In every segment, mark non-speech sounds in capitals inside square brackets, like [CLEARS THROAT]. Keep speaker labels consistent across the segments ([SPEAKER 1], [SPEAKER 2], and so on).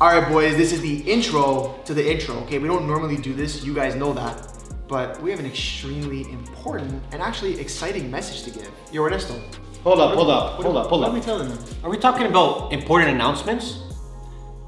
[SPEAKER 1] All right, boys, this is the intro to the intro, okay? We don't normally do this, you guys know that, but we have an extremely important and actually exciting message to give. Yo, Ernesto.
[SPEAKER 2] Hold up, hold up, hold up, hold
[SPEAKER 1] What are we
[SPEAKER 2] up.
[SPEAKER 1] telling them?
[SPEAKER 2] Are we talking about important announcements?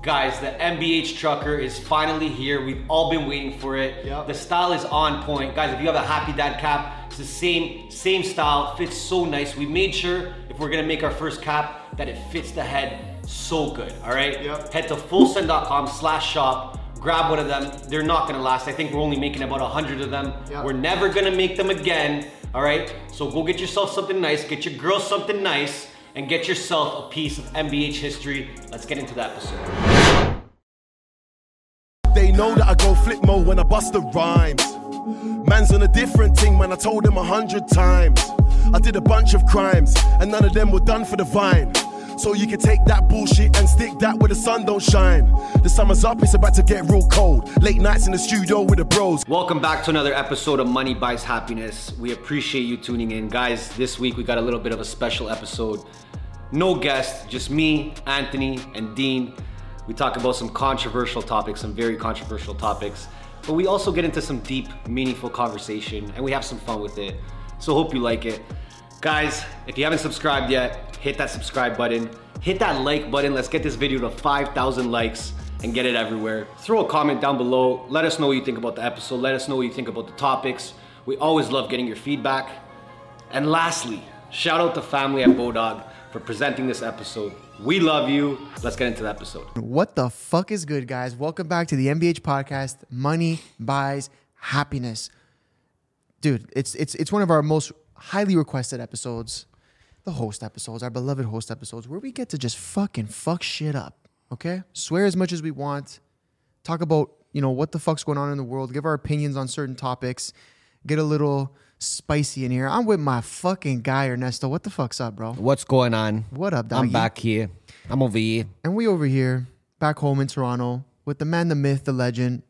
[SPEAKER 2] Guys, the MBH trucker is finally here. We've all been waiting for it.
[SPEAKER 1] Yep.
[SPEAKER 2] The style is on point. Guys, if you have a happy dad cap, it's the same, same style, fits so nice. We made sure if we're gonna make our first cap that it fits the head so good. All right?
[SPEAKER 1] Yep.
[SPEAKER 2] Head to fullsend.com slash shop, grab one of them. They're not gonna last. I think we're only making about hundred of them.
[SPEAKER 1] Yep.
[SPEAKER 2] We're never gonna make them again. All right, so go get yourself something nice, get your girl something nice, and get yourself a piece of MBH history. Let's get into the episode.
[SPEAKER 3] They know that I go flip mode when I bust the rhymes. Man's on a different thing, man. I told them a hundred times. I did a bunch of crimes, and none of them were done for the vine. So you can take that bullshit and stick that where the sun don't shine. The summer's up, it's about to get real cold. Late nights in the studio with the bros.
[SPEAKER 2] Welcome back to another episode of Money Buys Happiness. We appreciate you tuning in, guys. This week we got a little bit of a special episode. No guest, just me, Anthony, and Dean. We talk about some controversial topics, some very controversial topics, but we also get into some deep, meaningful conversation and we have some fun with it. So, hope you like it. Guys, if you haven't subscribed yet, hit that subscribe button, hit that like button. Let's get this video to 5,000 likes and get it everywhere. Throw a comment down below. Let us know what you think about the episode. Let us know what you think about the topics. We always love getting your feedback. And lastly, shout out to family at Bodog for presenting this episode. We love you. Let's get into the episode.
[SPEAKER 1] What the fuck is good, guys? Welcome back to the MBH podcast. Money buys happiness, dude. It's it's it's one of our most highly requested episodes, the host episodes, our beloved host episodes, where we get to just fucking fuck shit up. Okay, swear as much as we want, talk about you know what the fuck's going on in the world, give our opinions on certain topics, get a little spicy in here. I'm with my fucking guy Ernesto. What the fuck's up, bro?
[SPEAKER 4] What's going on?
[SPEAKER 1] What up, doggy?
[SPEAKER 4] I'm back here. I'm over here.
[SPEAKER 1] And we over here, back home in Toronto, with the man, the myth, the legend,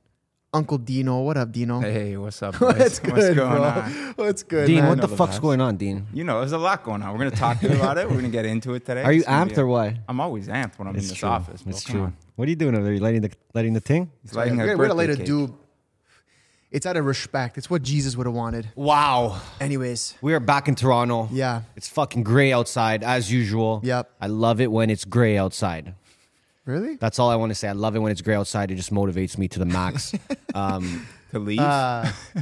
[SPEAKER 1] Uncle Dino. What up, Dino?
[SPEAKER 5] Hey, what's
[SPEAKER 4] [LAUGHS]
[SPEAKER 5] up?
[SPEAKER 1] [LAUGHS] What's
[SPEAKER 5] [LAUGHS] What's,
[SPEAKER 1] good,
[SPEAKER 5] what's going
[SPEAKER 1] bro?
[SPEAKER 5] on?
[SPEAKER 1] What's good,
[SPEAKER 4] Dean,
[SPEAKER 1] man?
[SPEAKER 4] what the
[SPEAKER 5] the
[SPEAKER 4] fuck's
[SPEAKER 5] vibes.
[SPEAKER 4] going on, Dean?
[SPEAKER 5] You know, there's a lot going on. We're gonna talk to you about it. We're gonna get into it today.
[SPEAKER 4] Are you
[SPEAKER 5] It's gonna be
[SPEAKER 4] amped
[SPEAKER 5] a-
[SPEAKER 4] or what?
[SPEAKER 5] I'm always amped when I'm in this office. Bro.
[SPEAKER 4] It's
[SPEAKER 5] Come
[SPEAKER 4] true.
[SPEAKER 5] on.
[SPEAKER 4] What are you doing over there? You lighting the lighting the thing?
[SPEAKER 5] It's lighting
[SPEAKER 1] we're
[SPEAKER 5] a
[SPEAKER 1] gonna- we're gonna let
[SPEAKER 5] birthday
[SPEAKER 1] it
[SPEAKER 5] cake.
[SPEAKER 1] do. It's out of respect. It's what Jesus would have wanted.
[SPEAKER 4] Wow.
[SPEAKER 1] Anyways,
[SPEAKER 4] We are back in Toronto.
[SPEAKER 1] Yeah.
[SPEAKER 4] It's fucking gray outside as usual.
[SPEAKER 1] Yep.
[SPEAKER 4] I love it when it's gray outside.
[SPEAKER 1] really?
[SPEAKER 4] That's all I want to say. I love it when it's gray outside. It just motivates me to
[SPEAKER 2] [LAUGHS]
[SPEAKER 4] the max. um,
[SPEAKER 5] to leave.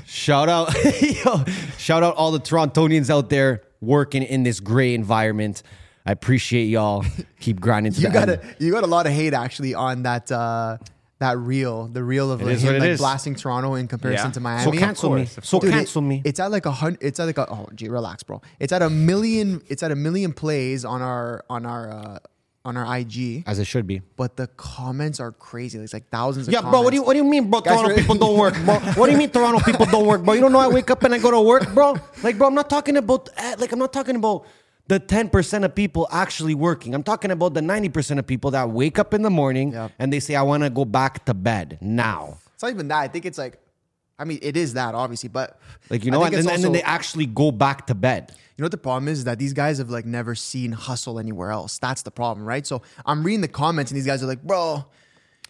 [SPEAKER 4] shout out, [LAUGHS] yo, shout out all the Torontonians out there working in this gray environment. I appreciate y'all. Keep grinding to
[SPEAKER 1] You
[SPEAKER 4] the
[SPEAKER 1] got
[SPEAKER 4] end.
[SPEAKER 1] a you got a lot of hate actually on that uh, that reel, the reel of like,
[SPEAKER 4] is what
[SPEAKER 1] him
[SPEAKER 4] it
[SPEAKER 1] like
[SPEAKER 4] is.
[SPEAKER 1] blasting Toronto in comparison
[SPEAKER 5] Yeah.
[SPEAKER 1] to
[SPEAKER 5] So
[SPEAKER 1] Miami.
[SPEAKER 4] So cancel me.
[SPEAKER 5] course, of
[SPEAKER 4] So
[SPEAKER 1] Dude, it-
[SPEAKER 4] cancel me.
[SPEAKER 1] It's at like a hundred. It's at like a. Oh, gee, relax, bro. It's at a million. It's at a million plays on our on our uh, on our IG.
[SPEAKER 4] As it should be.
[SPEAKER 1] But the comments are crazy. It's like thousands. of
[SPEAKER 4] Yeah, bro. What do you What do you mean, bro?
[SPEAKER 1] Guys,
[SPEAKER 4] Toronto
[SPEAKER 1] we're-
[SPEAKER 4] people don't work, bro. What do you mean, Toronto people don't work, bro? You don't know I wake up and I go to work, bro. Like, bro, I'm not talking about eh, like I'm not talking about the 10% of people actually working. I'm talking about the 90% of people that wake up in the morning
[SPEAKER 1] Yep.
[SPEAKER 4] and they say, "I want to go back to bed now."
[SPEAKER 1] It's not even that. I think it's like, I mean, it is that obviously, but
[SPEAKER 4] Like, you
[SPEAKER 1] I
[SPEAKER 4] know,
[SPEAKER 1] think
[SPEAKER 4] and,
[SPEAKER 1] it's
[SPEAKER 4] then and then
[SPEAKER 1] also-
[SPEAKER 4] they actually go back to bed.
[SPEAKER 1] You know what the problem is? Is that these guys have like never seen hustle anywhere else. That's the problem, right? So I'm reading the comments and these guys are like, bro,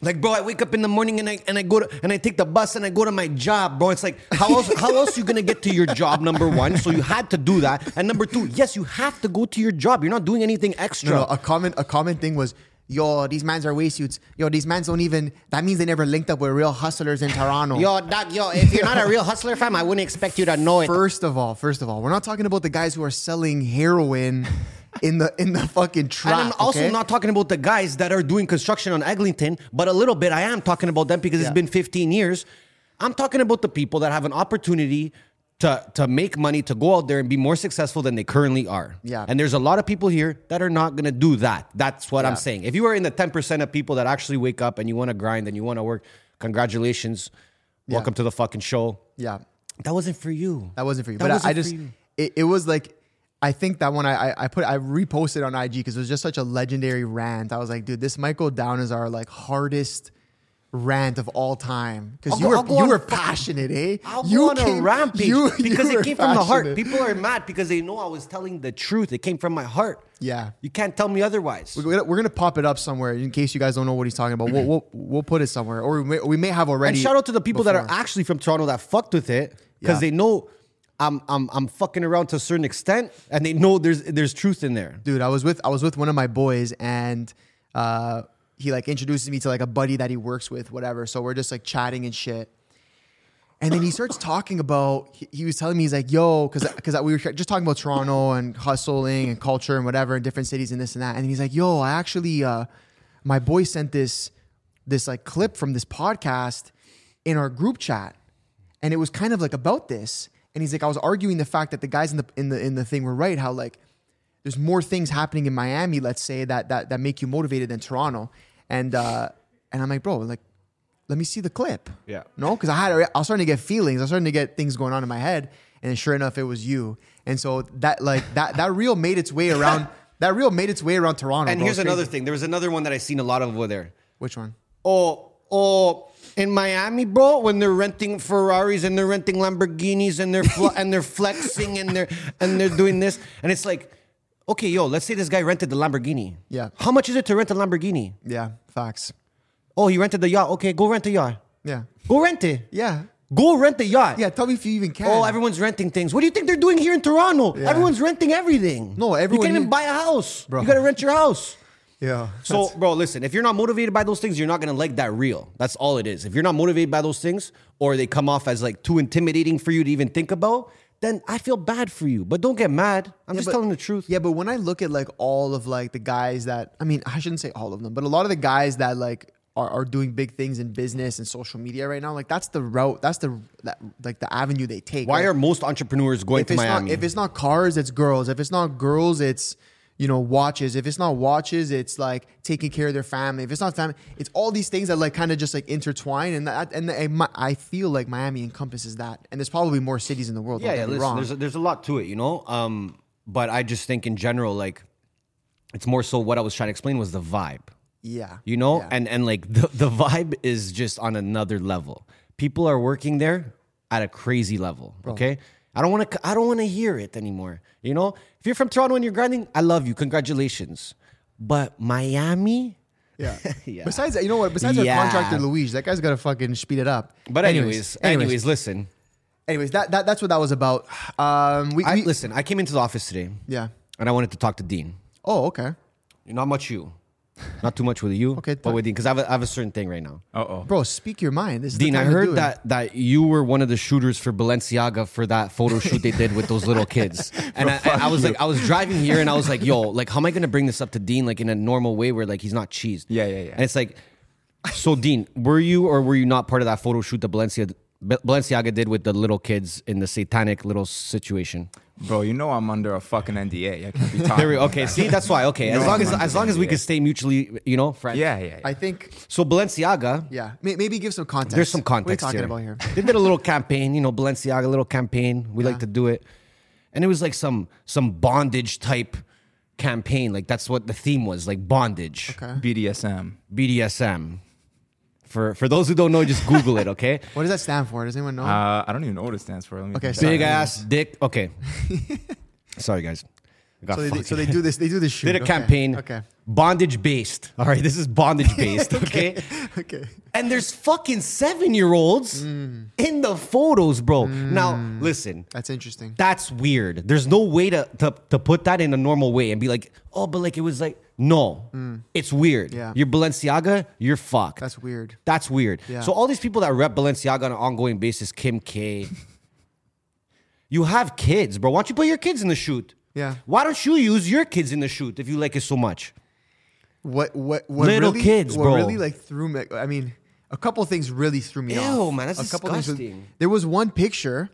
[SPEAKER 4] Like, bro, I wake up in the morning and I and I go to and I take the bus and I go to my job, bro. It's like, how else how else you gonna get to your job? Number one, so you had to do that, and number two, yes, you have to go to your job. You're not doing anything extra.
[SPEAKER 1] no, no, a comment, a common thing was, yo, these mans are waistsuits. Yo, these mans don't even. That means they never linked up with real hustlers in Toronto.
[SPEAKER 4] Yo, Doug, yo, if you're not a real hustler fam, I wouldn't expect you to know it.
[SPEAKER 1] First of all, first of all, we're not talking about the guys who are selling heroin in the in the fucking
[SPEAKER 4] and
[SPEAKER 1] trap.
[SPEAKER 4] I'm also
[SPEAKER 1] okay?
[SPEAKER 4] not talking about the guys that are doing construction on Eglinton, but a little bit I am talking about them because
[SPEAKER 1] Yeah.
[SPEAKER 4] it's been 15 years. I'm talking about the people that have an opportunity to, to make money, to go out there and be more successful than they currently are.
[SPEAKER 1] Yeah.
[SPEAKER 4] And there's a lot of people here that are not going to do that. That's what
[SPEAKER 1] Yeah.
[SPEAKER 4] I'm saying. If you are in the 10% of people that actually wake up and you want to grind and you want to work, congratulations. Welcome to the fucking show.
[SPEAKER 1] Yeah.
[SPEAKER 4] That wasn't for you.
[SPEAKER 1] That wasn't for you.
[SPEAKER 4] That
[SPEAKER 1] but I-
[SPEAKER 4] wasn't
[SPEAKER 1] I,
[SPEAKER 4] for
[SPEAKER 1] just
[SPEAKER 4] you.
[SPEAKER 1] it, it was like I think that one I, I I put I reposted on IG because it was just such a legendary rant. I was like, dude, this might go down as our like hardest rant of all time because
[SPEAKER 4] I'll
[SPEAKER 1] you
[SPEAKER 4] go-
[SPEAKER 1] were
[SPEAKER 4] I'll go
[SPEAKER 1] you
[SPEAKER 4] on
[SPEAKER 1] were
[SPEAKER 4] fu-
[SPEAKER 1] passionate, eh?
[SPEAKER 4] I'll
[SPEAKER 1] you
[SPEAKER 4] go on a
[SPEAKER 1] came-
[SPEAKER 4] rampage
[SPEAKER 1] you- [LAUGHS] you
[SPEAKER 4] [LAUGHS] because
[SPEAKER 1] were
[SPEAKER 4] it came from the heart.
[SPEAKER 1] passionate.
[SPEAKER 4] People are mad because they know I was telling the truth. It came from my heart.
[SPEAKER 1] Yeah.
[SPEAKER 4] You can't tell me otherwise.
[SPEAKER 1] We're gonna- we're gonna pop it up somewhere in case you guys don't know what he's talking about. We'll we'll, we'll put it somewhere, or we may, we may have already.
[SPEAKER 4] And shout out to the people that are
[SPEAKER 1] before.
[SPEAKER 4] actually from Toronto that fucked with it because
[SPEAKER 1] Yeah.
[SPEAKER 4] they know I'm, I'm I'm fucking around to a certain extent and they know there's there's truth in there.
[SPEAKER 1] dude. I was with I was with one of my boys, and uh, he like introduces me to like a buddy that he works with, whatever. So we're just like chatting and shit. And then he starts talking about. He, he was telling me he's like, "Yo," because because we were just talking about Toronto and hustling and culture and whatever, and different cities and this and that. And he's like, "Yo, I actually, uh, my boy sent this this like clip from this podcast in our group chat, and it was kind of like about this." And he's like, "I was arguing the fact that the guys in the in the in the thing were right. How like there's more things happening in Miami, let's say that that that make you motivated than Toronto." And uh, and I'm like, "Bro, like." Let me see the clip.
[SPEAKER 5] Yeah.
[SPEAKER 1] No, because I had I was starting to get feelings. I was starting to get things going on in my head, and then sure enough, it was you. And so that like that that reel made its way
[SPEAKER 4] [LAUGHS]
[SPEAKER 1] around. that reel made its way around Toronto.
[SPEAKER 4] And
[SPEAKER 1] bro.
[SPEAKER 4] here's
[SPEAKER 1] It's
[SPEAKER 4] another
[SPEAKER 1] crazy.
[SPEAKER 4] thing. There was another one that I seen a lot of over there.
[SPEAKER 1] Which one?
[SPEAKER 4] Oh, oh, in Miami, bro, when they're renting Ferraris and they're renting Lamborghinis and they're fl- and they're flexing and they're and they're doing this, and it's like, okay, yo, let's say this guy rented the Lamborghini.
[SPEAKER 1] Yeah.
[SPEAKER 4] How much is it to rent a Lamborghini?
[SPEAKER 1] Yeah, facts.
[SPEAKER 4] Oh, he rented the yacht. Okay, go rent the yacht.
[SPEAKER 1] Yeah,
[SPEAKER 4] Go rent it.
[SPEAKER 1] yeah,
[SPEAKER 4] Go rent the yacht.
[SPEAKER 1] yeah. Tell me if you even can.
[SPEAKER 4] Oh, everyone's renting things. What do you think they're doing here in Toronto?
[SPEAKER 1] Yeah.
[SPEAKER 4] Everyone's renting everything.
[SPEAKER 1] No, everyone
[SPEAKER 4] You can't even
[SPEAKER 1] here-
[SPEAKER 4] buy a house.
[SPEAKER 1] Bro.
[SPEAKER 4] You gotta rent your house.
[SPEAKER 1] Yeah.
[SPEAKER 4] [LAUGHS]
[SPEAKER 1] [LAUGHS]
[SPEAKER 4] So, bro, listen, if you're not motivated by those things, you're not going to like that real. That's all it is. If you're not motivated by those things or they come off as like too intimidating for you to even think about, then I feel bad for you. But don't get mad. I'm just
[SPEAKER 1] but-
[SPEAKER 4] telling the truth.
[SPEAKER 1] Yeah, but when I look at like all of like the guys that I mean, I shouldn't say all of them, but a lot of the guys that like are, are doing big things in business and social media right now, like that's the route, that's the that, like the avenue they take.
[SPEAKER 4] Why
[SPEAKER 1] Like,
[SPEAKER 4] are most entrepreneurs going
[SPEAKER 1] if
[SPEAKER 4] to
[SPEAKER 1] it's
[SPEAKER 4] Miami?
[SPEAKER 1] not if it's not cars, it's girls. If it's not girls, it's you know watches. If it's not watches, it's like taking care of their family. If it's not family, it's all these things that like kind of just like intertwine. And that and I, mi- I feel like Miami encompasses that. And there's probably more cities in the world.
[SPEAKER 4] yeah,
[SPEAKER 1] don't
[SPEAKER 4] yeah.
[SPEAKER 1] get me
[SPEAKER 4] Listen,
[SPEAKER 1] wrong.
[SPEAKER 4] there's a, there's a lot to it, you know. Um, but I just think in general, like, it's more so what I was trying to explain was the vibe,
[SPEAKER 1] yeah,
[SPEAKER 4] you know,
[SPEAKER 1] Yeah.
[SPEAKER 4] and and like the the vibe is just on another level. People are working there at a crazy level. Okay, I don't want to I don't want to hear it anymore. You know, if you're from Toronto and you're grinding, I love you. Congratulations, but Miami.
[SPEAKER 1] Yeah.
[SPEAKER 4] [LAUGHS] Yeah.
[SPEAKER 1] Besides, that, you know what? Besides
[SPEAKER 4] Yeah.
[SPEAKER 1] our contractor Luigi, that guy's got to fucking speed it up.
[SPEAKER 4] But anyways, anyways,
[SPEAKER 1] anyways,
[SPEAKER 4] listen.
[SPEAKER 1] anyways, that, that that's what that was about. Um, we,
[SPEAKER 4] I
[SPEAKER 1] we-
[SPEAKER 4] listen. I came into the office today,
[SPEAKER 1] yeah.
[SPEAKER 4] and I wanted to talk to Dean.
[SPEAKER 1] Oh, okay,
[SPEAKER 4] Not much
[SPEAKER 1] [LAUGHS]
[SPEAKER 4] you. Not too much with you.
[SPEAKER 1] Okay,
[SPEAKER 4] But
[SPEAKER 1] fine.
[SPEAKER 4] with Dean, because I, have a- I have a certain thing right now.
[SPEAKER 5] Uh oh.
[SPEAKER 1] bro, speak your mind. This is the
[SPEAKER 4] Dean, I
[SPEAKER 1] time to do
[SPEAKER 4] heard
[SPEAKER 1] it.
[SPEAKER 4] that, that you were one of the shooters for Balenciaga for that photo shoot they did with those [LAUGHS] little kids. And I, I, I was like, I was driving here and I was like, yo, like, how am I going to bring this up to Dean, like, in a normal way where, like, he's not cheesed?
[SPEAKER 5] Yeah, yeah, yeah.
[SPEAKER 4] And it's like, so, Dean, were you or were you not part of that photo shoot that Balenciaga, Balenciaga did with the little kids in the satanic little situation?
[SPEAKER 5] Bro, you know I'm under a fucking NDA. I can't be
[SPEAKER 4] [LAUGHS]
[SPEAKER 5] talking.
[SPEAKER 4] There we
[SPEAKER 5] about
[SPEAKER 4] Okay,
[SPEAKER 5] that.
[SPEAKER 4] see, that's why. [LAUGHS] Okay, as
[SPEAKER 5] No,
[SPEAKER 4] long as,
[SPEAKER 5] I'm
[SPEAKER 4] as, long as we
[SPEAKER 5] yeah.
[SPEAKER 4] can stay mutually, you know, friends.
[SPEAKER 5] [LAUGHS] Yeah, yeah. yeah.
[SPEAKER 1] I think.
[SPEAKER 4] So, Balenciaga,
[SPEAKER 1] Yeah, may, maybe give some context.
[SPEAKER 4] There's some context.
[SPEAKER 1] What are you talking
[SPEAKER 4] here.
[SPEAKER 1] about here?
[SPEAKER 4] [LAUGHS] They did a little campaign, you know, Balenciaga little campaign. We like to do it, and it was like some some bondage type campaign. Like that's what the theme was, like bondage,
[SPEAKER 1] Okay.
[SPEAKER 5] BDSM.
[SPEAKER 4] BDSM. For for those who don't know, just Google it.
[SPEAKER 1] [LAUGHS]
[SPEAKER 4] Okay,
[SPEAKER 1] What does that stand for? Does anyone know?
[SPEAKER 4] Ah,
[SPEAKER 5] Uh, I don't even know what it stands for. Let me
[SPEAKER 1] Okay,
[SPEAKER 5] think.
[SPEAKER 1] so-
[SPEAKER 4] big ass dick.
[SPEAKER 1] [LAUGHS]
[SPEAKER 4] Okay, sorry guys. I got
[SPEAKER 1] so, they,
[SPEAKER 4] fucking- [LAUGHS]
[SPEAKER 1] so they do this. They do this shoot.
[SPEAKER 4] did a
[SPEAKER 1] Okay,
[SPEAKER 4] campaign.
[SPEAKER 1] Okay. [LAUGHS]
[SPEAKER 4] Bondage based. All right, this is bondage based. okay.
[SPEAKER 1] Okay.
[SPEAKER 4] And there's fucking seven year olds
[SPEAKER 1] Mm.
[SPEAKER 4] in the photos, bro. Now, listen,
[SPEAKER 1] That's interesting.
[SPEAKER 4] that's weird. There's no way to, to to put that in a normal way and be like, oh, but like it was like no, it's weird.
[SPEAKER 1] Mm. Yeah.
[SPEAKER 4] You're Balenciaga, you're fucked.
[SPEAKER 1] That's weird.
[SPEAKER 4] That's weird.
[SPEAKER 1] Yeah.
[SPEAKER 4] So all these people that rep Balenciaga on an ongoing basis, Kim
[SPEAKER 1] [LAUGHS]
[SPEAKER 4] K. you have kids, bro. Why don't you put your kids in the shoot?
[SPEAKER 1] Yeah.
[SPEAKER 4] Why don't you use your kids in the shoot if you like it so much?
[SPEAKER 1] What? What? What?
[SPEAKER 4] Little
[SPEAKER 1] really,
[SPEAKER 4] kids,
[SPEAKER 1] what
[SPEAKER 4] bro.
[SPEAKER 1] Really, like threw me. I mean, a couple things really threw me off.
[SPEAKER 4] Ew, man, that's
[SPEAKER 1] a couple things really-
[SPEAKER 4] disgusting.
[SPEAKER 1] there was one picture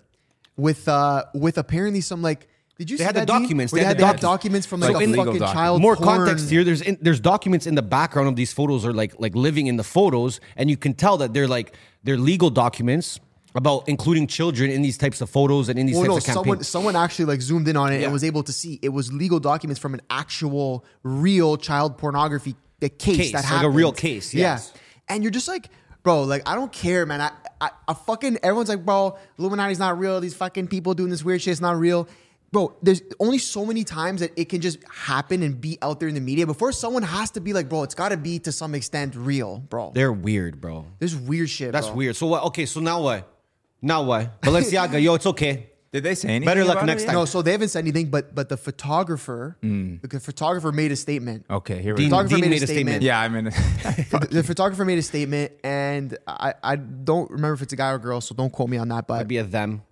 [SPEAKER 1] with uh with apparently some like. Did you
[SPEAKER 4] They
[SPEAKER 1] see
[SPEAKER 4] had the
[SPEAKER 1] that, Dean?
[SPEAKER 4] documents.
[SPEAKER 1] Where
[SPEAKER 4] They
[SPEAKER 1] They,
[SPEAKER 4] had
[SPEAKER 1] had,
[SPEAKER 4] the
[SPEAKER 1] they had
[SPEAKER 4] docu-
[SPEAKER 1] documents from
[SPEAKER 5] So
[SPEAKER 1] like,
[SPEAKER 5] in
[SPEAKER 1] a
[SPEAKER 5] the-
[SPEAKER 1] fucking
[SPEAKER 5] legal
[SPEAKER 1] child.
[SPEAKER 4] More
[SPEAKER 1] porn.
[SPEAKER 4] context here. There's in, there's documents in the background of these photos are like like living in the photos, and you can tell that they're like they're legal documents about including children in these types of photos and in these
[SPEAKER 1] Well,
[SPEAKER 4] types
[SPEAKER 1] no,
[SPEAKER 4] of campaigns.
[SPEAKER 1] someone someone actually like zoomed in on it
[SPEAKER 4] Yeah.
[SPEAKER 1] and was able to see it was legal documents from an actual real child pornography the case,
[SPEAKER 4] Case,
[SPEAKER 1] that
[SPEAKER 4] like a
[SPEAKER 1] happened.
[SPEAKER 4] real case, yes.
[SPEAKER 1] Yeah. And you're just like, bro. Like I don't care, man. I, I, I fucking everyone's like, bro, Illuminati's not real. These fucking people doing this weird shit is not real, bro. There's only so many times that it can just happen and be out there in the media before someone has to be like, bro, it's got to be to some extent real, bro.
[SPEAKER 4] They're weird, bro.
[SPEAKER 1] There's weird shit.
[SPEAKER 4] That's
[SPEAKER 1] bro.
[SPEAKER 4] weird. So what? Okay, so now what? Now what? Balenciaga, yo, it's okay.
[SPEAKER 5] Did they say anything?
[SPEAKER 4] Better luck
[SPEAKER 5] about it
[SPEAKER 4] next
[SPEAKER 5] yet?
[SPEAKER 4] time.
[SPEAKER 1] No, so they haven't said anything, but but the photographer, the photographer made a statement.
[SPEAKER 5] Okay, here we
[SPEAKER 1] The
[SPEAKER 5] go.
[SPEAKER 1] photographer
[SPEAKER 4] Dean
[SPEAKER 1] Mm. made, a statement.
[SPEAKER 5] Yeah, I
[SPEAKER 1] [LAUGHS]
[SPEAKER 5] mean, [LAUGHS]
[SPEAKER 1] The, the photographer made a statement, and I, I don't remember if it's a guy or a girl, so don't quote me on that. But
[SPEAKER 4] That'd be a them.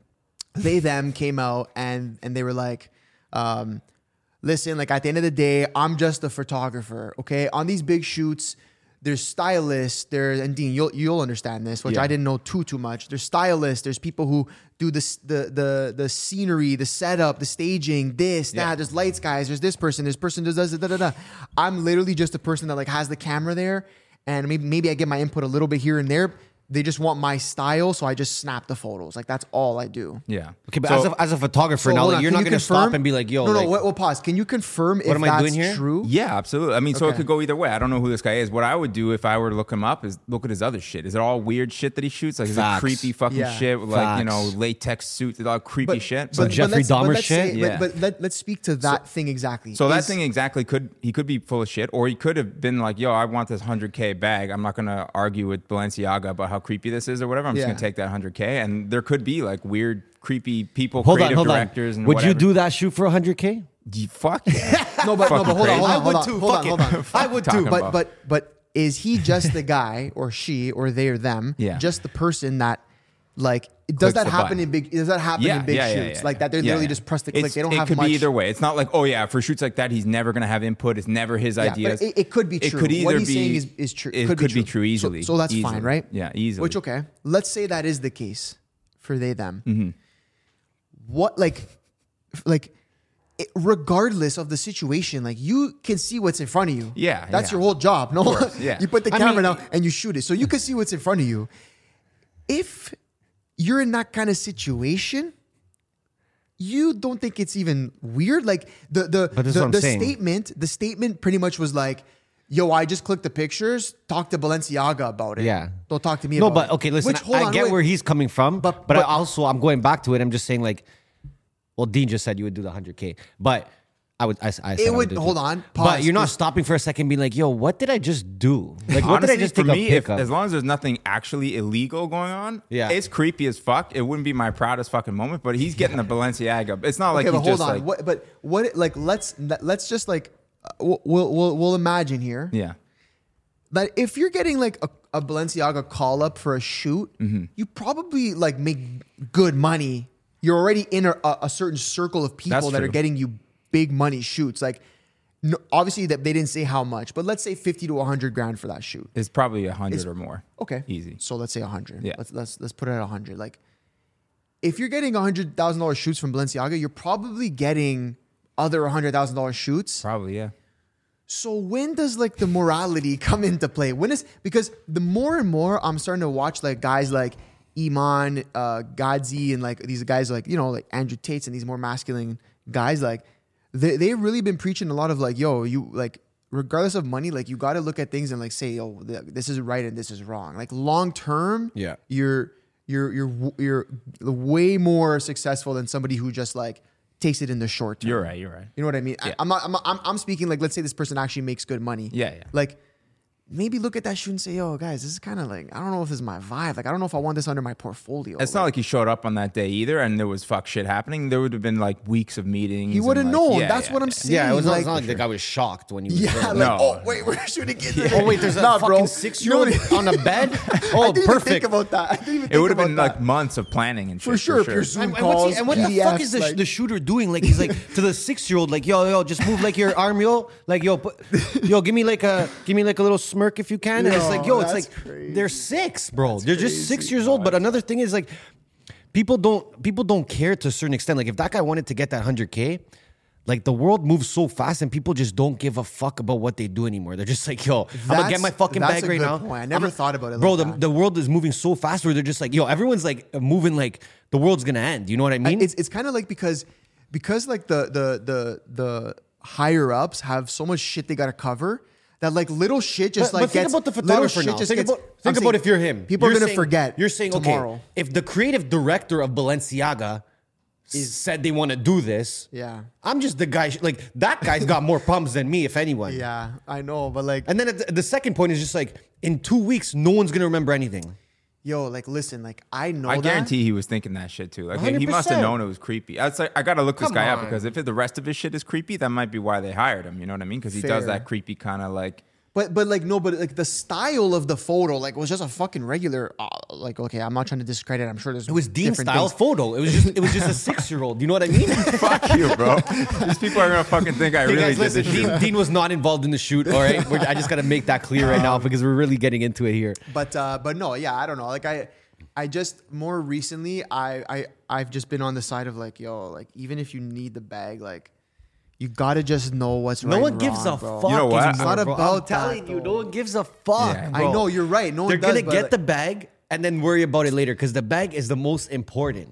[SPEAKER 1] they them came out and and they were like um listen like at the end of the day i'm just a photographer okay on these big shoots there's stylists there's and dean you'll you'll understand this which i didn't know too too much there's stylists there's people who do this the the the scenery the setup the staging this that there's lights guys there's this person this person does does da, da, da. i'm literally just a person that like has the camera there and maybe maybe i get my input a little bit here and there they just want my style so i just snap the photos like that's all i do
[SPEAKER 5] yeah.
[SPEAKER 4] Okay, but
[SPEAKER 5] So-
[SPEAKER 4] as, a, as a photographer
[SPEAKER 1] so
[SPEAKER 4] now,
[SPEAKER 1] hold
[SPEAKER 4] like,
[SPEAKER 1] on,
[SPEAKER 4] you're
[SPEAKER 1] can
[SPEAKER 4] not
[SPEAKER 1] you
[SPEAKER 4] going to stop
[SPEAKER 1] confirm-
[SPEAKER 4] and be like, yo,
[SPEAKER 1] No, no.
[SPEAKER 4] like,
[SPEAKER 1] What? Well, pause. Can you confirm if
[SPEAKER 4] am I
[SPEAKER 1] that's
[SPEAKER 4] doing here?
[SPEAKER 1] true?
[SPEAKER 5] Yeah, absolutely. I mean, so
[SPEAKER 1] Okay.
[SPEAKER 5] it could go either way. I don't know who this guy is. What I would do if I were to look him up is look at his other shit. Is it all weird shit that he shoots? Like is it
[SPEAKER 4] Facts.
[SPEAKER 5] creepy fucking
[SPEAKER 1] Yeah.
[SPEAKER 5] shit with like you know
[SPEAKER 4] Facts.
[SPEAKER 5] latex suits, all creepy shit.
[SPEAKER 4] Some Jeffrey
[SPEAKER 1] let's-
[SPEAKER 4] Dahmer
[SPEAKER 1] let's
[SPEAKER 4] shit?
[SPEAKER 1] say-
[SPEAKER 5] Yeah.
[SPEAKER 1] But, but let, let's speak to that thing exactly.
[SPEAKER 5] so that
[SPEAKER 1] Is-
[SPEAKER 5] thing exactly could he could be full of shit, or he could have been like, "Yo, I want this hundred k bag. I'm not gonna argue with Balenciaga about how creepy this is or whatever. I'm
[SPEAKER 1] Yeah.
[SPEAKER 5] just gonna take that hundred k." And there could be like weird, creepy people,
[SPEAKER 4] hold on,
[SPEAKER 5] creative
[SPEAKER 4] hold on.
[SPEAKER 5] directors, and
[SPEAKER 4] Would
[SPEAKER 5] whatever.
[SPEAKER 4] you do that shoot for 100K?
[SPEAKER 5] You- Fuck
[SPEAKER 4] [LAUGHS]
[SPEAKER 5] yeah.
[SPEAKER 1] No, but no, but
[SPEAKER 5] Fucking
[SPEAKER 1] hold on,
[SPEAKER 5] crazy.
[SPEAKER 1] hold on, hold on, hold on,
[SPEAKER 4] Fuck it.
[SPEAKER 1] hold
[SPEAKER 5] [LAUGHS]
[SPEAKER 1] on.
[SPEAKER 4] I would
[SPEAKER 5] Talking
[SPEAKER 4] too.
[SPEAKER 1] But
[SPEAKER 5] about-
[SPEAKER 1] but but is he just the guy or she or they or them?
[SPEAKER 5] [LAUGHS] Yeah.
[SPEAKER 1] Just the person that like does
[SPEAKER 5] Clicks
[SPEAKER 1] that
[SPEAKER 5] the
[SPEAKER 1] happen
[SPEAKER 5] button.
[SPEAKER 1] in big? Does that happen
[SPEAKER 5] yeah,
[SPEAKER 1] in big
[SPEAKER 5] yeah, yeah,
[SPEAKER 1] shoots
[SPEAKER 5] yeah,
[SPEAKER 1] like that? They are
[SPEAKER 5] yeah,
[SPEAKER 1] literally
[SPEAKER 5] yeah.
[SPEAKER 1] just press the
[SPEAKER 5] It's-
[SPEAKER 1] click. they don't
[SPEAKER 5] it
[SPEAKER 1] have
[SPEAKER 5] could
[SPEAKER 1] much.
[SPEAKER 5] be either way. It's not like, oh yeah, for shoots like that, he's never gonna have input. It's never his
[SPEAKER 1] Yeah,
[SPEAKER 5] ideas.
[SPEAKER 1] But it, it could be
[SPEAKER 5] It
[SPEAKER 1] true.
[SPEAKER 5] could either
[SPEAKER 1] what he's
[SPEAKER 5] be
[SPEAKER 1] saying is, is true.
[SPEAKER 5] It could, be, true.
[SPEAKER 1] So-
[SPEAKER 5] easily.
[SPEAKER 1] So, that's
[SPEAKER 5] Easily.
[SPEAKER 1] fine, right?
[SPEAKER 5] Yeah, easily.
[SPEAKER 1] Which okay. Let's say that is the case for they them.
[SPEAKER 5] Mm-hmm.
[SPEAKER 1] What like f- like it, regardless of the situation, like you can see what's in front of you.
[SPEAKER 5] Yeah,
[SPEAKER 1] that's
[SPEAKER 5] yeah.
[SPEAKER 1] your whole job. No, [LAUGHS]
[SPEAKER 5] course, yeah.
[SPEAKER 1] you put the
[SPEAKER 4] I
[SPEAKER 1] camera
[SPEAKER 4] mean-
[SPEAKER 1] down and you shoot it, so you can see what's in front of you. If you're in that kind of situation. You don't think it's even weird? Like the the
[SPEAKER 4] But this is
[SPEAKER 1] the,
[SPEAKER 4] what I'm
[SPEAKER 1] the
[SPEAKER 4] saying.
[SPEAKER 1] statement, the statement pretty much was like, "Yo, I just clicked the pictures. Talk to Balenciaga about it.
[SPEAKER 4] Yeah.
[SPEAKER 1] don't talk to me.
[SPEAKER 4] No,
[SPEAKER 1] about
[SPEAKER 4] but
[SPEAKER 1] it.
[SPEAKER 4] okay, listen,
[SPEAKER 1] Which, hold
[SPEAKER 4] I
[SPEAKER 1] on,
[SPEAKER 4] get
[SPEAKER 1] wait.
[SPEAKER 4] where he's coming from,
[SPEAKER 1] But- but-
[SPEAKER 4] but, I also, I'm going back to it. I'm just saying, like, well, Dean just said you would do the 100K, but I would, I, I said I
[SPEAKER 1] It would
[SPEAKER 4] do
[SPEAKER 1] hold
[SPEAKER 4] too.
[SPEAKER 1] on.
[SPEAKER 4] But
[SPEAKER 1] pause,
[SPEAKER 4] you're not
[SPEAKER 1] just-
[SPEAKER 4] stopping for a second, being like, yo, what did I just do? Like, what did
[SPEAKER 5] Honestly,
[SPEAKER 4] I just
[SPEAKER 5] for
[SPEAKER 4] take
[SPEAKER 5] me,
[SPEAKER 4] a
[SPEAKER 5] if,
[SPEAKER 4] pick up?
[SPEAKER 5] as long as there's nothing actually illegal going on,
[SPEAKER 4] Yeah.
[SPEAKER 5] it's creepy as fuck. It wouldn't be my proudest fucking moment, but he's getting the Balenciaga. It's not like
[SPEAKER 1] okay,
[SPEAKER 5] he's
[SPEAKER 1] but hold
[SPEAKER 5] just
[SPEAKER 1] on.
[SPEAKER 5] like
[SPEAKER 1] what, but what? Like, let's let's just like uh, we'll we'll we'll, we'll imagine here
[SPEAKER 5] yeah.
[SPEAKER 1] that if you're getting like a, a Balenciaga call up for a shoot,
[SPEAKER 4] Mm-hmm.
[SPEAKER 1] you probably like make good money. You're already in a, a a certain circle of people
[SPEAKER 5] That's
[SPEAKER 1] that are
[SPEAKER 5] true.
[SPEAKER 1] getting you big money shoots. Like, no, obviously that they didn't say how much, but let's say fifty to hundred grand for that shoot.
[SPEAKER 5] It's probably a hundred or more.
[SPEAKER 1] Okay.
[SPEAKER 5] easy.
[SPEAKER 1] So let's say 100.
[SPEAKER 5] Yeah.
[SPEAKER 1] Let's let's let's put it at 100. Like if you're getting $100,000 shoots from Balenciaga, you're probably getting other $100,000 shoots.
[SPEAKER 5] Probably yeah.
[SPEAKER 1] So when does like the morality come into play? When is because the more and more I'm starting to watch like guys like Iman, uh, Gadzi, and like these guys like you know like Andrew Tate's and these more masculine guys like they they've really been preaching a lot of like yo you like regardless of money like you got to look at things and like say yo th- this is right and this is wrong like long term
[SPEAKER 4] Yeah.
[SPEAKER 1] you're you're you're w- you're way more successful than somebody who just like takes it in the short term
[SPEAKER 5] You're right. You're right.
[SPEAKER 1] you know what I mean? I, I'm, not, I'm, I'm I'm speaking like let's say this person actually makes good money.
[SPEAKER 5] Yeah, yeah.
[SPEAKER 1] Like maybe look at that shoe and say, "Yo, guys, this is kind of like I don't know if this is my vibe. Like I don't know if I want this under my portfolio."
[SPEAKER 5] It's not like he showed up on that day either, and there was fuck shit happening. There would have been like weeks of meetings.
[SPEAKER 1] he
[SPEAKER 5] and,
[SPEAKER 1] would have
[SPEAKER 5] like-
[SPEAKER 1] known.
[SPEAKER 5] Yeah,
[SPEAKER 1] That's
[SPEAKER 5] yeah,
[SPEAKER 1] what I'm
[SPEAKER 5] yeah.
[SPEAKER 1] saying.
[SPEAKER 4] yeah, it was not,
[SPEAKER 1] like,
[SPEAKER 4] it's not like the guy was shocked when you
[SPEAKER 1] [LAUGHS] yeah,
[SPEAKER 4] were
[SPEAKER 1] like
[SPEAKER 5] No.
[SPEAKER 1] oh wait, we're shooting kids.
[SPEAKER 4] Oh wait, there's a
[SPEAKER 1] Nah,
[SPEAKER 4] fucking
[SPEAKER 1] bro.
[SPEAKER 4] six-year-old
[SPEAKER 1] You know what-
[SPEAKER 4] on a bed.
[SPEAKER 1] [LAUGHS] I
[SPEAKER 4] Oh,
[SPEAKER 1] didn't even think
[SPEAKER 4] perfect.
[SPEAKER 1] about that. I didn't even
[SPEAKER 5] It
[SPEAKER 1] think
[SPEAKER 5] would have
[SPEAKER 1] about
[SPEAKER 5] been
[SPEAKER 1] that.
[SPEAKER 5] like months of planning and shit.
[SPEAKER 1] for sure. Pure Zoom
[SPEAKER 4] And, and what's
[SPEAKER 1] calls.
[SPEAKER 4] he- and what the fuck
[SPEAKER 1] PDFs,
[SPEAKER 4] is the, sh
[SPEAKER 1] like-
[SPEAKER 4] the shooter doing? Like he's
[SPEAKER 1] [LAUGHS]
[SPEAKER 4] like to the six year old, like yo yo, just move like your arm, yo, like yo, put, yo, give me like a give me like a little smirk if you can. And it's like yo, it's
[SPEAKER 1] that's
[SPEAKER 4] like they're six, bro. they're just six years old. But another thing is like people don't people don't care to a certain extent. Like if that guy wanted to get that hundred k. Like the world moves so fast, and people just don't give a fuck about what they do anymore. They're just like, "Yo, I'm gonna
[SPEAKER 1] That's-
[SPEAKER 4] get my fucking
[SPEAKER 1] that's
[SPEAKER 4] bag
[SPEAKER 1] a
[SPEAKER 4] right
[SPEAKER 1] good
[SPEAKER 4] now."
[SPEAKER 1] point. I never
[SPEAKER 4] I'ma-
[SPEAKER 1] thought about it
[SPEAKER 4] bro.
[SPEAKER 1] like
[SPEAKER 4] the,
[SPEAKER 1] that.
[SPEAKER 4] the world is moving so fast, where they're just like, "Yo, everyone's like moving like the world's gonna end." You know what I mean?
[SPEAKER 1] Uh, it's it's kind of like because because like the the the the higher ups have so much shit they got to cover That like little shit just like
[SPEAKER 4] But, but think
[SPEAKER 1] gets
[SPEAKER 4] about the
[SPEAKER 1] little
[SPEAKER 4] photographer
[SPEAKER 1] shit
[SPEAKER 4] now.
[SPEAKER 1] just
[SPEAKER 4] Think,
[SPEAKER 1] gets-
[SPEAKER 4] about,
[SPEAKER 1] I'm
[SPEAKER 4] think
[SPEAKER 1] saying
[SPEAKER 4] about if you're him.
[SPEAKER 1] People
[SPEAKER 4] You're
[SPEAKER 1] are gonna
[SPEAKER 4] saying-
[SPEAKER 1] forget.
[SPEAKER 4] You're saying
[SPEAKER 1] tomorrow.
[SPEAKER 4] okay, if the creative director of Balenciaga said they want to do this,
[SPEAKER 1] Yeah.
[SPEAKER 4] I'm just the guy. Like that guy's got more problems than me, if anyone.
[SPEAKER 1] Yeah, I know, but like,
[SPEAKER 4] And then at the, the second point is just like in two weeks, no one's gonna remember anything.
[SPEAKER 1] yo, like, listen, like, I know.
[SPEAKER 5] I
[SPEAKER 1] that.
[SPEAKER 5] guarantee he was thinking that shit too. Like he- he must have
[SPEAKER 4] 100%.
[SPEAKER 5] known it was creepy. I was like, I gotta look this
[SPEAKER 4] Come
[SPEAKER 5] guy
[SPEAKER 4] on.
[SPEAKER 5] up because if the rest of his shit is creepy, that might be why they hired him. You know what I mean? Because he does
[SPEAKER 1] Fair.
[SPEAKER 5] that creepy kind of like.
[SPEAKER 1] But but like no, but like the style of the photo, like was just a fucking regular. Uh, like okay, I'm not trying to discredit. I'm sure there's
[SPEAKER 4] It was Dean
[SPEAKER 1] different
[SPEAKER 4] style
[SPEAKER 1] things.
[SPEAKER 4] photo. It was just it
[SPEAKER 1] [LAUGHS]
[SPEAKER 4] was just a six year old. You know what I mean?
[SPEAKER 5] Fuck you, bro. These people are gonna fucking think
[SPEAKER 4] Hey
[SPEAKER 5] I really
[SPEAKER 4] guys,
[SPEAKER 5] did
[SPEAKER 4] listen,
[SPEAKER 5] this shit.
[SPEAKER 4] Dean, Dean was not involved in the shoot. All right, We're- I just gotta make that clear right
[SPEAKER 5] [LAUGHS]
[SPEAKER 4] now because we're really getting into it here.
[SPEAKER 1] But uh, but no, yeah, I don't know. Like I I just more recently, I I I've just been on the side of like yo, like even if you need the bag, like you gotta just know what's
[SPEAKER 4] No
[SPEAKER 1] right
[SPEAKER 4] one
[SPEAKER 1] and
[SPEAKER 4] gives
[SPEAKER 1] wrong,
[SPEAKER 4] a
[SPEAKER 1] bro.
[SPEAKER 4] fuck.
[SPEAKER 5] You know what?
[SPEAKER 4] anymore,
[SPEAKER 1] It's not
[SPEAKER 4] bro.
[SPEAKER 1] about
[SPEAKER 4] I'm
[SPEAKER 1] that,
[SPEAKER 4] telling you,
[SPEAKER 1] though.
[SPEAKER 4] no one gives a fuck.
[SPEAKER 5] Yeah.
[SPEAKER 1] I
[SPEAKER 4] bro.
[SPEAKER 1] know you're right. No, one
[SPEAKER 4] They're gonna
[SPEAKER 1] does, but,
[SPEAKER 4] get
[SPEAKER 1] like-
[SPEAKER 4] the bag and then worry about it later because the bag is the most important.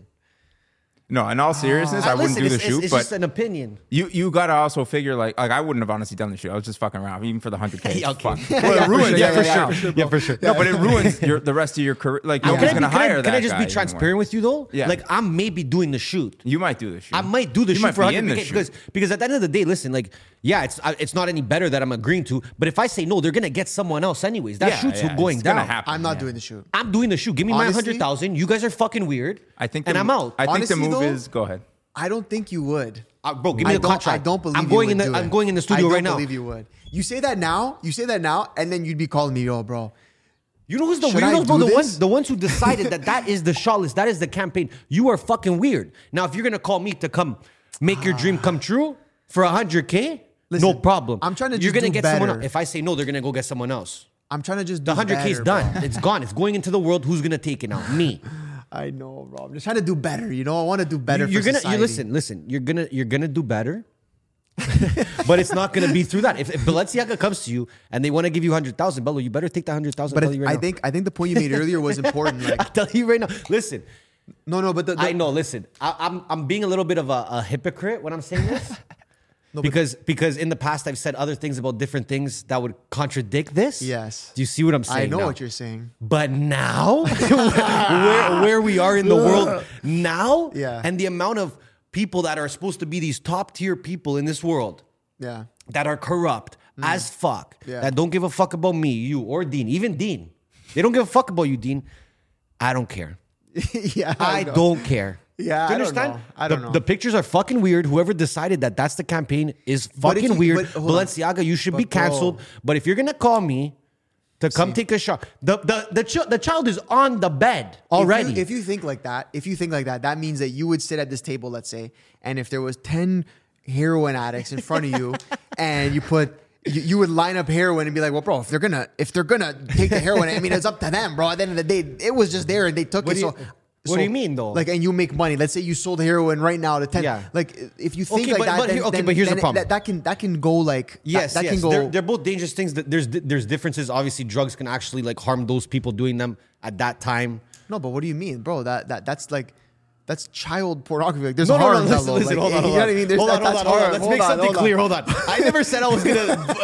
[SPEAKER 5] No, in all seriousness, I wouldn't
[SPEAKER 4] Uh, Listen,
[SPEAKER 5] do the
[SPEAKER 4] it's,
[SPEAKER 5] shoot,
[SPEAKER 4] It's, it's
[SPEAKER 5] but
[SPEAKER 4] just an opinion.
[SPEAKER 5] You you gotta also figure like like I wouldn't have honestly done the shoot. I was just fucking around, even for the
[SPEAKER 4] [LAUGHS]
[SPEAKER 5] hundred k.
[SPEAKER 4] Yeah, okay.
[SPEAKER 5] Fuck. Well, it ruins
[SPEAKER 4] Yeah, for
[SPEAKER 5] everything
[SPEAKER 4] sure.
[SPEAKER 5] else.
[SPEAKER 4] Yeah, for sure.
[SPEAKER 5] No, but it ruins your, the rest of your career. Like nobody's
[SPEAKER 4] Can I,
[SPEAKER 5] gonna
[SPEAKER 4] be- can I-
[SPEAKER 5] hire
[SPEAKER 4] can I,
[SPEAKER 5] that.
[SPEAKER 4] just
[SPEAKER 5] guy
[SPEAKER 4] be
[SPEAKER 5] anymore.
[SPEAKER 4] transparent with you though?
[SPEAKER 5] Yeah.
[SPEAKER 4] Like I may be doing the shoot.
[SPEAKER 5] You might do the shoot.
[SPEAKER 4] I might do the
[SPEAKER 5] You
[SPEAKER 4] shoot
[SPEAKER 5] might
[SPEAKER 4] for
[SPEAKER 5] be in
[SPEAKER 4] 100
[SPEAKER 5] the
[SPEAKER 4] because,
[SPEAKER 5] shoot.
[SPEAKER 4] because because at the end of the day, listen, like yeah, it's I- it's not any better that I'm agreeing to, but if I say no, they're gonna get someone else anyways. That
[SPEAKER 5] Yeah,
[SPEAKER 4] shoot's
[SPEAKER 5] yeah,
[SPEAKER 4] going
[SPEAKER 5] it's
[SPEAKER 4] down.
[SPEAKER 5] gonna happen.
[SPEAKER 1] I'm not
[SPEAKER 5] yeah.
[SPEAKER 1] doing the shoot.
[SPEAKER 4] I'm doing the shoot. Give me my
[SPEAKER 1] Honestly-
[SPEAKER 4] hundred thousand. You guys are fucking weird.
[SPEAKER 5] I think, the
[SPEAKER 4] and I'm
[SPEAKER 5] mo-
[SPEAKER 4] out.
[SPEAKER 5] I think the
[SPEAKER 1] Honestly,
[SPEAKER 5] move
[SPEAKER 1] though-
[SPEAKER 5] is go ahead.
[SPEAKER 1] I don't think you would.
[SPEAKER 4] Uh, bro, give me
[SPEAKER 1] I
[SPEAKER 4] the
[SPEAKER 1] don't-
[SPEAKER 4] contract.
[SPEAKER 1] I don't believe
[SPEAKER 4] I'm
[SPEAKER 1] you
[SPEAKER 4] going
[SPEAKER 1] would
[SPEAKER 4] in the-
[SPEAKER 1] do
[SPEAKER 4] I'm
[SPEAKER 1] it.
[SPEAKER 4] going in the studio
[SPEAKER 1] I
[SPEAKER 4] right
[SPEAKER 1] don't
[SPEAKER 4] now.
[SPEAKER 1] believe you would. You say that now. You say that now, and then you'd be calling me, yo, bro.
[SPEAKER 4] You know who's the
[SPEAKER 1] Should I
[SPEAKER 4] weirdos, bro?
[SPEAKER 1] do
[SPEAKER 4] The
[SPEAKER 1] this?
[SPEAKER 4] ones, the ones who decided that that is the shot list, that is the campaign. You are fucking weird. Now, if you're gonna call me to come make your dream come true for hundred k, no
[SPEAKER 1] Listen,
[SPEAKER 4] problem.
[SPEAKER 1] I'm trying to
[SPEAKER 4] You're
[SPEAKER 1] just
[SPEAKER 4] gonna
[SPEAKER 1] do
[SPEAKER 4] get someone
[SPEAKER 1] better.
[SPEAKER 4] else. If I say no, they're gonna go get someone else.
[SPEAKER 1] I'm trying to just
[SPEAKER 4] The
[SPEAKER 1] do
[SPEAKER 4] hundred k's
[SPEAKER 1] better,
[SPEAKER 4] done.
[SPEAKER 1] bro.
[SPEAKER 4] It's gone. It's going into the world. Who's gonna take it now?
[SPEAKER 1] [LAUGHS]
[SPEAKER 4] Me.
[SPEAKER 1] I know, bro. I'm just trying to do better. You know, I want to do better.
[SPEAKER 4] you're
[SPEAKER 1] for
[SPEAKER 4] gonna
[SPEAKER 1] society.
[SPEAKER 4] you listen listen you're gonna you're gonna do better [LAUGHS] but it's not gonna be through that if, if balenciaga comes to you and they want to give you 100000 bello you better take that 100000
[SPEAKER 1] But
[SPEAKER 4] bello
[SPEAKER 1] if-
[SPEAKER 4] right
[SPEAKER 1] I
[SPEAKER 4] now.
[SPEAKER 1] think I think the point you made earlier was important. Like,
[SPEAKER 4] [LAUGHS] i tell you right now listen
[SPEAKER 1] no, no, but the, the,
[SPEAKER 4] i know listen I, i'm i'm being a little bit of a, a hypocrite when i'm
[SPEAKER 1] [LAUGHS]
[SPEAKER 4] saying this because because in the past I've said other things about different things that would contradict this.
[SPEAKER 1] Yes.
[SPEAKER 4] Do you see what I'm
[SPEAKER 1] I
[SPEAKER 4] saying?
[SPEAKER 1] know
[SPEAKER 4] now?
[SPEAKER 1] what you're saying.
[SPEAKER 4] But now, [LAUGHS] where, where we are in the world now,
[SPEAKER 1] Yeah.
[SPEAKER 4] and the amount of people that are supposed to be these top tier people in this world
[SPEAKER 1] Yeah, [LAUGHS]
[SPEAKER 4] that are corrupt as fuck,
[SPEAKER 1] Mm. Yeah.
[SPEAKER 4] that don't give a fuck about me, you, or Dean, even Dean. They don't give a fuck about you, Dean. I don't care.
[SPEAKER 1] yeah.
[SPEAKER 4] I,
[SPEAKER 1] know.
[SPEAKER 4] don't care.
[SPEAKER 1] Yeah,
[SPEAKER 4] Do
[SPEAKER 1] I
[SPEAKER 4] you
[SPEAKER 1] don't
[SPEAKER 4] understand?
[SPEAKER 1] know. I don't
[SPEAKER 4] the,
[SPEAKER 1] know.
[SPEAKER 4] The pictures are fucking weird. Whoever decided that that's the campaign is
[SPEAKER 1] But if
[SPEAKER 4] fucking
[SPEAKER 1] you-
[SPEAKER 4] weird.
[SPEAKER 1] but hold on.
[SPEAKER 4] Balenciaga, you should
[SPEAKER 1] But
[SPEAKER 4] be
[SPEAKER 1] bro.
[SPEAKER 4] canceled. But if you're gonna call me to come take a shot, the the the, ch- the child is on the bed already.
[SPEAKER 1] If you, if you think like that, if you think like that, that means that you would sit at this table, let's say, and if there was ten heroin addicts in front of
[SPEAKER 4] [LAUGHS]
[SPEAKER 1] you, and you put. You, you would line up heroin and be like, "Well, bro, if they're gonna if they're gonna take the heroin, I mean, it's up to them, bro. At the end of the day, it was just there and they took
[SPEAKER 4] What
[SPEAKER 1] it.
[SPEAKER 4] do you-
[SPEAKER 1] so,
[SPEAKER 4] what do you mean, though?
[SPEAKER 1] Like, and you make money. Let's say you sold heroin right now to ten.
[SPEAKER 4] Yeah.
[SPEAKER 1] Like, if you think
[SPEAKER 4] Okay,
[SPEAKER 1] like
[SPEAKER 4] but-
[SPEAKER 1] that,
[SPEAKER 4] but
[SPEAKER 1] then,
[SPEAKER 4] here- okay,
[SPEAKER 1] then-
[SPEAKER 4] but here's the
[SPEAKER 1] then it-
[SPEAKER 4] problem.
[SPEAKER 1] That, that can that can go like that-
[SPEAKER 4] yes,
[SPEAKER 1] that,
[SPEAKER 4] yes.
[SPEAKER 1] can go.
[SPEAKER 4] They're, they're both dangerous things. That there's there's differences. Obviously, drugs can actually like harm those people doing them at that time.
[SPEAKER 1] No, but what do you mean, bro? That that that's like that's child pornography. Like, there's
[SPEAKER 4] No, no,
[SPEAKER 1] harm
[SPEAKER 4] no, listen,
[SPEAKER 1] level.
[SPEAKER 4] listen,
[SPEAKER 1] like,
[SPEAKER 4] hold on,
[SPEAKER 1] You
[SPEAKER 4] hold
[SPEAKER 1] know
[SPEAKER 4] on.
[SPEAKER 1] what I mean? There's
[SPEAKER 4] Hold on,
[SPEAKER 1] that-
[SPEAKER 4] hold on,
[SPEAKER 1] that's
[SPEAKER 4] hold on.
[SPEAKER 1] harm.
[SPEAKER 4] Let's
[SPEAKER 1] Hold
[SPEAKER 4] make
[SPEAKER 1] on,
[SPEAKER 4] something
[SPEAKER 1] hold on.
[SPEAKER 4] clear. Hold on. [LAUGHS] I never said I was going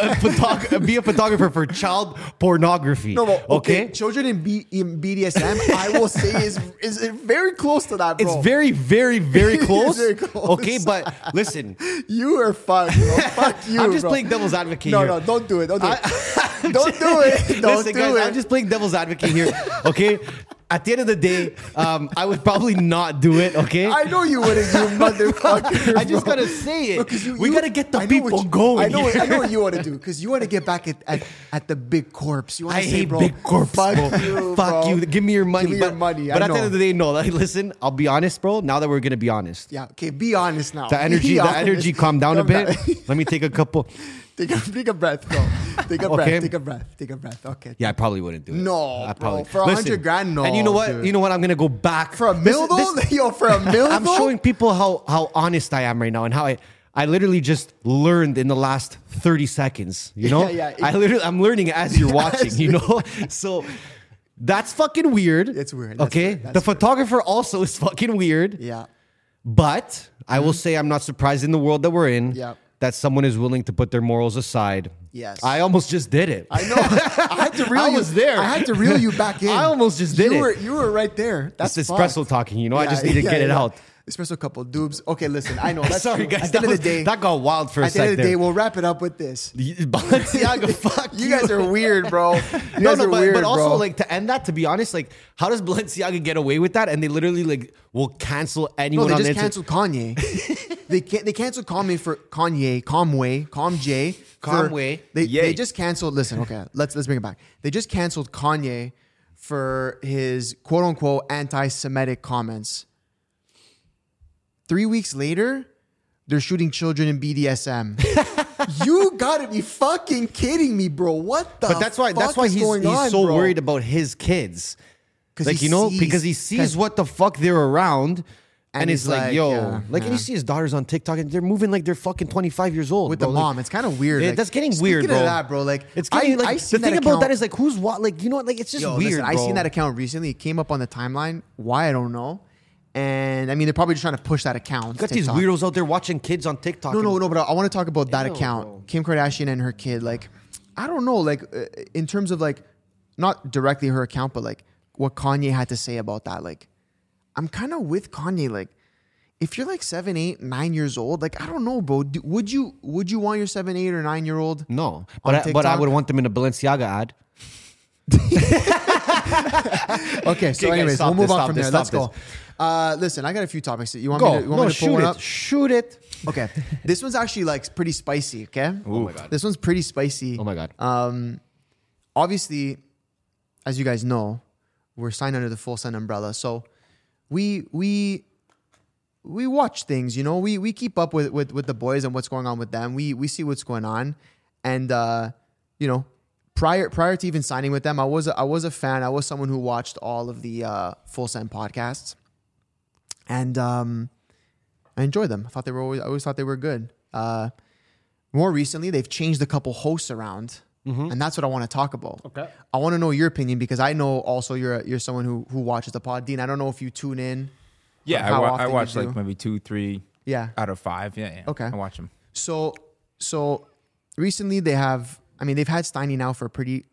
[SPEAKER 4] to be a photographer for child pornography.
[SPEAKER 1] No, but okay.
[SPEAKER 4] okay?
[SPEAKER 1] Children in, B, in BDSM, I will say, is is very close to that, bro.
[SPEAKER 4] It's very, very, [LAUGHS] very
[SPEAKER 1] It's
[SPEAKER 4] close.
[SPEAKER 1] very close.
[SPEAKER 4] Okay, but [LAUGHS] listen,
[SPEAKER 1] You are fucked,
[SPEAKER 4] [LAUGHS]
[SPEAKER 1] bro. Fuck you.
[SPEAKER 4] I'm just
[SPEAKER 1] bro.
[SPEAKER 4] playing devil's advocate
[SPEAKER 1] No,
[SPEAKER 4] here.
[SPEAKER 1] no, don't do it. Don't do
[SPEAKER 4] [LAUGHS]
[SPEAKER 1] it. don't do it. Don't
[SPEAKER 4] listen,
[SPEAKER 1] do
[SPEAKER 4] guys,
[SPEAKER 1] it.
[SPEAKER 4] I'm just playing devil's advocate here. Okay, at the end of the day, um, I would probably not do it. Okay,
[SPEAKER 1] I know you wouldn't, you
[SPEAKER 4] [LAUGHS]
[SPEAKER 1] motherfucker.
[SPEAKER 4] I just
[SPEAKER 1] bro.
[SPEAKER 4] gotta say it.
[SPEAKER 1] No, 'cause you-
[SPEAKER 4] we
[SPEAKER 1] you-
[SPEAKER 4] gotta get the
[SPEAKER 1] I know what
[SPEAKER 4] people
[SPEAKER 1] you-
[SPEAKER 4] going.
[SPEAKER 1] I know, what, I
[SPEAKER 4] here.
[SPEAKER 1] know what you want to
[SPEAKER 4] [LAUGHS]
[SPEAKER 1] do because you want to get back at, at, at the big corpse. You want
[SPEAKER 4] I
[SPEAKER 1] to say,
[SPEAKER 4] hate
[SPEAKER 1] bro,
[SPEAKER 4] big corps,
[SPEAKER 1] Fuck
[SPEAKER 4] bro.
[SPEAKER 1] you,
[SPEAKER 4] [LAUGHS] fuck
[SPEAKER 1] bro.
[SPEAKER 4] you. Give me your money.
[SPEAKER 1] Give me
[SPEAKER 4] but,
[SPEAKER 1] your money.
[SPEAKER 4] But
[SPEAKER 1] I
[SPEAKER 4] at the end of
[SPEAKER 1] know.
[SPEAKER 4] the day, no. Like, listen, I'll be honest, bro. Now that we're gonna be honest,
[SPEAKER 1] Yeah. Okay. Be honest now.
[SPEAKER 4] the
[SPEAKER 1] Be
[SPEAKER 4] energy, the
[SPEAKER 1] honest.
[SPEAKER 4] energy, calm down a
[SPEAKER 1] Calm
[SPEAKER 4] bit.
[SPEAKER 1] down. [LAUGHS]
[SPEAKER 4] Let me take a couple.
[SPEAKER 1] take a take a breath, bro. Take a
[SPEAKER 4] Okay.
[SPEAKER 1] breath. Take a breath. Take a breath. Okay.
[SPEAKER 4] Yeah, I probably wouldn't do it.
[SPEAKER 1] No,
[SPEAKER 4] I
[SPEAKER 1] bro. For a
[SPEAKER 4] Listen,
[SPEAKER 1] hundred grand, no,
[SPEAKER 4] And you know what?
[SPEAKER 1] dude.
[SPEAKER 4] You know what? I'm gonna go back
[SPEAKER 1] For a mil
[SPEAKER 4] This-
[SPEAKER 1] though, [LAUGHS]
[SPEAKER 4] this-
[SPEAKER 1] yo, for a mil
[SPEAKER 4] [LAUGHS] I'm
[SPEAKER 1] though?
[SPEAKER 4] showing people how how honest I am right now and how I. I literally just learned in the last 30 seconds, you
[SPEAKER 1] [LAUGHS]
[SPEAKER 4] know?
[SPEAKER 1] Yeah, yeah.
[SPEAKER 4] I literally I'm learning
[SPEAKER 1] [LAUGHS]
[SPEAKER 4] as you're watching, you know? [LAUGHS] So that's fucking weird.
[SPEAKER 1] It's weird. That's
[SPEAKER 4] Okay?
[SPEAKER 1] weird. That's
[SPEAKER 4] the
[SPEAKER 1] weird.
[SPEAKER 4] photographer also is [LAUGHS] fucking weird.
[SPEAKER 1] Yeah. Mm-hmm.
[SPEAKER 4] But I will say I'm not surprised in the world that we're in.
[SPEAKER 1] Yeah.
[SPEAKER 4] that someone is willing to put their morals aside.
[SPEAKER 1] Yes.
[SPEAKER 4] I almost just did it. [LAUGHS]
[SPEAKER 1] I know. I had to reel
[SPEAKER 4] I
[SPEAKER 1] you-
[SPEAKER 4] was there.
[SPEAKER 1] I had to reel you back in.
[SPEAKER 4] [LAUGHS] I almost just did
[SPEAKER 1] you
[SPEAKER 4] it.
[SPEAKER 1] Were, you were right there. That's
[SPEAKER 4] It's
[SPEAKER 1] fucked.
[SPEAKER 4] espresso talking, you know? I just need to get it out.
[SPEAKER 1] Espresso couple dubs. Okay, listen. I know. That's
[SPEAKER 4] [LAUGHS] Sorry, guys.
[SPEAKER 1] At the
[SPEAKER 4] That,
[SPEAKER 1] end
[SPEAKER 4] was,
[SPEAKER 1] of the day,
[SPEAKER 4] that got wild for a
[SPEAKER 1] at the end
[SPEAKER 4] second.
[SPEAKER 1] of the
[SPEAKER 4] [LAUGHS]
[SPEAKER 1] day, we'll wrap it up with this. [LAUGHS]
[SPEAKER 4] Balenciaga, [LAUGHS] fuck
[SPEAKER 1] You guys are weird, bro. You guys are
[SPEAKER 4] but,
[SPEAKER 1] weird,
[SPEAKER 4] but also
[SPEAKER 1] bro.
[SPEAKER 4] like to end that. To be honest, like how does Balenciaga get away with that? And they literally like will cancel
[SPEAKER 1] no,
[SPEAKER 4] anyone
[SPEAKER 1] they
[SPEAKER 4] on
[SPEAKER 1] just
[SPEAKER 4] Insta-
[SPEAKER 1] canceled
[SPEAKER 4] [LAUGHS]
[SPEAKER 1] Kanye. they can, they canceled Kanye for Kanye, Comway, Comj, for-
[SPEAKER 4] Conway.
[SPEAKER 1] They, they
[SPEAKER 5] Yay.
[SPEAKER 1] just canceled. Listen, okay, let's let's bring it back. They just canceled Kanye for his quote unquote anti-Semitic comments. Three weeks later, they're shooting children in
[SPEAKER 4] [LAUGHS]
[SPEAKER 1] BDSM. you gotta be fucking kidding me, bro! What the?
[SPEAKER 4] But that's why that's
[SPEAKER 1] fuck
[SPEAKER 4] why
[SPEAKER 1] is
[SPEAKER 4] he's,
[SPEAKER 1] going
[SPEAKER 4] he's
[SPEAKER 1] on,
[SPEAKER 4] so
[SPEAKER 1] bro?
[SPEAKER 4] worried about his kids.
[SPEAKER 1] 'Cause
[SPEAKER 4] Like
[SPEAKER 1] he
[SPEAKER 4] you know,
[SPEAKER 1] sees-
[SPEAKER 4] because he sees
[SPEAKER 1] 'cause-
[SPEAKER 4] what the fuck they're around. And,
[SPEAKER 1] And
[SPEAKER 4] it's
[SPEAKER 1] he's
[SPEAKER 4] like,
[SPEAKER 1] like,
[SPEAKER 4] yo,
[SPEAKER 1] yeah,
[SPEAKER 4] like and
[SPEAKER 1] yeah.
[SPEAKER 4] you see his daughters on TikTok and they're moving like they're fucking 25 years old.
[SPEAKER 1] with
[SPEAKER 4] bro.
[SPEAKER 1] the
[SPEAKER 4] Like,
[SPEAKER 1] mom. It's kind of weird.
[SPEAKER 4] Yeah,
[SPEAKER 1] like,
[SPEAKER 4] that's getting
[SPEAKER 1] speaking
[SPEAKER 4] weird, bro.
[SPEAKER 1] Of that, bro. Like
[SPEAKER 4] it's getting
[SPEAKER 1] I-
[SPEAKER 4] like
[SPEAKER 1] I
[SPEAKER 4] the
[SPEAKER 1] seen that
[SPEAKER 4] thing about that
[SPEAKER 1] account-
[SPEAKER 4] is like who's what like you know what like it's just
[SPEAKER 1] Yo,
[SPEAKER 4] weird.
[SPEAKER 1] listen, I
[SPEAKER 4] bro.
[SPEAKER 1] seen that account recently. It came up on the timeline. Why I don't know. And I mean, they're probably just trying to push that account.
[SPEAKER 4] Got
[SPEAKER 1] TikTok.
[SPEAKER 4] these weirdos out there watching kids on TikTok.
[SPEAKER 1] No,
[SPEAKER 4] and-
[SPEAKER 1] no, no. But I, want to talk about that
[SPEAKER 4] Ew,
[SPEAKER 1] account,
[SPEAKER 4] bro.
[SPEAKER 1] Kim Kardashian and her kid. Like, I don't know. Like, uh, in terms of like, not directly her account, but like what Kanye had to say about that. Like, I'm kind of with Kanye. Like, if you're like seven, eight, nine years old, like I don't know, bro. Do, would you would you want your seven, eight, or nine year old?
[SPEAKER 4] No, but I, but I
[SPEAKER 1] TikTok?
[SPEAKER 4] would want them in a Balenciaga ad.
[SPEAKER 1] [LAUGHS] Okay, so
[SPEAKER 4] guys,
[SPEAKER 1] anyways,
[SPEAKER 4] stop
[SPEAKER 1] we'll move
[SPEAKER 4] this,
[SPEAKER 1] on
[SPEAKER 4] stop
[SPEAKER 1] from
[SPEAKER 4] this,
[SPEAKER 1] there. Let's
[SPEAKER 4] stop
[SPEAKER 1] go. Uh, listen, I got a few topics. You want
[SPEAKER 4] Go,
[SPEAKER 1] me to, you want
[SPEAKER 4] no,
[SPEAKER 1] me to pull
[SPEAKER 4] shoot
[SPEAKER 1] one
[SPEAKER 4] it,
[SPEAKER 1] up?
[SPEAKER 4] shoot it.
[SPEAKER 1] Okay, this one's actually like pretty spicy. Okay, oh
[SPEAKER 4] my God.
[SPEAKER 1] this one's pretty spicy.
[SPEAKER 4] Oh my god,
[SPEAKER 1] Um, Obviously, as you guys know, we're signed under the Full Sun umbrella, so we we we watch things. You know, we we keep up with with with the boys and what's going on with them. We we see what's going on, and uh, you know. Prior, prior to even signing with them, I was a, I was a fan. I was someone who watched all of the uh, Full Send podcasts, and um, I enjoyed them. I thought they were always, I always thought they were good. Uh, more recently, they've changed a couple hosts around, and that's what I want to talk about. Okay, I want to know your opinion because I know also you're you're someone who who watches the pod. Dean, I don't know if you tune in.
[SPEAKER 5] Yeah, I,
[SPEAKER 1] How
[SPEAKER 5] wa-
[SPEAKER 1] often
[SPEAKER 5] I
[SPEAKER 1] you
[SPEAKER 5] watch
[SPEAKER 1] do?
[SPEAKER 5] like maybe two, three.
[SPEAKER 1] Yeah.
[SPEAKER 5] Out of five. Yeah. yeah.
[SPEAKER 1] Okay.
[SPEAKER 5] I watch them.
[SPEAKER 1] So so recently they have. I mean, they've had Steiny now for a pretty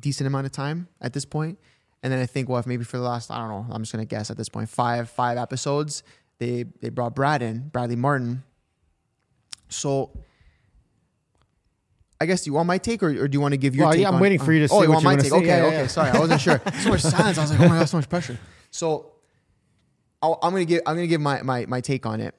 [SPEAKER 1] decent amount of time at this point, and then I think well, if maybe for the last I don't know, I'm just gonna guess at this point five five episodes. They they brought Brad in, Bradley Martin. So. I guess do you want my take, or, or do you want to give your
[SPEAKER 4] Well,
[SPEAKER 1] take?
[SPEAKER 4] yeah, I'm
[SPEAKER 1] on-
[SPEAKER 4] waiting for you to
[SPEAKER 1] Oh,
[SPEAKER 4] say
[SPEAKER 1] you want
[SPEAKER 4] what you
[SPEAKER 1] my
[SPEAKER 4] wanna
[SPEAKER 1] take?
[SPEAKER 4] say.
[SPEAKER 1] Okay,
[SPEAKER 4] Yeah, yeah,
[SPEAKER 1] okay.
[SPEAKER 4] yeah.
[SPEAKER 1] Sorry, I wasn't
[SPEAKER 4] [LAUGHS]
[SPEAKER 1] sure. So much silence. I was like, oh my god, so much pressure. So I'll, I'm gonna give I'm gonna give my, my my take on it.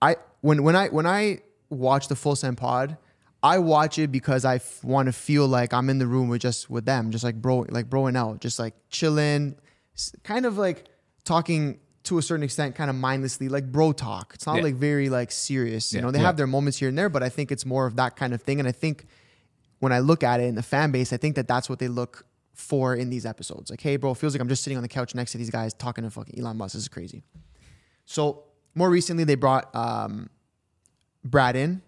[SPEAKER 1] I when when I when I watch the full send pod, I watch it because I f- want to feel like I'm in the room with just with them, just like bro, like broing out, just like chilling, s- kind of like talking to a certain extent, kind of mindlessly, like bro talk. It's not
[SPEAKER 5] Yeah.
[SPEAKER 1] like very like serious. You
[SPEAKER 5] Yeah.
[SPEAKER 1] know, they
[SPEAKER 5] Yeah.
[SPEAKER 1] have their moments here and there, but I think it's more of that kind of thing. And I think when I look at it in the fan base, I think that that's what they look for in these episodes. Like, hey, bro, it feels like I'm just sitting on the couch next to these guys talking to fucking Elon Musk. This is crazy. So more recently, they brought um, Brad in,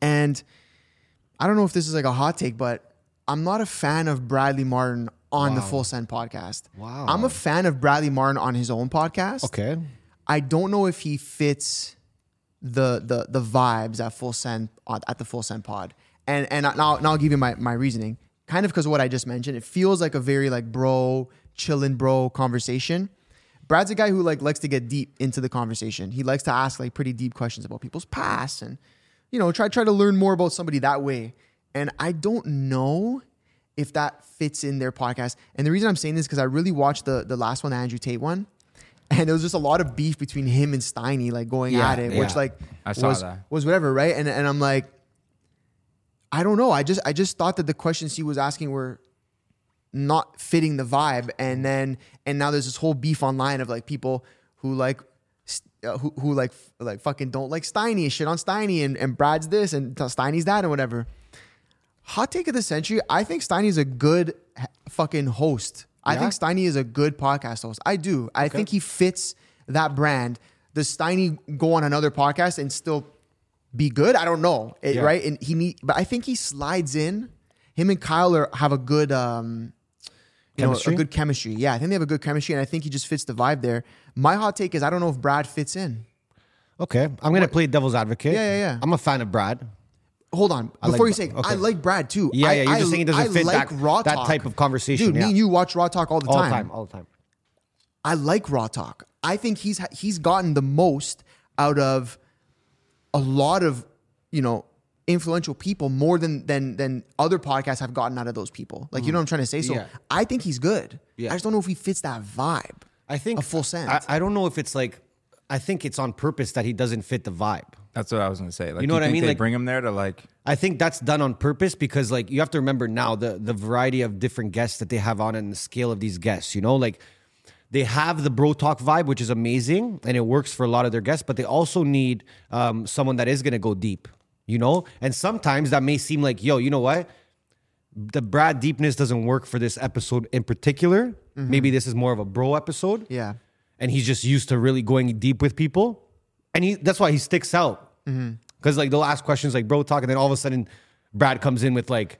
[SPEAKER 1] and I don't know if this is like a hot take, but I'm not a fan of Bradley Martin on the Full Send podcast.
[SPEAKER 4] Wow.
[SPEAKER 1] I'm a fan of Bradley Martin on his own podcast.
[SPEAKER 4] okay,
[SPEAKER 1] I don't know if he fits the the the vibes at full send uh, at the full send pod. And and I- now now I'll give you my my reasoning. Kind of because of what I just mentioned, it feels like a very like bro chillin' bro conversation. Brad's a guy who like likes to get deep into the conversation. He likes to ask like pretty deep questions about people's past and you know try try to learn more about somebody that way. And I don't know if that fits in their podcast. And the reason I'm saying this because I really watched the the last one, the Andrew Tate one, and there was just a lot of beef between him and Steiny like going
[SPEAKER 4] Yeah,
[SPEAKER 1] at it,
[SPEAKER 4] yeah.
[SPEAKER 1] which like
[SPEAKER 5] I saw
[SPEAKER 1] was,
[SPEAKER 5] that.
[SPEAKER 1] was whatever, right? And and I'm like, I don't know. I just I just thought that the questions he was asking were not fitting the vibe, and then and now there's this whole beef online of like people who like. st- Uh, who, who like f- like fucking don't like Steiny and shit on Steiny and, and Brad's this and Steiny's that and whatever hot take of the century. I think Steiny's a good h- fucking host. I think Steiny is a good podcast host. I do. I think he fits that brand. Does Steiny go on another podcast and still be good? I don't know. It-
[SPEAKER 5] Yeah.
[SPEAKER 1] Right? And he need, but I think he slides in. Him and Kyle are, have a good um, you know, a
[SPEAKER 4] Chemistry?
[SPEAKER 1] good chemistry. Yeah, I think they have a good chemistry, and I think he just fits the vibe there. My hot take is I don't know if Brad fits in.
[SPEAKER 4] Okay, I'm gonna play devil's advocate.
[SPEAKER 1] Yeah, yeah, yeah.
[SPEAKER 4] I'm a fan of Brad.
[SPEAKER 1] Hold on.
[SPEAKER 4] like
[SPEAKER 1] Before you
[SPEAKER 4] Bra-
[SPEAKER 1] say,
[SPEAKER 4] okay.
[SPEAKER 1] I like Brad too.
[SPEAKER 4] Yeah,
[SPEAKER 1] I,
[SPEAKER 4] yeah, you're
[SPEAKER 1] I,
[SPEAKER 4] just saying it doesn't
[SPEAKER 1] I
[SPEAKER 4] fit
[SPEAKER 1] like
[SPEAKER 4] that-
[SPEAKER 1] raw
[SPEAKER 4] that
[SPEAKER 1] talk.
[SPEAKER 4] type of conversation,
[SPEAKER 1] Dude,
[SPEAKER 4] yeah.
[SPEAKER 1] me and you watch raw talk all the
[SPEAKER 4] All
[SPEAKER 1] time.
[SPEAKER 4] the time, all the time.
[SPEAKER 1] I like raw talk. I think he's he's gotten the most out of a lot of you know influential people more than than than other podcasts have gotten out of those people. Like you know what I'm trying to say. So
[SPEAKER 4] Mm. Yeah.
[SPEAKER 1] I think he's good.
[SPEAKER 4] Yeah.
[SPEAKER 1] I just don't know if he fits that vibe.
[SPEAKER 4] I think
[SPEAKER 1] a full sense.
[SPEAKER 4] I, I don't know if it's like. I think it's on purpose that he doesn't fit the vibe.
[SPEAKER 5] That's what I was gonna say. Like,
[SPEAKER 4] You know
[SPEAKER 5] do
[SPEAKER 4] what I
[SPEAKER 5] think
[SPEAKER 4] mean?
[SPEAKER 5] They
[SPEAKER 4] Like-
[SPEAKER 5] bring him there to like.
[SPEAKER 4] I think that's done on purpose because like you have to remember now the the variety of different guests that they have on and the scale of these guests, you know, like they have the bro talk vibe, which is amazing and it works for a lot of their guests, but they also need um, someone that is going to go deep, you know? And sometimes that may seem like, yo, you know what? The Brad deepness doesn't work for this episode in particular. Maybe this is more of a bro episode
[SPEAKER 1] Yeah.
[SPEAKER 4] and he's just used to really going deep with people, and he that's why he sticks out because
[SPEAKER 1] Mm-hmm.
[SPEAKER 4] like they'll ask questions like bro talk, and then all of a sudden Brad comes in with like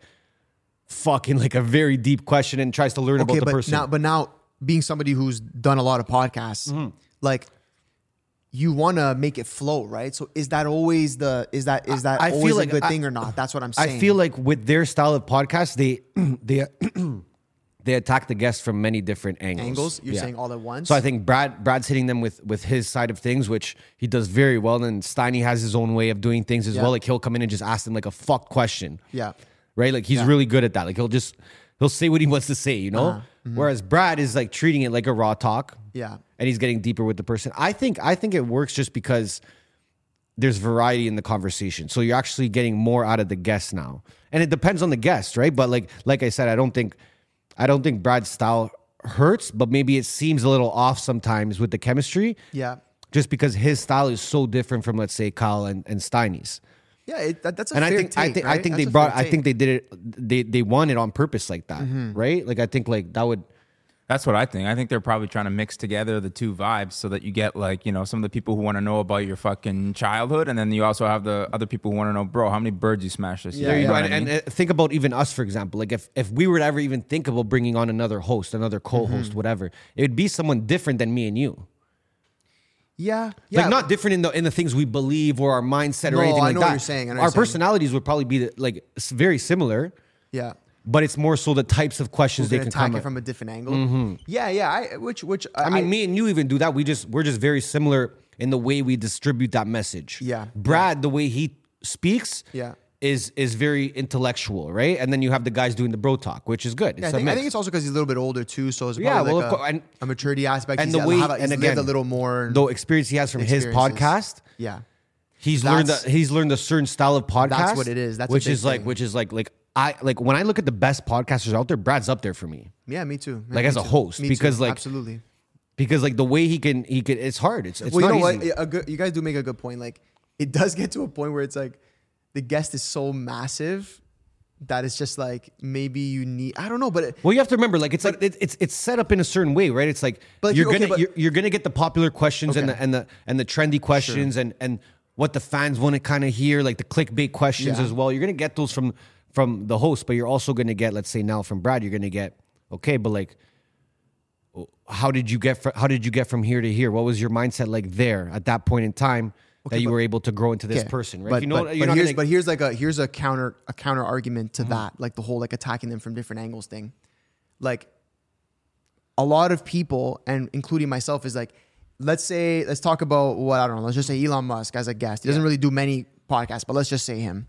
[SPEAKER 4] fucking like a very deep question and tries to learn
[SPEAKER 1] Okay,
[SPEAKER 4] about the
[SPEAKER 1] but
[SPEAKER 4] person.
[SPEAKER 1] now but now being somebody who's done a lot of podcasts,
[SPEAKER 4] Mm-hmm.
[SPEAKER 1] like you want to make it flow, right? So is that always the is that is that
[SPEAKER 4] I- I feel
[SPEAKER 1] always a
[SPEAKER 4] like
[SPEAKER 1] good
[SPEAKER 4] I-
[SPEAKER 1] thing or not? That's what I'm saying.
[SPEAKER 4] I feel like with their style of podcast, they [CLEARS THROAT] they they attack the guests from many different angles.
[SPEAKER 1] Angles? You're saying all at once?
[SPEAKER 4] So I think Brad Brad's hitting them with with his side of things, which he does very well. And Steiny has his own way of doing things as
[SPEAKER 1] Yeah.
[SPEAKER 4] well. Like he'll come in and just ask them like a fuck question.
[SPEAKER 1] Yeah.
[SPEAKER 4] Right. Like he's
[SPEAKER 1] Yeah. Uh-huh.
[SPEAKER 4] really good at that. Like he'll just he'll say what he wants to say. You know. Whereas Brad is like treating it like a raw talk.
[SPEAKER 1] Mm-hmm. Yeah.
[SPEAKER 4] And he's getting deeper with the person. I think I think it works just because there's variety in the conversation. So you're actually getting more out of the guest now. And it depends on the guest, right? But like like I said, I don't think I don't think Brad's style hurts, but maybe it seems a little off sometimes with the chemistry.
[SPEAKER 1] Yeah.
[SPEAKER 4] Just because his style is so different from let's say Kyle and, and Steiny's.
[SPEAKER 1] yeah, it, that, that's a
[SPEAKER 4] And I
[SPEAKER 1] fair
[SPEAKER 4] think I
[SPEAKER 1] take,
[SPEAKER 4] think I
[SPEAKER 1] right?
[SPEAKER 4] think
[SPEAKER 1] That's
[SPEAKER 4] they
[SPEAKER 1] a
[SPEAKER 4] brought
[SPEAKER 1] fair
[SPEAKER 4] I
[SPEAKER 1] take. Mm-hmm.
[SPEAKER 4] think they did it they they won it on purpose like that. Right? Like I think like that would
[SPEAKER 5] That's what I think. I think they're probably trying to mix together the two vibes so that you get like, you know, some of the people who want to know about your fucking childhood and then you also have the other people who want to know, bro, how many birds you smashed this year.
[SPEAKER 4] There you
[SPEAKER 5] You
[SPEAKER 4] go.
[SPEAKER 5] know what
[SPEAKER 4] And,
[SPEAKER 5] I mean?
[SPEAKER 4] and uh, think about even us, for example. Like if if we were to ever even think about bringing on another host, another co-host,
[SPEAKER 1] Mm-hmm.
[SPEAKER 4] whatever, it would be someone different than me and you.
[SPEAKER 1] yeah, yeah,
[SPEAKER 4] Like not different in the in the things we believe or our mindset
[SPEAKER 1] No,
[SPEAKER 4] or
[SPEAKER 1] I
[SPEAKER 4] anything like
[SPEAKER 1] know
[SPEAKER 4] that.
[SPEAKER 1] what you're saying. I know what
[SPEAKER 4] Our
[SPEAKER 1] you're saying.
[SPEAKER 4] personalities would probably be the, like s- very similar,
[SPEAKER 1] yeah.
[SPEAKER 4] but it's more so the types of questions
[SPEAKER 1] They
[SPEAKER 4] they can
[SPEAKER 1] attack
[SPEAKER 4] come
[SPEAKER 1] it
[SPEAKER 4] at.
[SPEAKER 1] from a different angle. Yeah, yeah. I which which
[SPEAKER 4] I mean, me and you even do that. We just we're just very similar in the way we distribute that message.
[SPEAKER 1] Yeah.
[SPEAKER 4] Brad, the way he speaks,
[SPEAKER 1] Yeah.
[SPEAKER 4] is is very intellectual, right? And then you have the guys doing the bro talk, which is good. It's
[SPEAKER 1] I
[SPEAKER 4] a
[SPEAKER 1] think, I
[SPEAKER 4] mix.
[SPEAKER 1] think it's also because he's a little bit older too, so it's probably
[SPEAKER 4] Yeah,
[SPEAKER 1] like
[SPEAKER 4] well, of
[SPEAKER 1] a,
[SPEAKER 4] course, and-
[SPEAKER 1] a maturity aspect.
[SPEAKER 4] and
[SPEAKER 1] he's
[SPEAKER 4] the way
[SPEAKER 1] have,
[SPEAKER 4] and
[SPEAKER 1] he's
[SPEAKER 4] again
[SPEAKER 1] lived a little more
[SPEAKER 4] the experience he has from his
[SPEAKER 1] experiences.
[SPEAKER 4] podcast
[SPEAKER 1] Yeah,
[SPEAKER 4] he's learned
[SPEAKER 1] That's-
[SPEAKER 4] that he's learned a certain style of podcast
[SPEAKER 1] That's what it is. That's a
[SPEAKER 4] which
[SPEAKER 1] big
[SPEAKER 4] is like
[SPEAKER 1] thing.
[SPEAKER 4] which is like like i like when i look at the best podcasters out there brad's up there for me
[SPEAKER 1] yeah. Me too. Yeah,
[SPEAKER 4] Like,
[SPEAKER 1] me
[SPEAKER 4] as a
[SPEAKER 1] too.
[SPEAKER 4] host,
[SPEAKER 1] Me
[SPEAKER 4] because,
[SPEAKER 1] too.
[SPEAKER 4] like,
[SPEAKER 1] absolutely.
[SPEAKER 4] because like the way he can he can it's hard it's, it's
[SPEAKER 1] well,
[SPEAKER 4] not
[SPEAKER 1] you know
[SPEAKER 4] easy
[SPEAKER 1] what? A good, you guys do make a good point. Like, it [LAUGHS] does get to a point where it's like the guest is so massive that it's just like maybe you need. I don't know, but it,
[SPEAKER 4] well, you have to remember, like it's like it, it's it's set up in a certain way, right? It's like
[SPEAKER 1] But
[SPEAKER 4] you're
[SPEAKER 1] you- okay,
[SPEAKER 4] gonna
[SPEAKER 1] but-
[SPEAKER 4] you're, you're gonna get the popular questions and
[SPEAKER 1] Okay.
[SPEAKER 4] the and the and the trendy questions and and what the fans want to kind of hear, like the clickbait questions
[SPEAKER 1] Yeah.
[SPEAKER 4] as well. You're gonna get those from from the host, but you're also gonna get, let's say now from Brad, you're gonna get okay, but like how did you get from, how did you get from here to here? What was your mindset like there at that point in time that you were able to grow into this
[SPEAKER 1] Okay.
[SPEAKER 4] person, right?
[SPEAKER 1] But,
[SPEAKER 4] you know,
[SPEAKER 1] but,
[SPEAKER 4] you're
[SPEAKER 1] but
[SPEAKER 4] not
[SPEAKER 1] here's
[SPEAKER 4] gonna- Mm-hmm.
[SPEAKER 1] but here's like a here's a counter a counter argument to that, like the whole like attacking them from different angles thing. Like a lot of people, and including myself, is like, let's say let's talk about what I don't know. Let's just say Elon Musk as a guest. He doesn't really do many podcasts, but let's just say him.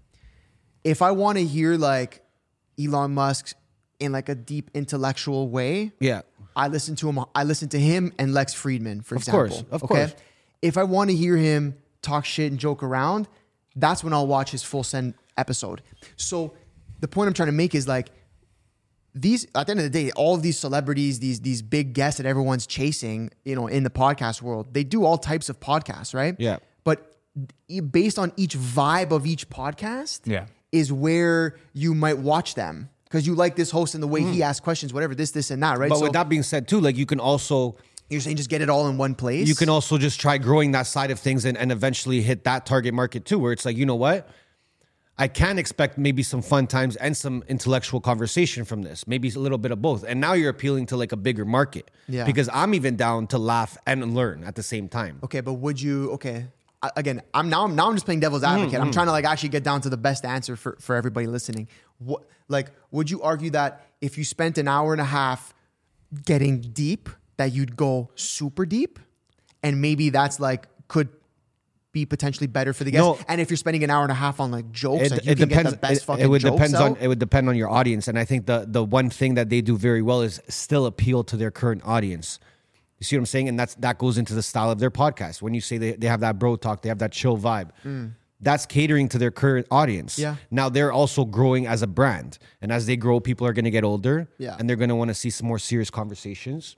[SPEAKER 1] If I want to hear like Elon Musk in like a deep intellectual way,
[SPEAKER 4] yeah,
[SPEAKER 1] I listen to him. I listen to him and Lex Friedman, for
[SPEAKER 4] Of
[SPEAKER 1] example.
[SPEAKER 4] course, of course.
[SPEAKER 1] If I want to hear him talk shit and joke around, that's when I'll watch his full send episode. So the point I'm trying to make is like these at the end of the day, all of these celebrities, these these big guests that everyone's chasing, you know, in the podcast world, they do all types of podcasts, right?
[SPEAKER 4] Yeah.
[SPEAKER 1] But e- based on each vibe of each podcast,
[SPEAKER 5] Yeah.
[SPEAKER 1] is where you might watch them. Because you like this host and the way he asks questions, whatever, this, this, and that, right?
[SPEAKER 4] Mm. but
[SPEAKER 1] So-
[SPEAKER 4] with that being said, too, like you can also
[SPEAKER 1] you're saying just get it all in one place.
[SPEAKER 4] you can also just try growing that side of things and, and eventually hit that target market too, where it's like, you know what? I can expect maybe some fun times and some intellectual conversation from this, maybe a little bit of both. And now you're appealing to like a bigger market
[SPEAKER 1] Yeah.
[SPEAKER 4] because I'm even down to laugh and learn at the same time.
[SPEAKER 1] Okay, but would you? Okay, I- again, I'm now I'm now I'm just playing devil's
[SPEAKER 4] Mm-hmm,
[SPEAKER 1] advocate. I'm trying to like actually get down to the best answer for for everybody listening. What like would you argue that if you spent an hour and a half getting deep, that you'd go super deep, and maybe that's like could be potentially better for the guest.
[SPEAKER 4] No.
[SPEAKER 1] And if you're spending an hour and a half on like jokes, like you
[SPEAKER 4] it
[SPEAKER 1] can
[SPEAKER 4] depends.
[SPEAKER 1] get the best
[SPEAKER 4] it,
[SPEAKER 1] fucking
[SPEAKER 4] it would
[SPEAKER 1] jokes
[SPEAKER 4] depends
[SPEAKER 1] out.
[SPEAKER 4] on it would depend on your audience, and I think the the one thing that they do very well is still appeal to their current audience. You see what I'm saying? And that's that goes into the style of their podcast. When you say they, they have that bro talk, they have that chill vibe. That's catering to their current audience.
[SPEAKER 1] Mm. Yeah.
[SPEAKER 4] Now they're also growing as a brand, and as they grow, people are going to get older.
[SPEAKER 1] Yeah.
[SPEAKER 4] And they're going to want to see some more serious conversations.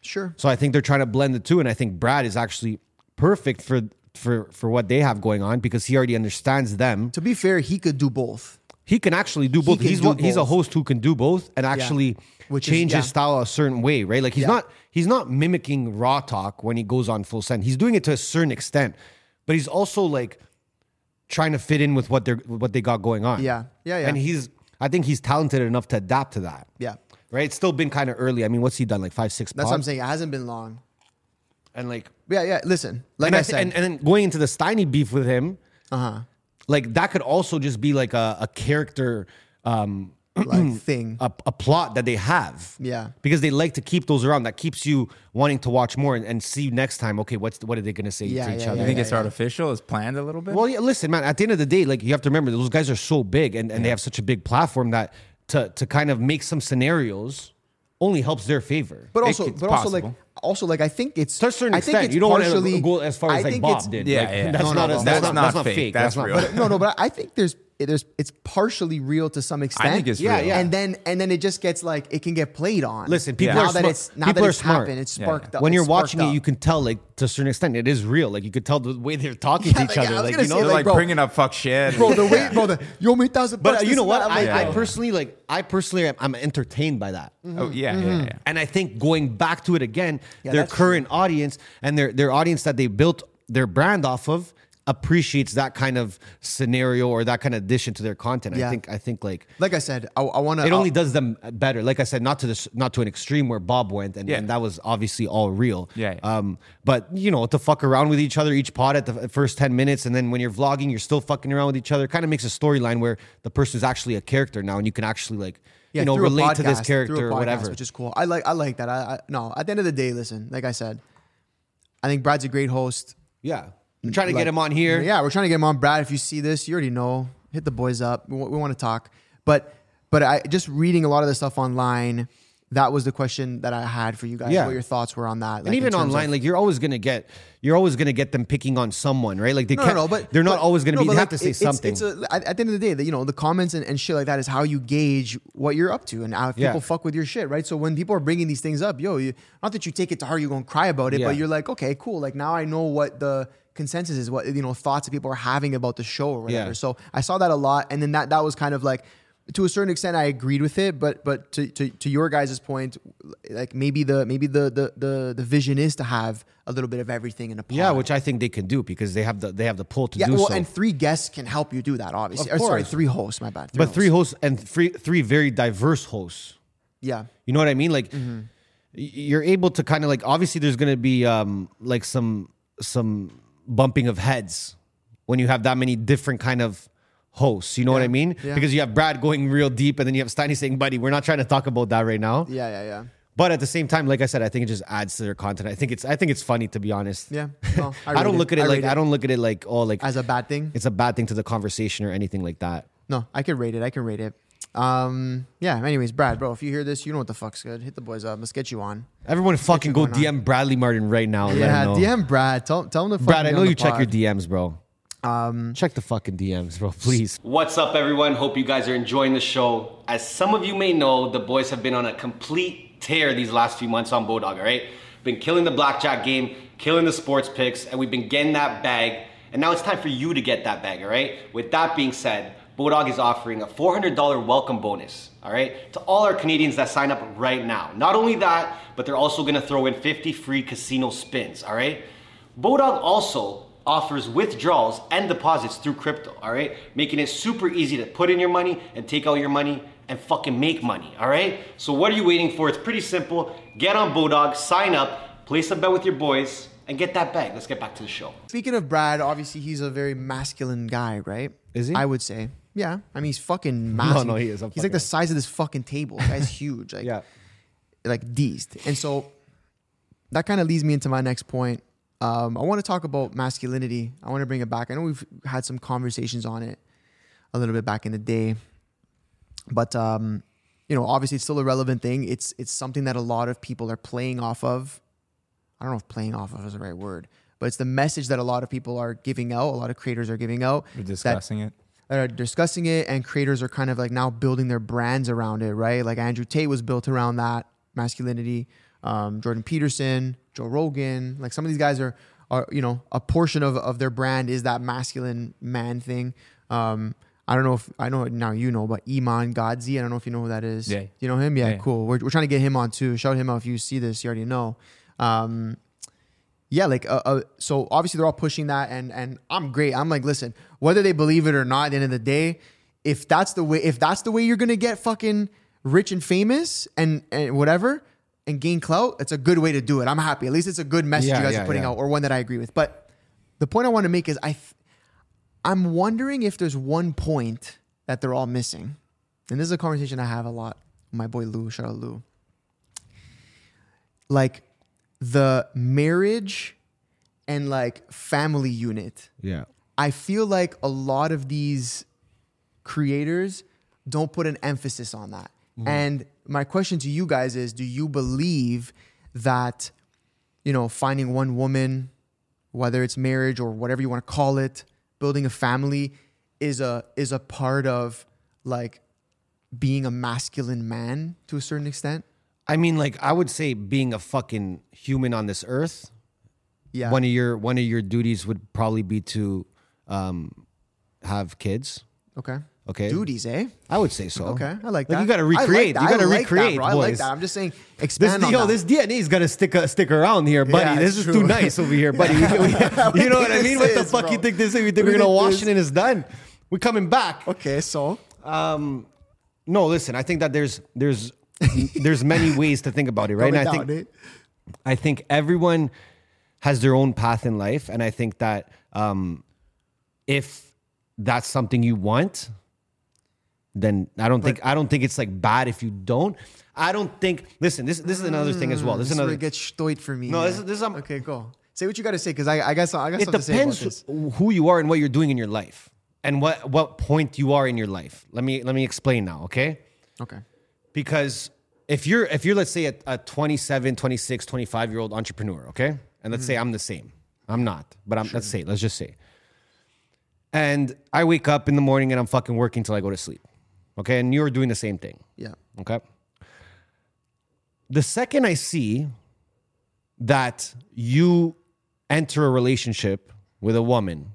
[SPEAKER 1] sure.
[SPEAKER 4] So I think they're trying to blend the two, and I think Brad is actually perfect for for for what they have going on because he already understands them
[SPEAKER 1] To be fair, he could do both.
[SPEAKER 4] he can actually do both.
[SPEAKER 1] can
[SPEAKER 4] he's
[SPEAKER 1] do
[SPEAKER 4] one- he's a
[SPEAKER 1] both.
[SPEAKER 4] host who can do both and actually
[SPEAKER 1] Which is-
[SPEAKER 4] change
[SPEAKER 1] yeah.
[SPEAKER 4] his style a certain way, right? Like he's
[SPEAKER 1] Yeah.
[SPEAKER 4] not he's not mimicking raw talk when he goes on full send. He's doing it to a certain extent, but he's also like trying to fit in with what they're what they got going on.
[SPEAKER 1] Yeah. Yeah, yeah.
[SPEAKER 4] And he's I think he's talented enough to adapt to that.
[SPEAKER 1] Yeah.
[SPEAKER 4] Right. It's still been kind of early. I mean, what's he done? Like five, six.
[SPEAKER 1] That's
[SPEAKER 4] pods?
[SPEAKER 1] what I'm saying. It hasn't been long.
[SPEAKER 4] And like
[SPEAKER 1] Yeah, yeah. Listen, like
[SPEAKER 4] and
[SPEAKER 1] I,
[SPEAKER 4] I, thi-
[SPEAKER 1] said,
[SPEAKER 4] and, and then going into the Steiny beef with him, uh-huh. like that could also just be like a, a character um
[SPEAKER 1] like thing.
[SPEAKER 4] a, a plot that they have.
[SPEAKER 1] Yeah.
[SPEAKER 4] Because they like to keep those around. That keeps you wanting to watch more and, and see next time, okay, what's what are they gonna say
[SPEAKER 1] Yeah,
[SPEAKER 4] to each
[SPEAKER 1] yeah,
[SPEAKER 4] other?
[SPEAKER 5] You think
[SPEAKER 1] yeah,
[SPEAKER 5] it's artificial? It's planned a little bit.
[SPEAKER 4] Well, yeah, listen, man, at the end of the day, like you have to remember those guys are so big and, and they have such a big platform that to to kind of make some scenarios only helps their favor.
[SPEAKER 1] But
[SPEAKER 5] It-
[SPEAKER 1] also,
[SPEAKER 5] it's
[SPEAKER 1] but also, like,
[SPEAKER 5] possible.
[SPEAKER 1] also, like, I think it's
[SPEAKER 4] to a certain
[SPEAKER 1] I think
[SPEAKER 4] extent,
[SPEAKER 1] it's
[SPEAKER 4] you don't want
[SPEAKER 1] partially-
[SPEAKER 4] to go as far
[SPEAKER 1] I
[SPEAKER 4] as like
[SPEAKER 1] think
[SPEAKER 4] Bob
[SPEAKER 1] it's-
[SPEAKER 4] did.
[SPEAKER 5] Yeah,
[SPEAKER 4] Like,
[SPEAKER 5] yeah.
[SPEAKER 4] That's,
[SPEAKER 5] No,
[SPEAKER 4] not,
[SPEAKER 1] no,
[SPEAKER 4] as-
[SPEAKER 1] no,
[SPEAKER 4] that's,
[SPEAKER 1] that's
[SPEAKER 4] not, that's not
[SPEAKER 5] not fake.
[SPEAKER 4] fake.
[SPEAKER 5] That's
[SPEAKER 4] not
[SPEAKER 5] real.
[SPEAKER 4] but-
[SPEAKER 1] [LAUGHS] No, no, but I think there's there's it's partially real to some extent.
[SPEAKER 5] it's
[SPEAKER 4] Yeah, real. yeah.
[SPEAKER 1] And then and then it just gets like it can get played on.
[SPEAKER 4] Listen, people
[SPEAKER 1] now
[SPEAKER 4] are
[SPEAKER 1] that
[SPEAKER 4] smart.
[SPEAKER 1] it's now
[SPEAKER 4] People
[SPEAKER 1] that
[SPEAKER 4] are
[SPEAKER 1] it's
[SPEAKER 4] smart.
[SPEAKER 1] happened, it's
[SPEAKER 5] Yeah,
[SPEAKER 1] sparked
[SPEAKER 5] yeah.
[SPEAKER 1] up.
[SPEAKER 4] when you're
[SPEAKER 1] It's sparked
[SPEAKER 4] watching it,
[SPEAKER 1] up.
[SPEAKER 4] you can tell like to a certain extent it is real. Like you could tell the way they're talking
[SPEAKER 1] Yeah,
[SPEAKER 4] to each
[SPEAKER 1] like, yeah,
[SPEAKER 4] other.
[SPEAKER 1] I was
[SPEAKER 4] like
[SPEAKER 1] gonna
[SPEAKER 4] you know,
[SPEAKER 1] say,
[SPEAKER 5] They're
[SPEAKER 1] like,
[SPEAKER 5] like
[SPEAKER 1] bro-
[SPEAKER 5] bringing up fuck shit.
[SPEAKER 1] bro, the [LAUGHS] way, bro, the you owe me thousand.
[SPEAKER 4] But uh,
[SPEAKER 1] bucks,
[SPEAKER 4] you
[SPEAKER 1] this
[SPEAKER 4] know
[SPEAKER 1] and
[SPEAKER 4] what?
[SPEAKER 1] that. I'm
[SPEAKER 4] I,
[SPEAKER 1] like,
[SPEAKER 4] I
[SPEAKER 1] bro.
[SPEAKER 4] personally like. I personally, am, I'm entertained by that.
[SPEAKER 1] Mm-hmm.
[SPEAKER 5] oh, yeah, yeah, yeah.
[SPEAKER 4] And I think going back to it again, their
[SPEAKER 1] that's
[SPEAKER 4] current audience and their their audience that they built their brand off of appreciates that kind of scenario or that kind of addition to their content.
[SPEAKER 1] Yeah.
[SPEAKER 4] I think I think like
[SPEAKER 1] like I said, I, I want to.
[SPEAKER 4] it only does them better. Like I said, not to this, not to an extreme where Bob went, and,
[SPEAKER 5] Yeah.
[SPEAKER 4] and that was obviously all real.
[SPEAKER 5] Yeah, yeah.
[SPEAKER 4] Um, but you know, to fuck around with each other each pod at the f- first ten minutes, and then when you're vlogging, you're still fucking around with each other. Kind of makes a storyline where the person is actually a character now, and you can actually like
[SPEAKER 1] yeah,
[SPEAKER 4] you know
[SPEAKER 1] through a
[SPEAKER 4] relate to
[SPEAKER 1] podcast,
[SPEAKER 4] this
[SPEAKER 1] through a
[SPEAKER 4] character or
[SPEAKER 1] podcast,
[SPEAKER 4] whatever.
[SPEAKER 1] which is cool. I like I like that. I, I no. At the end of the day, listen, like I said, I think Brad's a great host.
[SPEAKER 4] yeah, we're trying to
[SPEAKER 1] like-
[SPEAKER 4] get him on here.
[SPEAKER 1] Yeah, we're trying to get him on. Brad, if you see this, you already know. Hit the boys up. We, want to talk. But but I just reading a lot of the stuff online. That was the question that I had for you guys.
[SPEAKER 4] Yeah.
[SPEAKER 1] What your thoughts were on that?
[SPEAKER 4] And even online, like you're always gonna get, you're always gonna get them picking on someone, right? Like they
[SPEAKER 1] no, no,
[SPEAKER 4] can't,
[SPEAKER 1] no, but
[SPEAKER 4] they're not
[SPEAKER 1] but-
[SPEAKER 4] always gonna
[SPEAKER 1] no,
[SPEAKER 4] be.
[SPEAKER 1] but
[SPEAKER 4] They
[SPEAKER 1] like,
[SPEAKER 4] have to say
[SPEAKER 1] it's-
[SPEAKER 4] something.
[SPEAKER 1] It's a, at, at the end of the day, the, you know, the comments and, and shit like that is how you gauge what you're up to and how if
[SPEAKER 4] Yeah.
[SPEAKER 1] people fuck with your shit, right? So when people are bringing these things up, yo, you, not that you take it to heart, you're gonna cry about it,
[SPEAKER 4] Yeah.
[SPEAKER 1] but you're like, okay, cool. Like now I know what the consensus is, what you know, thoughts that people are having about the show or whatever.
[SPEAKER 4] Yeah.
[SPEAKER 1] So I saw that a lot, and then that that was kind of like. To a certain extent, I agreed with it, but but to, to, to your guys' point, like maybe the maybe the, the the the vision is to have a little bit of everything in a pod.
[SPEAKER 4] yeah, which I think they can do because they have the they have the pull to
[SPEAKER 1] Yeah,
[SPEAKER 4] do
[SPEAKER 1] well,
[SPEAKER 4] so.
[SPEAKER 1] and three guests can help you do that, obviously. Or, sorry,
[SPEAKER 4] course.
[SPEAKER 1] three hosts, my bad.
[SPEAKER 4] but three
[SPEAKER 1] hosts.
[SPEAKER 4] hosts and three three very diverse hosts.
[SPEAKER 1] Yeah.
[SPEAKER 4] You know what I mean? Like
[SPEAKER 1] Mm-hmm.
[SPEAKER 4] y- you're able to kind of like obviously there's gonna be um like some some bumping of heads when you have that many different kind of hosts. You know what I mean?
[SPEAKER 1] yeah.
[SPEAKER 4] Because you have Brad going real deep and then you have Steiny saying, buddy, we're not trying to talk about that right now.
[SPEAKER 1] Yeah, yeah, yeah.
[SPEAKER 4] But at the same time, like I said, I think it just adds to their content. I think it's I think it's funny to be honest. [LAUGHS]
[SPEAKER 1] Yeah. No, I
[SPEAKER 4] I,
[SPEAKER 1] rate
[SPEAKER 4] don't
[SPEAKER 1] it.
[SPEAKER 4] look at it
[SPEAKER 1] I
[SPEAKER 4] like
[SPEAKER 1] rate it.
[SPEAKER 4] I don't look at it like oh like
[SPEAKER 1] As a bad thing?
[SPEAKER 4] it's a bad thing to the conversation or anything like that.
[SPEAKER 1] No, I can rate it. I can rate it. Um, yeah, anyways, Brad, bro, if you hear this, you know what the fuck's good. Hit the boys up. Let's get you on.
[SPEAKER 4] Everyone fucking go
[SPEAKER 1] going on.
[SPEAKER 4] DM Bradley Martin right now. and let
[SPEAKER 1] yeah,
[SPEAKER 4] him know.
[SPEAKER 1] DM Brad. Tell, tell him to fucking
[SPEAKER 4] Brad, I
[SPEAKER 1] be
[SPEAKER 4] know
[SPEAKER 1] on the
[SPEAKER 4] you check
[SPEAKER 1] pod.
[SPEAKER 4] your DMs, bro. Um, check the fucking DMs, bro, please.
[SPEAKER 2] What's up, everyone? Hope you guys are enjoying the show. As some of you may know, the boys have been on a complete tear these last few months on Bodog, all right? Been killing the blackjack game, killing the sports picks, and we've been getting that bag. And now it's time for you to get that bag, all right? With that being said, Bodog is offering a $400 welcome bonus, all right, to all our Canadians that sign up right now. Not only that, but they're also gonna throw in 50 free casino spins, all right? Bodog also offers withdrawals and deposits through crypto, all right? Making it super easy to put in your money and take out your money and fucking make money, all right? So what are you waiting for? It's pretty simple. Get on Bodog, sign up, place a bet with your boys, and get that bag. Let's get back to the show.
[SPEAKER 1] Speaking of Brad, obviously he's a very masculine guy, right?
[SPEAKER 4] Is he?
[SPEAKER 1] I would say. Yeah. I mean, he's fucking massive.
[SPEAKER 4] [LAUGHS] no, he is. I'm
[SPEAKER 1] he's like the
[SPEAKER 4] fucking-
[SPEAKER 1] size of this fucking table. That's [LAUGHS] huge. Like,
[SPEAKER 4] Yeah.
[SPEAKER 1] like deezed. And so that kind of leads me into my next point. Um, I want to talk about masculinity. I want to bring it back. I know we've had some conversations on it a little bit back in the day, but um, you know, obviously, it's still a relevant thing. It's it's something that a lot of people are playing off of. I don't know if playing off of is the right word, but it's the message that a lot of people are giving out. A lot of creators are giving out.
[SPEAKER 5] We're
[SPEAKER 1] that-
[SPEAKER 5] discussing it.
[SPEAKER 1] that are discussing it and creators are kind of like now building their brands around it, right? Like Andrew Tate was built around that masculinity, um, Jordan Peterson, Joe Rogan, like some of these guys are are you know a portion of of their brand is that masculine man thing. Um, I don't know if I know now you know, but Iman Godzi, I don't know if you know who that is.
[SPEAKER 5] Yeah.
[SPEAKER 1] You know him? Yeah,
[SPEAKER 5] Yeah.
[SPEAKER 1] cool. We're, we're trying to get him on too. Shout him out if you see this, you already know. Um, yeah, like uh, uh, so. Obviously, they're all pushing that, and and I'm great. I'm like, listen, whether they believe it or not, at the end of the day, if that's the way, if that's the way you're gonna get fucking rich and famous and and whatever, and gain clout, it's a good way to do it. I'm happy. At least it's a good message
[SPEAKER 4] Yeah,
[SPEAKER 1] you guys
[SPEAKER 4] yeah,
[SPEAKER 1] are putting
[SPEAKER 4] yeah.
[SPEAKER 1] out, or one that I agree with. But the point I want to make is, I, th- I'm wondering if there's one point that they're all missing, and this is a conversation I have a lot. with My boy Lou, shout out Lou like the marriage and like family unit.
[SPEAKER 4] Yeah.
[SPEAKER 1] I feel like a lot of these creators don't put an emphasis on that. And my question to you guys is do you believe that, you know, finding one woman, whether it's marriage or whatever you want to call it, building a family is a is a part of like being a masculine man to a certain extent?
[SPEAKER 4] I mean, like I would say, being a fucking human on this earth,
[SPEAKER 1] Yeah.
[SPEAKER 4] one of your one of your duties would probably be to um, have kids.
[SPEAKER 1] okay.
[SPEAKER 4] Okay.
[SPEAKER 1] Duties, eh?
[SPEAKER 4] I would say so.
[SPEAKER 1] Okay, I like that.
[SPEAKER 4] Like you got to
[SPEAKER 1] I like
[SPEAKER 4] recreate.
[SPEAKER 1] that.
[SPEAKER 4] you got
[SPEAKER 1] I
[SPEAKER 4] to
[SPEAKER 1] like that,
[SPEAKER 4] recreate,
[SPEAKER 1] bro.
[SPEAKER 4] boys.
[SPEAKER 1] I like that. I'm just saying,
[SPEAKER 4] [LAUGHS] This,
[SPEAKER 1] expand on
[SPEAKER 4] yo,
[SPEAKER 1] that.
[SPEAKER 4] this DNA's got to stick uh, stick around here, buddy.
[SPEAKER 1] Yeah, it's
[SPEAKER 4] this is
[SPEAKER 1] true.
[SPEAKER 4] too nice over here, buddy. We- we- you know [LAUGHS] what I
[SPEAKER 1] think this
[SPEAKER 4] mean? What the
[SPEAKER 1] is,
[SPEAKER 4] fuck
[SPEAKER 1] bro?
[SPEAKER 4] you think this is? You
[SPEAKER 1] What
[SPEAKER 4] think
[SPEAKER 1] do
[SPEAKER 4] we're
[SPEAKER 1] you
[SPEAKER 4] gonna
[SPEAKER 1] think
[SPEAKER 4] wash
[SPEAKER 1] this-
[SPEAKER 4] it and it's done? We're coming back.
[SPEAKER 1] Okay, so
[SPEAKER 4] No, listen. I think that there's there's there's many ways to think about it, right?
[SPEAKER 1] right,
[SPEAKER 4] And
[SPEAKER 1] I
[SPEAKER 4] I think I think everyone has their own path in life, and I think that um, if that's something you want, then I don't think I don't think it's like bad if you don't. I don't think. Listen, this this is another thing as well. This,
[SPEAKER 1] Mm, this
[SPEAKER 4] is
[SPEAKER 1] is where
[SPEAKER 4] another.
[SPEAKER 1] it gets stoit for me.
[SPEAKER 4] No, this
[SPEAKER 1] yeah.
[SPEAKER 4] is- this is- um, I'm-
[SPEAKER 1] okay. Go say what you got to say because I, I got some, I got
[SPEAKER 4] It
[SPEAKER 1] something to say about
[SPEAKER 4] depends
[SPEAKER 1] this.
[SPEAKER 4] who you are and what you're doing in your life, and what what point you are in your life. Let me let me explain now, okay?
[SPEAKER 1] Okay,
[SPEAKER 4] because if you're if you're let's say a, a 27 26 25 year old entrepreneur okay and let's say i'm the same i'm not but i'm let's say let's just say and i wake up in the morning and i'm fucking working till i go to sleep okay and you're doing the same thing
[SPEAKER 1] yeah,
[SPEAKER 4] okay the second i see that you enter a relationship with a woman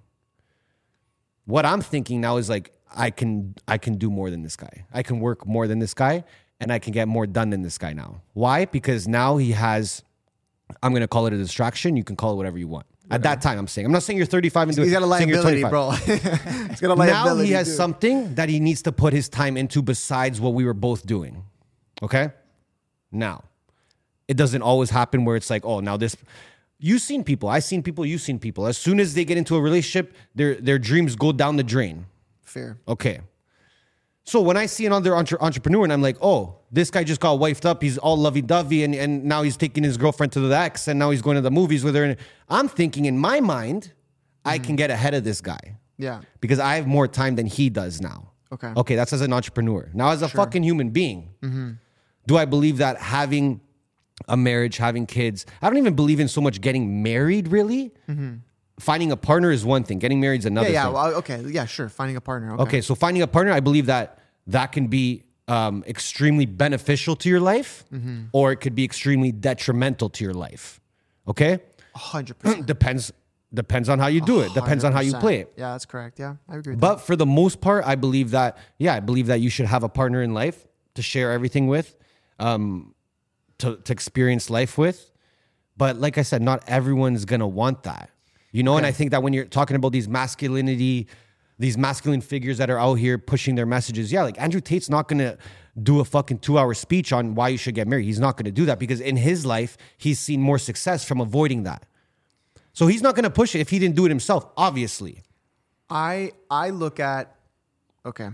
[SPEAKER 4] what i'm thinking now is like i can i can do more than this guy i can work more than this guy and i can get more done than this guy now why because now he has i'm going to call it a distraction you can call it whatever you want at that time i'm saying i'm not saying you're 35 and doing
[SPEAKER 1] he's got a
[SPEAKER 4] saying you're
[SPEAKER 1] liability,
[SPEAKER 4] 25
[SPEAKER 1] bro. [LAUGHS] he's got a
[SPEAKER 4] now
[SPEAKER 1] liability.
[SPEAKER 4] he has
[SPEAKER 1] dude.
[SPEAKER 4] something that he needs to put his time into besides what we were both doing. Okay? Now, it doesn't always happen where it's like, oh, now this you've seen people, I've seen people, you've seen people. As soon as they get into a relationship, their their dreams go down the drain.
[SPEAKER 1] Fair.
[SPEAKER 4] Okay. So when I see another entre- entrepreneur and I'm like, oh, this guy just got wifed up. He's all lovey dovey. And, and now he's taking his girlfriend to the ex and now he's going to the movies with her. And I'm thinking in my mind, I
[SPEAKER 1] Mm-hmm.
[SPEAKER 4] can get ahead of this guy
[SPEAKER 1] Yeah.
[SPEAKER 4] because I have more time than he does now.
[SPEAKER 1] Okay. Mm-hmm.
[SPEAKER 4] Okay, that's as an entrepreneur. Now, as a fucking human being, do I believe that having a marriage, having kids, I don't even believe in so much getting married, really. Finding a partner is one thing, getting married is another
[SPEAKER 1] Mm-hmm. Yeah. Yeah.
[SPEAKER 4] thing.
[SPEAKER 1] Well, okay. Yeah. Sure. Finding a partner. Okay.
[SPEAKER 4] okay, so finding a partner, I believe that that can be um, extremely beneficial to your life or it could be extremely detrimental to your life. Okay?
[SPEAKER 1] Hundred percent.
[SPEAKER 4] Depends. Depends on how you do it. [CLEARS THROAT] Depends on how you play it.
[SPEAKER 1] Yeah, that's correct. Yeah, I agree. With
[SPEAKER 4] But for the most part, I believe that yeah, I believe that you should have a partner in life to share everything with, um, to to experience life with. But like I said, not everyone's gonna want that, you know. And I think that when you're talking about these masculinity, these masculine figures that are out here pushing their messages, yeah, like Andrew Tate's not gonna do a fucking two hour speech on why you should get married. He's not gonna do that because in his life, he's seen more success from avoiding that. So he's not going to push it if he didn't do it himself, obviously.
[SPEAKER 1] I I look at okay.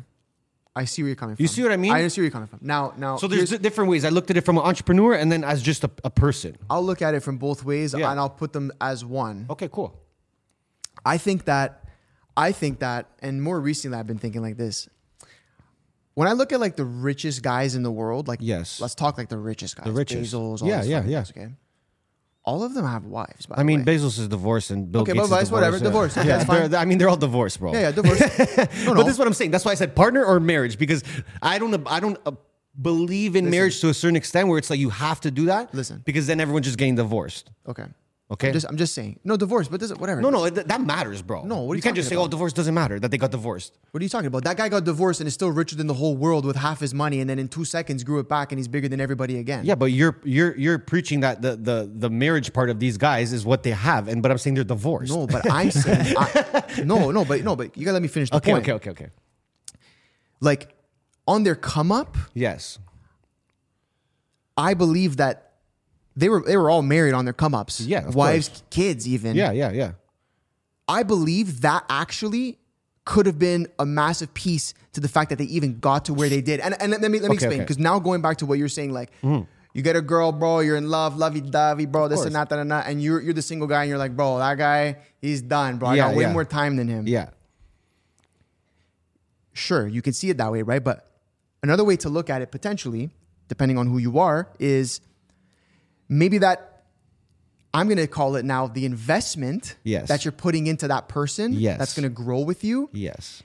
[SPEAKER 1] I see where you're coming from.
[SPEAKER 4] see what I mean?
[SPEAKER 1] I see where you're coming from. Now now
[SPEAKER 4] So
[SPEAKER 1] here's-
[SPEAKER 4] there's di- different ways. I looked at it from an entrepreneur and then as just a, a person.
[SPEAKER 1] I'll look at it from both ways
[SPEAKER 4] Yeah.
[SPEAKER 1] and I'll put them as one.
[SPEAKER 4] Okay, cool.
[SPEAKER 1] I think that I think that and more recently I've been thinking like this. When I look at like the richest guys in the world, like
[SPEAKER 4] Yes.
[SPEAKER 1] let's talk like the richest guys, the
[SPEAKER 4] richest.
[SPEAKER 1] Bezos, all
[SPEAKER 4] Yeah,
[SPEAKER 1] those
[SPEAKER 4] yeah,
[SPEAKER 1] fucking
[SPEAKER 4] yeah.
[SPEAKER 1] guys, okay. All of them have wives. By
[SPEAKER 4] I mean,
[SPEAKER 1] the way.
[SPEAKER 4] Bezos is divorced and Bill
[SPEAKER 1] Okay,
[SPEAKER 4] Gates
[SPEAKER 1] but
[SPEAKER 4] is
[SPEAKER 1] vice- whatever,
[SPEAKER 4] divorced.
[SPEAKER 1] divorced. Okay, that's
[SPEAKER 4] they're-
[SPEAKER 1] fine.
[SPEAKER 4] I mean, they're all divorced, bro.
[SPEAKER 1] yeah, yeah,
[SPEAKER 4] [LAUGHS]
[SPEAKER 1] divorce. no, no.
[SPEAKER 4] But this is what I'm saying. That's why I said partner or marriage because I don't I don't uh, believe in marriage to a certain extent where it's like you have to do that.
[SPEAKER 1] Listen.
[SPEAKER 4] because then everyone's just getting divorced.
[SPEAKER 1] okay,
[SPEAKER 4] Okay.
[SPEAKER 1] I'm just, I'm just saying, no divorce, but this whatever.
[SPEAKER 4] no, no, it, that matters, bro.
[SPEAKER 1] No, what are you
[SPEAKER 4] can't just
[SPEAKER 1] talking
[SPEAKER 4] say, "Oh,
[SPEAKER 1] about?
[SPEAKER 4] divorce doesn't matter that they got divorced."
[SPEAKER 1] What are you talking about? That guy got divorced and is still richer than the whole world with half his money, and then in two seconds grew it back, and he's bigger than everybody again.
[SPEAKER 4] Yeah, but you're you're you're preaching that the the the marriage part of these guys is what they have, and but I'm saying they're divorced.
[SPEAKER 1] No, but I'm saying,
[SPEAKER 4] [LAUGHS]
[SPEAKER 1] I, no, no, but no, but you gotta let me finish the
[SPEAKER 4] Okay,
[SPEAKER 1] point.
[SPEAKER 4] okay, okay, okay.
[SPEAKER 1] Like on their come up,
[SPEAKER 4] Yes.
[SPEAKER 1] I believe that they were they were all married on their come ups.
[SPEAKER 4] Yeah, of
[SPEAKER 1] wives, kids, even.
[SPEAKER 4] Yeah, yeah, yeah.
[SPEAKER 1] I believe that actually could have been a massive piece to the fact that they even got to where they did. And and let me let me
[SPEAKER 4] Okay,
[SPEAKER 1] explain
[SPEAKER 4] okay. Mm-hmm.
[SPEAKER 1] because now going back to what you're saying, like. You get a girl, bro. You're in love, lovey dovey, bro. This and that, that and that, and you're you're the single guy, and you're like, bro, that guy, he's done, bro. I
[SPEAKER 4] Yeah,
[SPEAKER 1] got way
[SPEAKER 4] yeah.
[SPEAKER 1] more time than him.
[SPEAKER 4] Yeah.
[SPEAKER 1] sure, you can see it that way, right? But another way to look at it potentially, depending on who you are, is maybe that I'm going to call it now the investment
[SPEAKER 4] Yes.
[SPEAKER 1] that you're putting into that person
[SPEAKER 4] Yes.
[SPEAKER 1] that's going to grow with you.
[SPEAKER 4] Yes.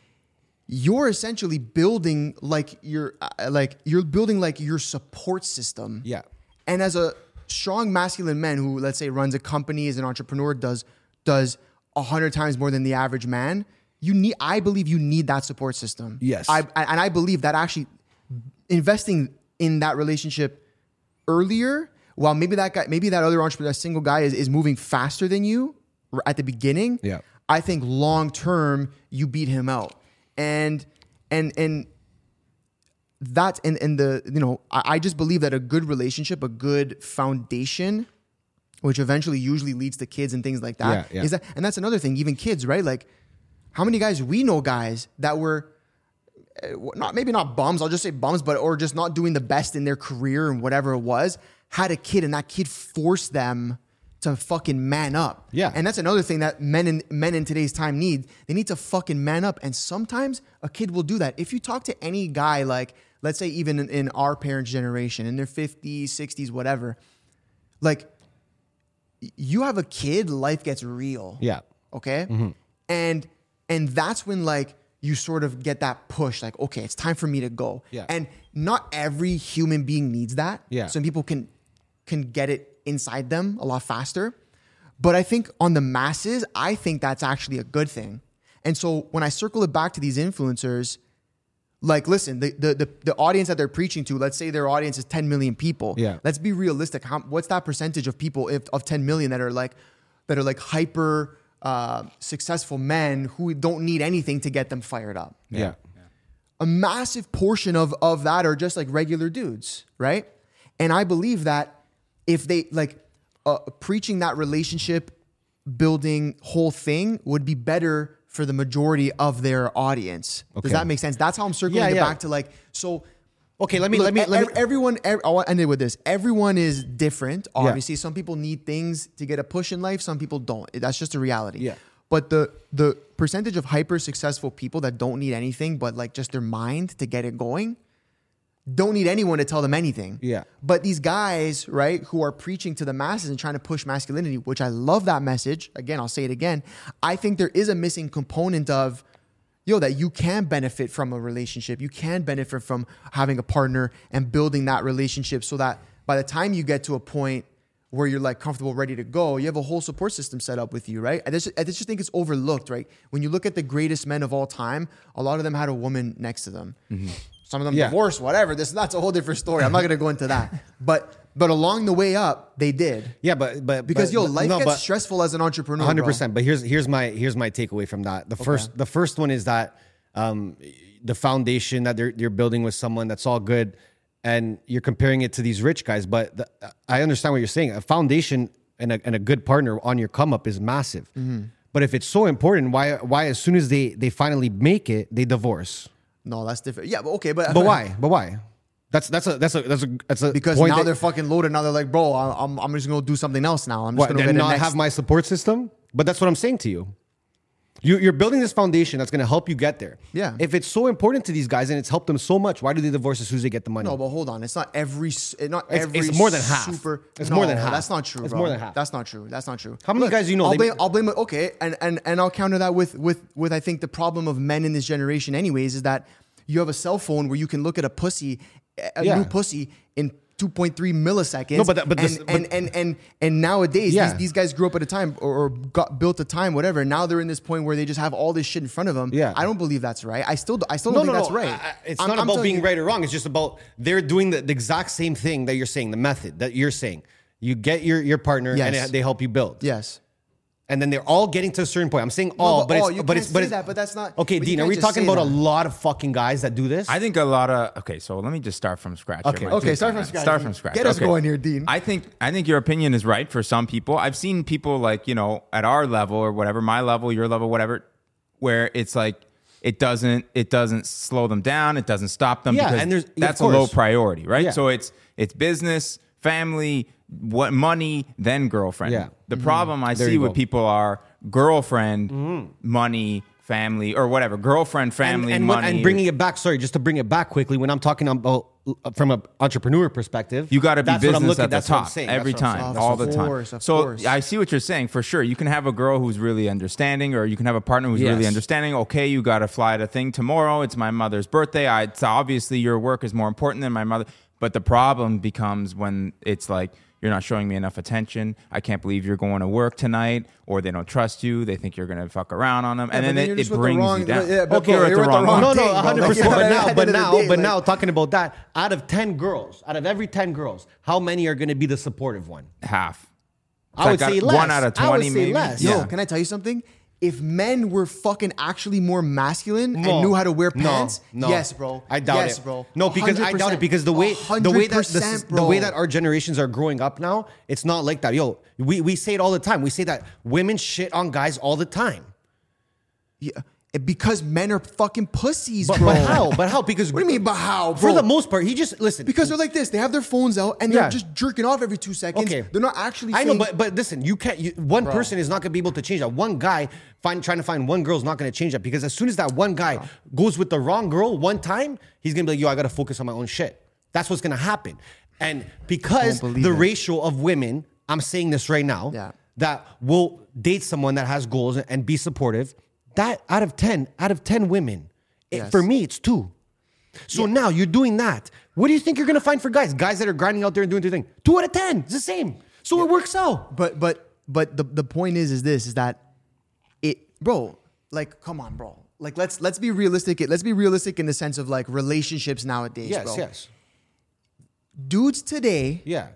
[SPEAKER 1] You're essentially building like your uh, like you're building like your support system.
[SPEAKER 4] Yeah.
[SPEAKER 1] And as a strong masculine man who let's say runs a company is an entrepreneur does does a hundred times more than the average man, you need I believe you need that support system.
[SPEAKER 4] Yes.
[SPEAKER 1] I and I believe that actually investing in that relationship earlier, while maybe that guy maybe that other entrepreneur, that single guy is, is moving faster than you r- at the beginning.
[SPEAKER 4] Yeah.
[SPEAKER 1] I think long term you beat him out. And and and that and and the you know I, I just believe that a good relationship a good foundation which eventually usually leads to kids and things like that
[SPEAKER 4] Yeah, yeah.
[SPEAKER 1] is that and that's another thing even kids right like how many guys we know guys that were eh, w- not maybe not bums i'll just say bums but or just not doing the best in their career and whatever it was had a kid and that kid forced them to fucking man up
[SPEAKER 4] Yeah.
[SPEAKER 1] and that's another thing that men in men in today's time need they need to fucking man up and sometimes a kid will do that if you talk to any guy like let's say even in, in our parents generation in their 50s 60s whatever like y- you have a kid life gets real
[SPEAKER 4] Yeah.
[SPEAKER 1] okay
[SPEAKER 4] Mm-hmm.
[SPEAKER 1] and and that's when like you sort of get that push like okay it's time for me to go
[SPEAKER 4] Yeah.
[SPEAKER 1] and not every human being needs that
[SPEAKER 4] Yeah.
[SPEAKER 1] some people can can get it inside them a lot faster but i think on the masses i think that's actually a good thing and so when i circle it back to these influencers like listen the the the, the audience that they're preaching to let's say their audience is 10 million people
[SPEAKER 4] Yeah.
[SPEAKER 1] let's be realistic how, what's that percentage of people if, of 10 million that are like that are like hyper uh, successful men who don't need anything to get them fired up
[SPEAKER 4] Yeah.
[SPEAKER 1] a massive portion of of that are just like regular dudes, right? And I believe that if they like uh, preaching that relationship building whole thing would be better for the majority of their audience.
[SPEAKER 4] Okay.
[SPEAKER 1] Does that make sense? That's how I'm circling
[SPEAKER 4] Yeah,
[SPEAKER 1] it
[SPEAKER 4] yeah.
[SPEAKER 1] back to like so.
[SPEAKER 4] Okay, let me
[SPEAKER 1] Look,
[SPEAKER 4] let me
[SPEAKER 1] e-
[SPEAKER 4] let me
[SPEAKER 1] ev- everyone. ev- I want to end it with this. Everyone is different. Obviously, some people need things to get a push in life. Some people don't. That's just a reality.
[SPEAKER 4] Yeah.
[SPEAKER 1] But the the percentage of hyper successful people that don't need anything but like just their mind to get it going, don't need anyone to tell them anything.
[SPEAKER 4] Yeah.
[SPEAKER 1] But these guys, right, who are preaching to the masses and trying to push masculinity, which I love that message. Again, I'll say it again. I think there is a missing component of, yo, that you can benefit from a relationship. You can benefit from having a partner and building that relationship so that by the time you get to a point where you're like comfortable, ready to go, you have a whole support system set up with you, right? I just, I just think it's overlooked, right? When you look at the greatest men of all time, a lot of them had a woman next to them. Some of them
[SPEAKER 4] Yeah.
[SPEAKER 1] divorced, whatever. This that's a whole different story. I'm not gonna go into
[SPEAKER 4] [LAUGHS]
[SPEAKER 1] that. But but along the way up, they did.
[SPEAKER 4] yeah, but but
[SPEAKER 1] Because
[SPEAKER 4] but,
[SPEAKER 1] yo,
[SPEAKER 4] but-
[SPEAKER 1] life
[SPEAKER 4] no,
[SPEAKER 1] gets
[SPEAKER 4] but-
[SPEAKER 1] stressful as an entrepreneur.
[SPEAKER 4] hundred
[SPEAKER 1] bro.
[SPEAKER 4] percent. But here's here's my here's my takeaway from that. The first the first one is that um, the foundation that they're they're building with someone that's all good, and you're comparing it to these rich guys. But the, I understand what you're saying. A foundation and a, and a good partner on your come up is massive.
[SPEAKER 1] Mm-hmm.
[SPEAKER 4] But if it's so important, why why as soon as they they finally make it, they divorce?
[SPEAKER 1] No, that's different. Yeah, but okay, but
[SPEAKER 4] But why? But why? That's that's a that's a that's a that's
[SPEAKER 1] [LAUGHS]
[SPEAKER 4] a
[SPEAKER 1] Because
[SPEAKER 4] point
[SPEAKER 1] now
[SPEAKER 4] that-
[SPEAKER 1] they're fucking loaded. Now they're like, bro, I- I'm, I'm just gonna do something else now. I'm just
[SPEAKER 4] what,
[SPEAKER 1] gonna get
[SPEAKER 4] then
[SPEAKER 1] a
[SPEAKER 4] not
[SPEAKER 1] next-
[SPEAKER 4] have my support system. But that's what I'm saying to you. you you're building this foundation that's going to help you get there.
[SPEAKER 1] Yeah.
[SPEAKER 4] If it's so important to these guys and it's helped them so much, why do they divorce as soon as they get the money?
[SPEAKER 1] No, Oh, but hold on. It's not every. s- eh, Not
[SPEAKER 4] It's-
[SPEAKER 1] every.
[SPEAKER 4] it's more than half.
[SPEAKER 1] Super.
[SPEAKER 4] It's
[SPEAKER 1] no,
[SPEAKER 4] more than half.
[SPEAKER 1] That's not true.
[SPEAKER 4] It's
[SPEAKER 1] bro.
[SPEAKER 4] more than half.
[SPEAKER 1] That's not true. That's not true.
[SPEAKER 4] How many guys you know,
[SPEAKER 1] I'll
[SPEAKER 4] they-
[SPEAKER 1] blame. I'll blame. Okay, and and and I'll counter that with with with I think the problem of men in this generation, anyways, is that you have a cell phone where you can look at a pussy, a
[SPEAKER 4] Yeah.
[SPEAKER 1] new pussy in. 2.3 milliseconds.
[SPEAKER 4] No, but that- but
[SPEAKER 1] and,
[SPEAKER 4] this- but-
[SPEAKER 1] and, and and and nowadays
[SPEAKER 4] Yeah.
[SPEAKER 1] these, these guys grew up at a time or, or got built a time whatever. and Now they're in this point where they just have all this shit in front of them.
[SPEAKER 4] Yeah.
[SPEAKER 1] I don't believe that's right. I still I still don't think that's right.
[SPEAKER 4] I- I- it's
[SPEAKER 1] I'm-
[SPEAKER 4] not
[SPEAKER 1] I'm
[SPEAKER 4] about
[SPEAKER 1] telling
[SPEAKER 4] being
[SPEAKER 1] you-
[SPEAKER 4] right or wrong. It's just about they're doing the, the exact same thing that you're saying, the method that you're saying. You get your, your partner and
[SPEAKER 1] Yes.
[SPEAKER 4] it- they help you build.
[SPEAKER 1] Yes.
[SPEAKER 4] And then they're all getting to a certain point. I'm saying all,
[SPEAKER 1] but
[SPEAKER 4] but,
[SPEAKER 1] all,
[SPEAKER 4] it's,
[SPEAKER 1] you
[SPEAKER 4] but
[SPEAKER 1] can't
[SPEAKER 4] it's, but
[SPEAKER 1] say
[SPEAKER 4] it's,
[SPEAKER 1] that, but that's not-
[SPEAKER 4] Okay,
[SPEAKER 1] but you
[SPEAKER 4] Dean, are
[SPEAKER 1] can't
[SPEAKER 4] we
[SPEAKER 1] just
[SPEAKER 4] talking
[SPEAKER 1] say
[SPEAKER 4] about a
[SPEAKER 1] that.
[SPEAKER 4] lot of fucking guys that do this?
[SPEAKER 5] I think a lot of okay. So let me just start from scratch.
[SPEAKER 4] Okay.
[SPEAKER 5] here, Mike.
[SPEAKER 4] Okay,
[SPEAKER 5] Just
[SPEAKER 1] start
[SPEAKER 5] kinda
[SPEAKER 1] from scratch.
[SPEAKER 5] Start from scratch.
[SPEAKER 1] Get us
[SPEAKER 5] Okay.
[SPEAKER 1] going here, Dean.
[SPEAKER 5] I think I think your opinion is right for some people. I've seen people like you know at our level or whatever, my level, your level, whatever, where it's like it doesn't it doesn't slow them down, it doesn't stop them.
[SPEAKER 4] Yeah,
[SPEAKER 5] because
[SPEAKER 4] and there's- yeah, of
[SPEAKER 5] that's a low
[SPEAKER 4] course.
[SPEAKER 5] priority, right?
[SPEAKER 4] Yeah.
[SPEAKER 5] So it's it's business, family, what money, then girlfriend.
[SPEAKER 4] Yeah. Mm-hmm.
[SPEAKER 5] The problem I
[SPEAKER 4] There
[SPEAKER 5] see
[SPEAKER 4] you
[SPEAKER 5] with
[SPEAKER 4] go. Mm-hmm.
[SPEAKER 5] people are girlfriend, money, family, or whatever, girlfriend,
[SPEAKER 4] and,
[SPEAKER 5] family,
[SPEAKER 4] and, when-
[SPEAKER 5] money,
[SPEAKER 4] and bringing it back, sorry, just to bring it back quickly, when I'm talking about uh, from an entrepreneur perspective,
[SPEAKER 5] You got to be
[SPEAKER 4] that's what I'm
[SPEAKER 5] business
[SPEAKER 4] looking-
[SPEAKER 5] at the
[SPEAKER 4] that's what I'm
[SPEAKER 5] top
[SPEAKER 4] saying,
[SPEAKER 5] every
[SPEAKER 4] that's what I'm
[SPEAKER 5] time,
[SPEAKER 1] saying.
[SPEAKER 5] all
[SPEAKER 1] Of
[SPEAKER 5] the
[SPEAKER 1] course,
[SPEAKER 5] time.
[SPEAKER 1] of
[SPEAKER 5] So
[SPEAKER 1] course.
[SPEAKER 5] I see what you're saying for sure. You can have a girl who's really understanding, or you can have a partner who's really
[SPEAKER 4] Yes.
[SPEAKER 5] understanding. Okay, you got to fly to thing tomorrow. It's my mother's birthday. I, it's obviously your work is more important than my mother. But the problem becomes when it's like you're not showing me enough attention. I can't believe you're going to work tonight, or they don't trust you. They think you're going to fuck around on them,
[SPEAKER 1] but
[SPEAKER 5] and then,
[SPEAKER 1] then
[SPEAKER 5] it-
[SPEAKER 1] you're
[SPEAKER 5] it,
[SPEAKER 1] just with the
[SPEAKER 5] brings
[SPEAKER 1] wrong-
[SPEAKER 5] you down.
[SPEAKER 1] yeah, but bro,
[SPEAKER 5] you're at
[SPEAKER 1] you're
[SPEAKER 5] the
[SPEAKER 1] at the
[SPEAKER 5] wrong
[SPEAKER 1] wrong
[SPEAKER 5] one.
[SPEAKER 4] Oh, no,
[SPEAKER 1] thing,
[SPEAKER 4] no,
[SPEAKER 1] bro.
[SPEAKER 4] hundred percent.
[SPEAKER 1] Like,
[SPEAKER 4] But
[SPEAKER 1] at the
[SPEAKER 4] now,
[SPEAKER 1] end
[SPEAKER 4] but
[SPEAKER 1] of the
[SPEAKER 4] now,
[SPEAKER 1] day,
[SPEAKER 4] but
[SPEAKER 1] like-
[SPEAKER 4] now, talking about that, out of ten girls, out of every ten girls, how many are going to be the supportive one?
[SPEAKER 5] half.
[SPEAKER 4] I would
[SPEAKER 5] Like,
[SPEAKER 4] say
[SPEAKER 5] uh,
[SPEAKER 4] less.
[SPEAKER 5] one out of
[SPEAKER 4] I would
[SPEAKER 5] 20
[SPEAKER 4] say
[SPEAKER 5] maybe.
[SPEAKER 4] less.
[SPEAKER 5] Yeah.
[SPEAKER 1] Yo, can I tell you something? If men were fucking actually more masculine
[SPEAKER 4] No.
[SPEAKER 1] and knew how to wear
[SPEAKER 4] No,
[SPEAKER 1] pants,
[SPEAKER 4] no.
[SPEAKER 1] yes, bro.
[SPEAKER 4] I doubt
[SPEAKER 1] yes,
[SPEAKER 4] it,
[SPEAKER 1] bro.
[SPEAKER 4] No, because I doubt it
[SPEAKER 1] 100%.
[SPEAKER 4] because the way the way that the, s-
[SPEAKER 1] 100%,
[SPEAKER 4] the way
[SPEAKER 1] bro.
[SPEAKER 4] that our generations are growing up now, it's not like that. Yo, we we say it all the time. We say that women shit on guys all the time.
[SPEAKER 1] Yeah, because men are fucking pussies,
[SPEAKER 4] But,
[SPEAKER 1] bro.
[SPEAKER 4] but how? But how? Because
[SPEAKER 1] What do you mean, but how,
[SPEAKER 4] For
[SPEAKER 1] bro?
[SPEAKER 4] the most part, he just
[SPEAKER 1] [LAUGHS]
[SPEAKER 4] listen.
[SPEAKER 1] because they're like this. They have their phones out and they're
[SPEAKER 4] Yeah.
[SPEAKER 1] just jerking off every two seconds.
[SPEAKER 4] Okay,
[SPEAKER 1] They're not actually.
[SPEAKER 4] I know,
[SPEAKER 1] saying-
[SPEAKER 4] but but listen, you can't. You, one person is not going to be able to change that. One guy find trying to find one girl is not going to change that because as soon as that one guy goes with the wrong girl one time, he's going to be like, "Yo, I got to focus on my own shit." That's what's going to happen, and because
[SPEAKER 1] Don't believe
[SPEAKER 4] the
[SPEAKER 1] it.
[SPEAKER 4] ratio of women, I'm saying this right now,
[SPEAKER 1] Yeah.
[SPEAKER 4] that will date someone that has goals and be supportive. That out of ten, out of ten women, it-
[SPEAKER 1] Yes.
[SPEAKER 4] for me, it's two. So now you're doing that. What do you think you're gonna find for guys? Guys that are grinding out there and doing their thing. Two out of ten. It's the same. So it works out.
[SPEAKER 1] but but but the the point is is this is that it bro like come on bro like let's let's be realistic let's be realistic in the sense of like relationships nowadays bro dudes today
[SPEAKER 4] Yeah.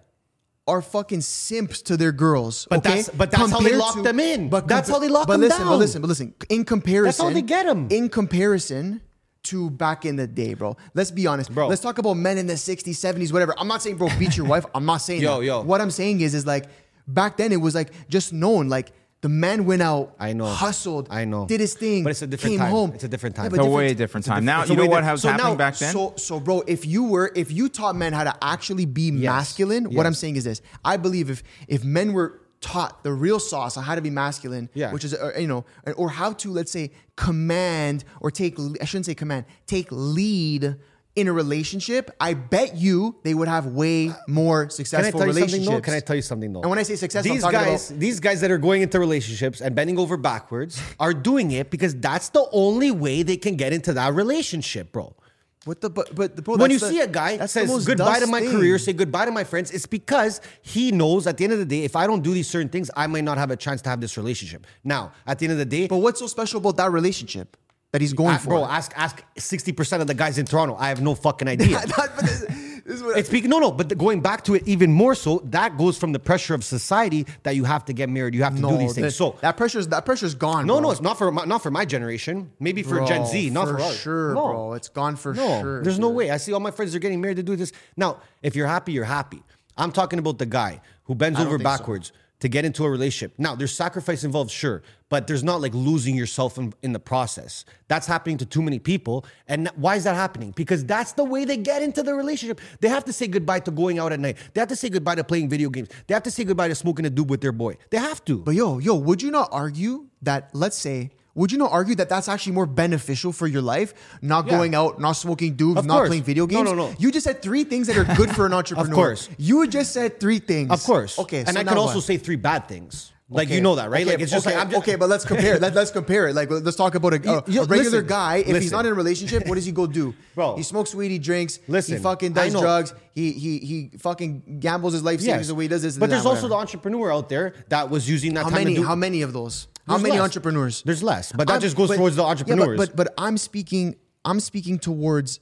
[SPEAKER 1] are fucking simps to their girls
[SPEAKER 4] But
[SPEAKER 1] okay?
[SPEAKER 4] that's- but that's how they
[SPEAKER 1] Compared
[SPEAKER 4] lock them in. That's how they lock
[SPEAKER 1] but
[SPEAKER 4] them
[SPEAKER 1] listen, but
[SPEAKER 4] down.
[SPEAKER 1] listen but listen in comparison
[SPEAKER 4] they get 'em.
[SPEAKER 1] in comparison to back in the day, bro. Let's be honest,
[SPEAKER 4] Bro.
[SPEAKER 1] Let's talk about men in the 60s, 70s, whatever. I'm not saying, bro,
[SPEAKER 4] [LAUGHS]
[SPEAKER 1] beat your wife. I'm not saying
[SPEAKER 4] Yo,
[SPEAKER 1] that.
[SPEAKER 4] yo.
[SPEAKER 1] What I'm saying is, is like back then it was like just known, like the man went out,
[SPEAKER 4] I know.
[SPEAKER 1] hustled,
[SPEAKER 4] I know.
[SPEAKER 1] did his thing,
[SPEAKER 4] But it's a different
[SPEAKER 1] came
[SPEAKER 4] time.
[SPEAKER 1] home.
[SPEAKER 4] It's a different time.
[SPEAKER 1] but
[SPEAKER 5] It's a way different time. Now you know what
[SPEAKER 4] different-
[SPEAKER 5] was
[SPEAKER 4] so
[SPEAKER 5] happening
[SPEAKER 4] now-
[SPEAKER 5] back then.
[SPEAKER 1] so, so, bro, if you were, if you taught men how to actually be masculine, what I'm saying is this: I believe if if men were taught the real sauce on how to be masculine,
[SPEAKER 4] Yeah.
[SPEAKER 1] which is uh, you know, or how to let's say command or take I shouldn't say command, take lead in a relationship, I bet you they would have way more
[SPEAKER 4] Can I
[SPEAKER 1] successful
[SPEAKER 4] tell you something
[SPEAKER 1] relationships.
[SPEAKER 4] though? Can I tell you something though?
[SPEAKER 1] And when I say successful,
[SPEAKER 4] these
[SPEAKER 1] I'm talking
[SPEAKER 4] guys,
[SPEAKER 1] about
[SPEAKER 4] these guys that are going into relationships and bending over backwards are doing it because that's the only way they can get into that relationship, bro.
[SPEAKER 1] what the but, but bro,
[SPEAKER 4] when you
[SPEAKER 1] that's the-
[SPEAKER 4] see a guy that
[SPEAKER 1] that's the
[SPEAKER 4] says
[SPEAKER 1] most
[SPEAKER 4] goodbye
[SPEAKER 1] dust
[SPEAKER 4] to my
[SPEAKER 1] thing.
[SPEAKER 4] career, say goodbye to my friends, it's because he knows at the end of the day, if I don't do these certain things, I might not have a chance to have this relationship. Now, at the end of the day,
[SPEAKER 1] But what's so special about that relationship that he's going
[SPEAKER 4] I-
[SPEAKER 1] for?
[SPEAKER 4] bro, ask ask sixty percent of the guys in Toronto. I have no fucking
[SPEAKER 1] [LAUGHS]
[SPEAKER 4] idea. [LAUGHS]
[SPEAKER 1] But this- this is what-
[SPEAKER 4] It's speaking no, no, but the- going back to it even more so, that goes from the pressure of society that you have to get married, you have to do these
[SPEAKER 1] that-
[SPEAKER 4] things. So
[SPEAKER 1] that pressure's that pressure's gone.
[SPEAKER 4] no,
[SPEAKER 1] bro.
[SPEAKER 4] no, it's not for my, not for my generation. Maybe for
[SPEAKER 1] Bro,
[SPEAKER 4] Gen Z, not
[SPEAKER 1] Oh, for
[SPEAKER 4] for, ours.
[SPEAKER 1] sure,
[SPEAKER 4] No.
[SPEAKER 1] bro. It's gone for
[SPEAKER 4] no,
[SPEAKER 1] sure,
[SPEAKER 4] There's no
[SPEAKER 1] dude.
[SPEAKER 4] way. I see all my friends are getting married to do this. Now, if you're happy, you're happy. I'm talking about the guy who bends
[SPEAKER 1] don't
[SPEAKER 4] over
[SPEAKER 1] think so.
[SPEAKER 4] backwards to get into a relationship. Now, there's sacrifice involved, sure, but there's not like losing yourself in, in the process. That's happening to too many people. And why is that happening? Because that's the way they get into the relationship. They have to say goodbye to going out at night. They have to say goodbye to playing video games. They have to say goodbye to smoking a dude with their boy. They have to.
[SPEAKER 1] But yo, yo, would you not argue that? Let's say, would you not argue that that's actually more beneficial for your life? Not going out, not smoking dudes,
[SPEAKER 4] Of
[SPEAKER 1] not
[SPEAKER 4] course.
[SPEAKER 1] playing video
[SPEAKER 4] No,
[SPEAKER 1] games.
[SPEAKER 4] no, no.
[SPEAKER 1] You just said three things that are good
[SPEAKER 4] [LAUGHS]
[SPEAKER 1] for an entrepreneur.
[SPEAKER 4] course.
[SPEAKER 1] You just said three things.
[SPEAKER 4] Of course.
[SPEAKER 1] Okay.
[SPEAKER 4] And
[SPEAKER 1] so
[SPEAKER 4] I
[SPEAKER 1] now
[SPEAKER 4] could also
[SPEAKER 1] what?
[SPEAKER 4] say three bad things. Like
[SPEAKER 1] Okay,
[SPEAKER 4] you know that, right?
[SPEAKER 1] okay,
[SPEAKER 4] Like it's just
[SPEAKER 1] okay,
[SPEAKER 4] like I'm just
[SPEAKER 1] okay, but let's compare it. Let, let's compare it. Like let's talk about a, a-
[SPEAKER 4] You- you-
[SPEAKER 1] a regular
[SPEAKER 4] listen,
[SPEAKER 1] guy. If he's
[SPEAKER 4] listen.
[SPEAKER 1] not in a relationship, what does he go do?
[SPEAKER 4] [LAUGHS] Bro.
[SPEAKER 1] he smokes weed, he drinks, he
[SPEAKER 4] Listen,
[SPEAKER 1] fucking
[SPEAKER 4] I
[SPEAKER 1] does
[SPEAKER 4] know.
[SPEAKER 1] drugs. He he he fucking gambles his life savings
[SPEAKER 4] Yes.
[SPEAKER 1] away. Does this?
[SPEAKER 4] But
[SPEAKER 1] does
[SPEAKER 4] there's
[SPEAKER 1] that,
[SPEAKER 4] also the
[SPEAKER 1] whatever.
[SPEAKER 4] entrepreneur out there that was using that
[SPEAKER 1] how
[SPEAKER 4] time
[SPEAKER 1] many
[SPEAKER 4] to do
[SPEAKER 1] how many of those? how
[SPEAKER 4] There's
[SPEAKER 1] many
[SPEAKER 4] less.
[SPEAKER 1] entrepreneurs?
[SPEAKER 4] There's less, but that
[SPEAKER 1] I'm-
[SPEAKER 4] just goes
[SPEAKER 1] but-
[SPEAKER 4] towards the
[SPEAKER 1] yeah,
[SPEAKER 4] entrepreneurs.
[SPEAKER 1] but, but but I'm speaking I'm speaking towards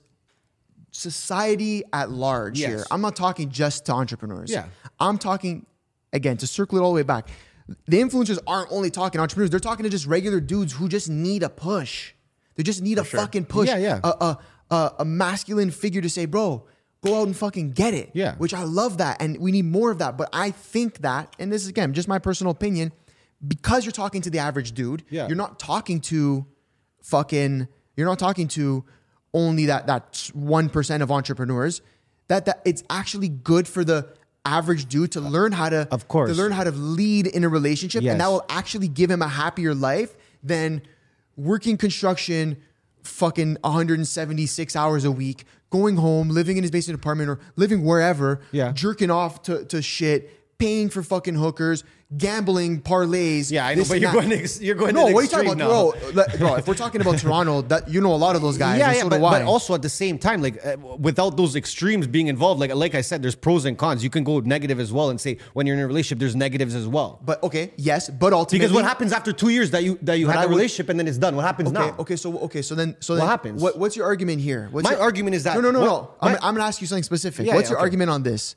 [SPEAKER 1] society at large
[SPEAKER 4] Yes.
[SPEAKER 1] here. I'm not talking just to entrepreneurs.
[SPEAKER 4] Yeah.
[SPEAKER 1] I'm talking again to circle it all the way back. The influencers aren't only talking to entrepreneurs, they're talking to just regular dudes who just need a push. They just need a fucking push.
[SPEAKER 4] Yeah, yeah.
[SPEAKER 1] A, a, a, a masculine figure to say, bro, go out and fucking get it.
[SPEAKER 4] Yeah.
[SPEAKER 1] Which I love that. And we need more of that. But I think that, and this is again just my personal opinion, because you're talking to the average dude,
[SPEAKER 4] Yeah.
[SPEAKER 1] you're not talking to fucking, you're not talking to only that that one percent of entrepreneurs. That that it's actually good for the average dude to learn how to
[SPEAKER 4] Of course.
[SPEAKER 1] to learn how to lead in a relationship and that
[SPEAKER 4] Yes.
[SPEAKER 1] will actually give him a happier life than working construction fucking 176 hours a week going home living in his basement apartment or living wherever
[SPEAKER 4] Yeah.
[SPEAKER 1] jerking off to, to shit paying for fucking hookers gambling parlays
[SPEAKER 4] Yeah, I know,
[SPEAKER 1] this
[SPEAKER 4] but
[SPEAKER 1] and
[SPEAKER 4] you're
[SPEAKER 1] that.
[SPEAKER 4] going ex- you're going
[SPEAKER 1] no
[SPEAKER 4] to the
[SPEAKER 1] what are you talking about
[SPEAKER 4] extreme now.
[SPEAKER 1] bro Like, bro if we're talking about toronto that you know a lot of those guys
[SPEAKER 4] yeah,
[SPEAKER 1] and
[SPEAKER 4] yeah,
[SPEAKER 1] so
[SPEAKER 4] but,
[SPEAKER 1] do I.
[SPEAKER 4] but also at the same time, like uh, w- without those extremes being involved, like like I said, there's pros and cons. You can go negative as well and say when you're in a relationship, there's negatives as well.
[SPEAKER 1] but okay yes but ultimately
[SPEAKER 4] because what happens after two years that you that you
[SPEAKER 1] I
[SPEAKER 4] had a
[SPEAKER 1] would-
[SPEAKER 4] relationship and then it's done? What happens
[SPEAKER 1] Okay.
[SPEAKER 4] now?
[SPEAKER 1] Okay. So okay. So then. So
[SPEAKER 4] What
[SPEAKER 1] then,
[SPEAKER 4] happens?
[SPEAKER 1] What, what's your argument here? What's
[SPEAKER 4] My
[SPEAKER 1] your-
[SPEAKER 4] argument is that-
[SPEAKER 1] No, no, no,
[SPEAKER 4] what-
[SPEAKER 1] no. I'm,
[SPEAKER 4] my-
[SPEAKER 1] I'm gonna ask you something specific.
[SPEAKER 4] Yeah,
[SPEAKER 1] what's
[SPEAKER 4] yeah,
[SPEAKER 1] your
[SPEAKER 4] okay.
[SPEAKER 1] argument on this?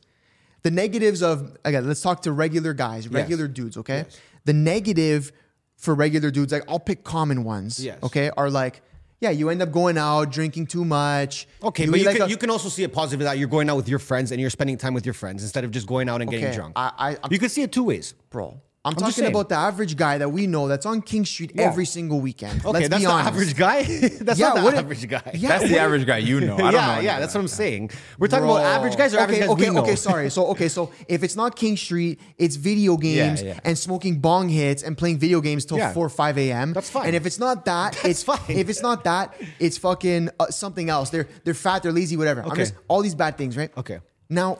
[SPEAKER 1] The negatives of again. Let's talk to regular guys, regular dudes. Okay. The negative for regular dudes, like I'll pick common ones.
[SPEAKER 4] Yes.
[SPEAKER 1] Okay. Are like, yeah, you end up going out drinking too much.
[SPEAKER 4] Okay,
[SPEAKER 1] You
[SPEAKER 4] but
[SPEAKER 1] eat
[SPEAKER 4] you,
[SPEAKER 1] like
[SPEAKER 4] can,
[SPEAKER 1] a-
[SPEAKER 4] you can also see a positive that you're going out with your friends and you're spending time with your friends instead of just going out and getting
[SPEAKER 1] Okay,
[SPEAKER 4] drunk.
[SPEAKER 1] I- I-
[SPEAKER 4] you can see it two ways.
[SPEAKER 1] bro. I'm,
[SPEAKER 4] just
[SPEAKER 1] talking
[SPEAKER 4] saying.
[SPEAKER 1] about the average guy that we know that's on King Street
[SPEAKER 4] Yeah.
[SPEAKER 1] every single weekend.
[SPEAKER 4] Okay,
[SPEAKER 1] Let's
[SPEAKER 4] that's
[SPEAKER 1] be
[SPEAKER 4] the
[SPEAKER 1] honest.
[SPEAKER 4] average guy. [LAUGHS] that's
[SPEAKER 1] Yeah,
[SPEAKER 4] not the
[SPEAKER 1] what if-
[SPEAKER 4] average guy.
[SPEAKER 1] Yeah, Oh,
[SPEAKER 5] That's the
[SPEAKER 1] what-
[SPEAKER 5] average guy you know. I don't know.
[SPEAKER 4] yeah,
[SPEAKER 5] anything
[SPEAKER 4] yeah, that's what
[SPEAKER 5] about
[SPEAKER 4] I'm saying. We're talking
[SPEAKER 1] Bro.
[SPEAKER 4] about average guys or average
[SPEAKER 1] okay,
[SPEAKER 4] guys
[SPEAKER 1] okay,
[SPEAKER 4] we know.
[SPEAKER 1] okay. Sorry. So okay, so if it's not King Street, it's video [LAUGHS] games
[SPEAKER 4] yeah.
[SPEAKER 1] and smoking bong hits and playing video games till
[SPEAKER 4] Yeah.
[SPEAKER 1] four or five a.m.
[SPEAKER 4] That's fine.
[SPEAKER 1] And if it's not [LAUGHS] that, it's
[SPEAKER 4] fine.
[SPEAKER 1] If it's not that, it's fucking uh, something else. They're they're fat, they're lazy, whatever. I'm
[SPEAKER 4] Okay.
[SPEAKER 1] just all these bad things, right?
[SPEAKER 4] Okay.
[SPEAKER 1] Now,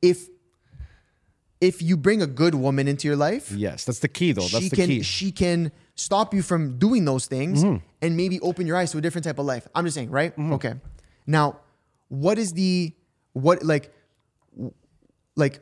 [SPEAKER 1] if if you bring a good woman into your life,
[SPEAKER 4] [LAUGHS] Yes, that's the key, though. That's
[SPEAKER 1] she
[SPEAKER 4] the
[SPEAKER 1] can
[SPEAKER 4] key. Mm-hmm.
[SPEAKER 1] she can stop you from doing those things and maybe open your eyes to a different type of life. I'm just saying, right? Okay. Now, what is the what like w- like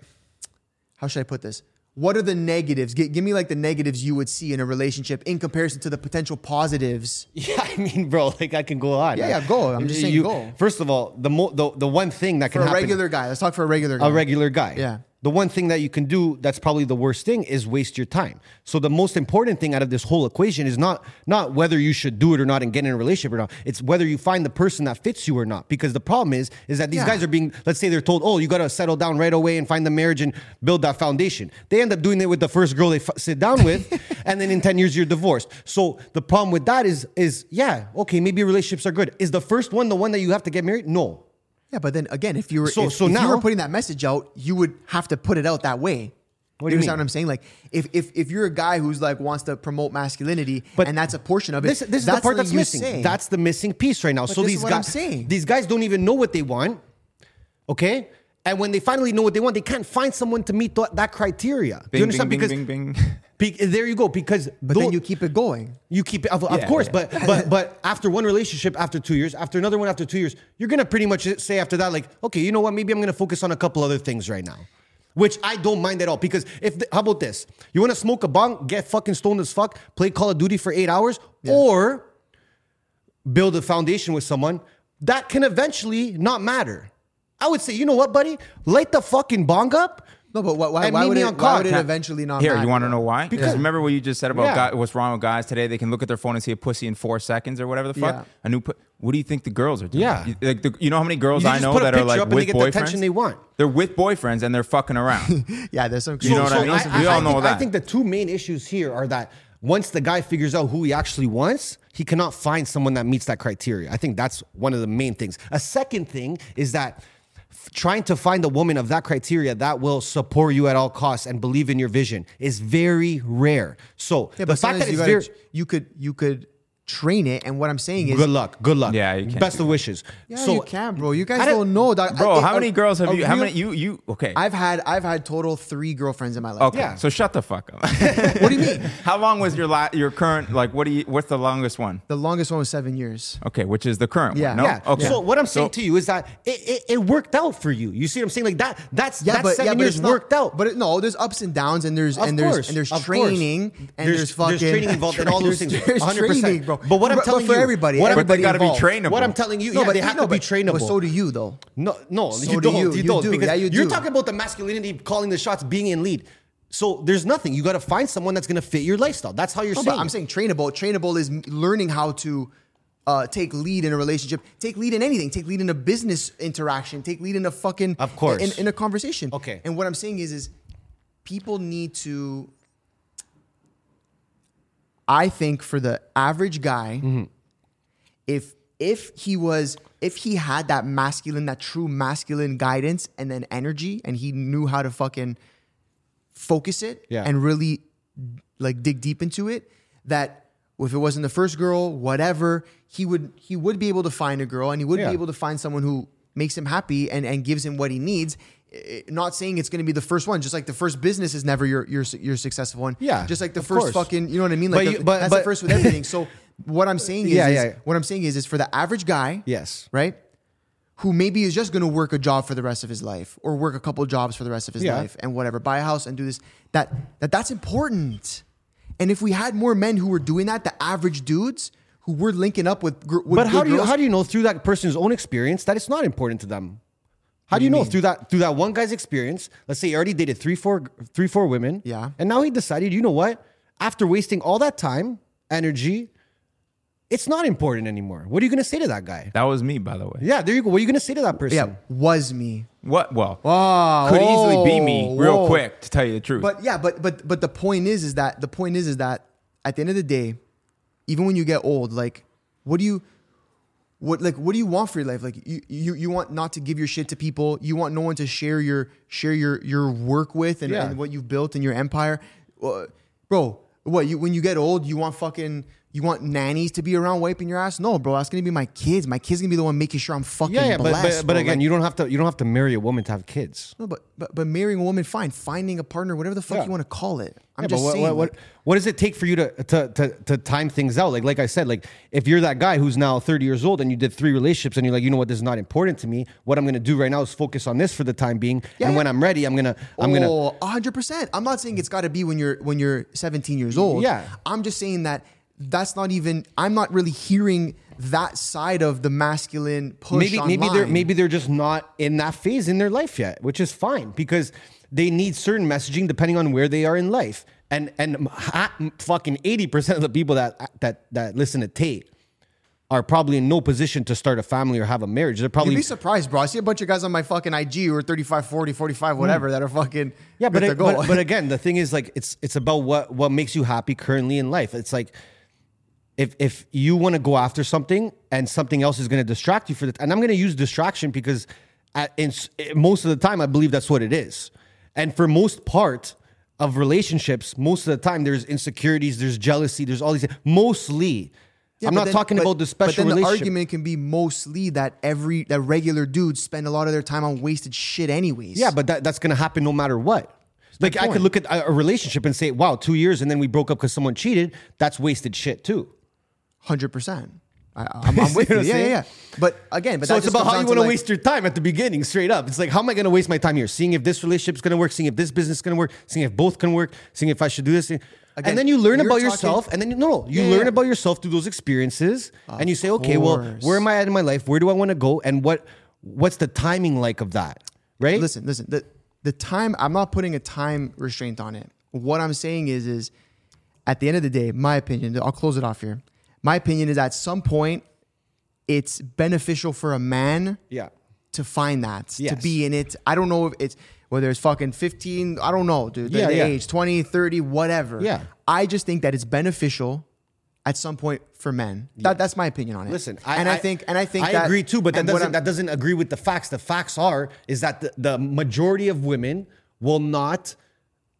[SPEAKER 1] how should I put this? What are the negatives? Gi- give me like the negatives you would see in a relationship in comparison to the potential positives.
[SPEAKER 4] [LAUGHS] Yeah, I mean, bro, like I can go on.
[SPEAKER 1] Yeah, yeah, go. I'm just saying
[SPEAKER 4] You-
[SPEAKER 1] go.
[SPEAKER 4] First of all, the mo- the, the one thing that
[SPEAKER 1] For
[SPEAKER 4] can
[SPEAKER 1] a
[SPEAKER 4] happen
[SPEAKER 1] regular guy, let's talk for a regular guy.
[SPEAKER 4] a regular guy.
[SPEAKER 1] Yeah.
[SPEAKER 4] The one thing that you can do that's probably the worst thing is waste your time. So the most important thing out of this whole equation is not not whether you should do it or not and get in a relationship or not. It's whether you find the person that fits you or not. Because the problem is is that these
[SPEAKER 1] Yeah.
[SPEAKER 4] guys are being let's say they're told, "Oh, you got to settle down right away and find the marriage and build that foundation." They end up doing it with the first girl they f- sit down with and then in 10 years you're divorced. So the problem with that is is yeah, okay, maybe relationships are good. Is the first one the one that you have to get married? No.
[SPEAKER 1] Yeah, but then again, if you were
[SPEAKER 4] So-
[SPEAKER 1] if,
[SPEAKER 4] so
[SPEAKER 1] if you were
[SPEAKER 4] now-
[SPEAKER 1] putting that mage out, you would have to put it out that way.
[SPEAKER 4] What
[SPEAKER 1] you
[SPEAKER 4] do
[SPEAKER 1] understand
[SPEAKER 4] you mean?
[SPEAKER 1] what I'm saying? Like if if if you're a guy who's like wants to promote masculinity
[SPEAKER 4] But
[SPEAKER 1] and that's a portion of it,
[SPEAKER 4] This, this is the
[SPEAKER 1] that's
[SPEAKER 4] part
[SPEAKER 1] what
[SPEAKER 4] that's
[SPEAKER 1] you're
[SPEAKER 4] missing.
[SPEAKER 1] saying.
[SPEAKER 4] That's the missing piece right now. so
[SPEAKER 1] this is
[SPEAKER 4] these
[SPEAKER 1] what I'm
[SPEAKER 4] guys,
[SPEAKER 1] saying.
[SPEAKER 4] these guys don't even know what they want. Okay, and when they finally know what they want, they can't find someone to meet th- that criteria. Do
[SPEAKER 5] Bing,
[SPEAKER 4] you understand?
[SPEAKER 5] bing,
[SPEAKER 4] because
[SPEAKER 5] bing, bing,
[SPEAKER 4] [LAUGHS]
[SPEAKER 5] bing.
[SPEAKER 4] be- there you go. Because
[SPEAKER 1] but then you keep it
[SPEAKER 4] [LAUGHS]
[SPEAKER 1] going.
[SPEAKER 4] you keep it of, of
[SPEAKER 5] Yeah,
[SPEAKER 4] course,
[SPEAKER 5] yeah.
[SPEAKER 4] but but but after one relationship, after two years, after another one, after two years, you're gonna pretty much say after that, like, okay, you know what? Maybe I'm gonna focus on a couple other things right now, which I don't mind at all. Because if the, how about this? You want to smoke a bong, get fucking stoned as fuck, play Call of Duty for eight hours, or build a foundation with someone that can eventually not matter. I would say, you know what, buddy, light the fucking bong up.
[SPEAKER 1] No, but why why,
[SPEAKER 4] And
[SPEAKER 1] why,
[SPEAKER 4] meet
[SPEAKER 1] would,
[SPEAKER 4] me
[SPEAKER 1] it,
[SPEAKER 4] on
[SPEAKER 1] why would it
[SPEAKER 4] cock.
[SPEAKER 1] eventually not
[SPEAKER 5] Here,
[SPEAKER 1] matter?
[SPEAKER 5] you want to know why? Because
[SPEAKER 4] Because-
[SPEAKER 5] remember what you just said about
[SPEAKER 4] Yeah.
[SPEAKER 5] guy, what's wrong with guys today? They can look at their phone and see a pussy in four seconds or whatever the fuck.
[SPEAKER 1] Yeah.
[SPEAKER 5] A new. Pu- What do you think the girls are doing?
[SPEAKER 4] Yeah.
[SPEAKER 5] You- Like the, you know how many girls
[SPEAKER 4] You
[SPEAKER 5] I
[SPEAKER 4] just
[SPEAKER 5] know
[SPEAKER 4] put a
[SPEAKER 5] that are
[SPEAKER 4] picture
[SPEAKER 5] like
[SPEAKER 4] up and they
[SPEAKER 5] with
[SPEAKER 4] get the
[SPEAKER 5] boyfriends.
[SPEAKER 4] attention they want.
[SPEAKER 5] They're with boyfriends and they're fucking around.
[SPEAKER 1] Yeah, there's some.
[SPEAKER 5] You know what I
[SPEAKER 1] crazy-
[SPEAKER 5] mean? We all
[SPEAKER 4] I think,
[SPEAKER 5] know that.
[SPEAKER 4] I think the two main issues here are that once the guy figures out who he actually wants, he cannot find someone that meets that criteria. I think that's one of the main things. A second thing is that f- trying to find a woman of that criteria that will support you at all costs and believe in your vision is very rare. So
[SPEAKER 1] Yeah,
[SPEAKER 4] the
[SPEAKER 1] but
[SPEAKER 4] fact that
[SPEAKER 1] you,
[SPEAKER 4] it's
[SPEAKER 1] gotta-
[SPEAKER 4] very
[SPEAKER 1] you could you could train it, and what I'm saying is,
[SPEAKER 4] good luck, good luck.
[SPEAKER 5] Yeah, you can't
[SPEAKER 4] best
[SPEAKER 5] do
[SPEAKER 4] of wishes.
[SPEAKER 1] yeah,
[SPEAKER 4] so
[SPEAKER 1] you can, bro. You
[SPEAKER 4] [LAUGHS] I oh,
[SPEAKER 1] guys
[SPEAKER 4] don't-
[SPEAKER 1] don't know, dog. I
[SPEAKER 5] Bro,
[SPEAKER 1] think
[SPEAKER 5] how
[SPEAKER 1] a-
[SPEAKER 5] many girls have
[SPEAKER 1] a
[SPEAKER 5] you? How
[SPEAKER 1] real-
[SPEAKER 5] many you you? Okay.
[SPEAKER 1] I've had I've had total three girlfriends in my life.
[SPEAKER 5] okay.
[SPEAKER 4] yeah.
[SPEAKER 5] So shut the fuck up. [LAUGHS] what do you
[SPEAKER 4] [LAUGHS]
[SPEAKER 5] mean? How long was your la- your current like? What do you? What's the longest one?
[SPEAKER 1] The longest one was seven years.
[SPEAKER 5] Okay, which is the current
[SPEAKER 1] Yeah.
[SPEAKER 5] one? No?
[SPEAKER 4] Yeah.
[SPEAKER 5] Oh, Okay.
[SPEAKER 4] So what I'm saying
[SPEAKER 5] So-
[SPEAKER 4] to you is that it, it, it worked out for you. You see what I'm saying? Like that that's
[SPEAKER 1] Yeah,
[SPEAKER 4] that
[SPEAKER 1] but yeah, but
[SPEAKER 4] seven years
[SPEAKER 1] it's not-
[SPEAKER 4] worked out.
[SPEAKER 1] But it, no, there's ups and downs, and there's
[SPEAKER 4] Of
[SPEAKER 1] and there's
[SPEAKER 4] course,
[SPEAKER 1] and there's
[SPEAKER 4] of course.
[SPEAKER 1] training and there's, fucking
[SPEAKER 4] there's training
[SPEAKER 1] [LAUGHS]
[SPEAKER 4] involved and all those things.
[SPEAKER 1] There's
[SPEAKER 4] 100%.
[SPEAKER 1] training, bro.
[SPEAKER 4] But what I'm
[SPEAKER 1] But- but
[SPEAKER 4] telling
[SPEAKER 1] for
[SPEAKER 4] you,
[SPEAKER 1] everybody,
[SPEAKER 4] what I'm-
[SPEAKER 5] but they got to be
[SPEAKER 1] involved.
[SPEAKER 5] trainable.
[SPEAKER 4] What I'm telling you,
[SPEAKER 1] No,
[SPEAKER 4] yeah,
[SPEAKER 1] but
[SPEAKER 4] they have
[SPEAKER 1] no,
[SPEAKER 4] to be
[SPEAKER 1] but- But so
[SPEAKER 4] trainable.
[SPEAKER 1] do you, though.
[SPEAKER 4] no, no,
[SPEAKER 1] So
[SPEAKER 4] you
[SPEAKER 1] do
[SPEAKER 4] don't.
[SPEAKER 1] you.
[SPEAKER 4] You,
[SPEAKER 1] You
[SPEAKER 4] don't.
[SPEAKER 1] do.
[SPEAKER 4] Because
[SPEAKER 1] Yeah, you
[SPEAKER 4] you're
[SPEAKER 1] do.
[SPEAKER 4] talking about the masculinity calling the shots, being in lead. So there's nothing. You got to find someone that's going to fit your lifestyle. That's how you're
[SPEAKER 1] No,
[SPEAKER 4] saying.
[SPEAKER 1] but I'm
[SPEAKER 4] it.
[SPEAKER 1] saying trainable. Trainable is learning how to uh, take lead in a relationship, take lead in anything, take lead in a business interaction, take lead in a fucking
[SPEAKER 4] Of course.
[SPEAKER 1] in, in a conversation.
[SPEAKER 4] Okay.
[SPEAKER 1] And what I'm saying is, is people need to. I think for the average guy,
[SPEAKER 4] Mm-hmm.
[SPEAKER 1] if if he was if he had that masculine, that true masculine guidance and then energy, and he knew how to fucking focus it
[SPEAKER 4] Yeah.
[SPEAKER 1] and really like dig deep into it that if it wasn't the first girl whatever he would he would be able to find a girl and he would
[SPEAKER 4] Yeah.
[SPEAKER 1] be able to find someone who makes him happy and and gives him what he needs I- I- not saying it's going to be the first one just like the first business is never your your su- your successful one
[SPEAKER 4] Yeah,
[SPEAKER 1] just like the
[SPEAKER 4] of
[SPEAKER 1] first
[SPEAKER 4] course.
[SPEAKER 1] fucking you know what i mean
[SPEAKER 4] But
[SPEAKER 1] like
[SPEAKER 4] you-
[SPEAKER 1] the,
[SPEAKER 4] but-
[SPEAKER 1] that's the
[SPEAKER 4] but-
[SPEAKER 1] first with everything
[SPEAKER 4] [LAUGHS]
[SPEAKER 1] so what i'm saying is,
[SPEAKER 4] Yeah,
[SPEAKER 1] is-
[SPEAKER 4] yeah.
[SPEAKER 1] what i'm saying is is for the average guy
[SPEAKER 4] Yes.
[SPEAKER 1] right who maybe is just going to work a job for the rest of his life or work a couple jobs for the rest of his
[SPEAKER 4] Yeah.
[SPEAKER 1] life and whatever buy a house and do this that, that that's important and if we had more men who were doing that the average dudes who were linking up with, gr- with
[SPEAKER 4] But how
[SPEAKER 1] good
[SPEAKER 4] do you
[SPEAKER 1] girls,
[SPEAKER 4] how do you know through that person's own experience that it's not important to them? How do you know through that through that one guy's experience? Let's say he already dated three four three four women.
[SPEAKER 1] Yeah.
[SPEAKER 4] and now he decided, you know what? After wasting all that time, energy, it's not important anymore. What are you going to say to that guy?
[SPEAKER 5] that was me, by the way.
[SPEAKER 4] Yeah, there you go. What are you going to say to that person?
[SPEAKER 1] yeah was me
[SPEAKER 5] What? Well,
[SPEAKER 1] Wow,
[SPEAKER 5] could easily be me
[SPEAKER 1] whoa,
[SPEAKER 5] real
[SPEAKER 1] whoa.
[SPEAKER 5] quick to tell you the truth.
[SPEAKER 1] But yeah, but but but the point is, is that the point is, is that at the end of the day, even when you get old, like, what do you, what like, what do you want for your life? Like, you you you want not to give your shit to people. You want no one to share your share your your work with and,
[SPEAKER 4] Yeah.
[SPEAKER 1] and what you've built and your empire, Uh, bro. What you when you get old, you want fucking. You want nannies to be around wiping your ass? No, bro. That's gonna be my kids. My kids gonna be the one making sure I'm fucking
[SPEAKER 4] yeah, yeah. But,
[SPEAKER 1] blessed.
[SPEAKER 4] but, but
[SPEAKER 1] bro.
[SPEAKER 4] again,
[SPEAKER 1] Like,
[SPEAKER 4] you don't have to you don't have to marry a woman to have kids.
[SPEAKER 1] no, but, but but marrying a woman, fine. Finding a partner, whatever the fuck
[SPEAKER 4] Yeah.
[SPEAKER 1] you want to call it. I'm
[SPEAKER 4] Yeah,
[SPEAKER 1] just
[SPEAKER 4] but what,
[SPEAKER 1] saying.
[SPEAKER 4] what, what,
[SPEAKER 1] like-
[SPEAKER 4] what does it take for you to, to to to time things out? Like like I said, like if you're that guy who's now 30 years old and you did three relationships and you're like, you know what, this is not important to me. What I'm gonna do right now is focus on this for the time being.
[SPEAKER 1] Yeah,
[SPEAKER 4] and when
[SPEAKER 1] yeah.
[SPEAKER 4] I'm ready, I'm gonna I'm gonna
[SPEAKER 1] Oh, 100%. I'm not saying it's got to be when you're when you're 17 years old.
[SPEAKER 4] Yeah.
[SPEAKER 1] I'm just saying that that's not even I'm not really hearing that side of the masculine push
[SPEAKER 4] maybe maybe they're
[SPEAKER 1] online.
[SPEAKER 4] maybe they're just not in that phase in their life yet, which is fine because they need certain messaging depending on where they are in life. And and ha- fucking 80% of the people that that that listen to Tate are probably in no position to start a family or have a marriage. They're probably
[SPEAKER 1] You'd be surprised, bro. I see a bunch of guys on my fucking IG who are 35, 40, 45, whatever, that are fucking
[SPEAKER 4] Hmm. Yeah, but,
[SPEAKER 1] good to
[SPEAKER 4] it-
[SPEAKER 1] go. [LAUGHS]
[SPEAKER 4] but but again, the thing is like it's it's about what what makes you happy currently in life. It's like if if you want to go after something and something else is going to distract you for the and I'm going to use distraction because at, in, s- eh, most of the time I believe that's what it is. And for most part of relationships, most of the time there's insecurities, there's jealousy, there's all these mostly
[SPEAKER 1] Yeah, but
[SPEAKER 4] I'm not
[SPEAKER 1] then-
[SPEAKER 4] talking
[SPEAKER 1] but-
[SPEAKER 4] about the special
[SPEAKER 1] But then
[SPEAKER 4] relationship.
[SPEAKER 1] the argument can be mostly that every that regular dudes spend a lot of their time on wasted shit anyways.
[SPEAKER 4] Yeah, but that, that's going to happen no matter what. Like I could
[SPEAKER 1] point.
[SPEAKER 4] look at a a relationship and say, "Wow, two years, and then we broke up because someone cheated." That's wasted shit too.
[SPEAKER 1] hundred percent.
[SPEAKER 4] [LAUGHS]
[SPEAKER 1] I'm, I'm with
[SPEAKER 4] See
[SPEAKER 1] you.
[SPEAKER 4] what I'm
[SPEAKER 1] Yeah, yeah,
[SPEAKER 4] saying?
[SPEAKER 1] yeah. But again, but
[SPEAKER 4] so
[SPEAKER 1] that
[SPEAKER 4] it's
[SPEAKER 1] just
[SPEAKER 4] about
[SPEAKER 1] comes down
[SPEAKER 4] how you want to
[SPEAKER 1] like-
[SPEAKER 4] waste your time at the beginning, straight up. It's like, how am I going to waste my time here? Seeing if this relationship's going to work, seeing if this business is going to work, seeing if both can work, seeing if I should do this. thing.
[SPEAKER 1] Again,
[SPEAKER 4] and then you learn
[SPEAKER 1] you're
[SPEAKER 4] about
[SPEAKER 1] talking-
[SPEAKER 4] yourself, and then you, no, no, you
[SPEAKER 1] Yeah,
[SPEAKER 4] learn
[SPEAKER 1] yeah.
[SPEAKER 4] about yourself through those experiences, and you say, okay, well,
[SPEAKER 1] course.
[SPEAKER 4] where am I at in my life? Where do I want to go? And what what's the timing like of that? Right?
[SPEAKER 1] Listen, listen. The the time I'm not putting a time restraint on it. What I'm saying is is at the end of the day, my opinion, I'll close it off here. My opinion is at some point it's beneficial for a man
[SPEAKER 4] Yeah.
[SPEAKER 1] to find that to
[SPEAKER 4] Yes.
[SPEAKER 1] be in it i don't know if it's whether it's fucking 15 i don't know dude the,
[SPEAKER 4] Yeah,
[SPEAKER 1] the
[SPEAKER 4] yeah.
[SPEAKER 1] age 20 30 whatever
[SPEAKER 4] Yeah.
[SPEAKER 1] i just think that it's beneficial at some point for men that, that's my opinion on it
[SPEAKER 4] Listen,
[SPEAKER 1] I,
[SPEAKER 4] I,
[SPEAKER 1] and i, think and i think
[SPEAKER 4] I
[SPEAKER 1] that,
[SPEAKER 4] agree too, but that
[SPEAKER 1] and what
[SPEAKER 4] doesn't
[SPEAKER 1] I'm-
[SPEAKER 4] that doesn't agree with the facts. The facts are is that the, the majority of women will not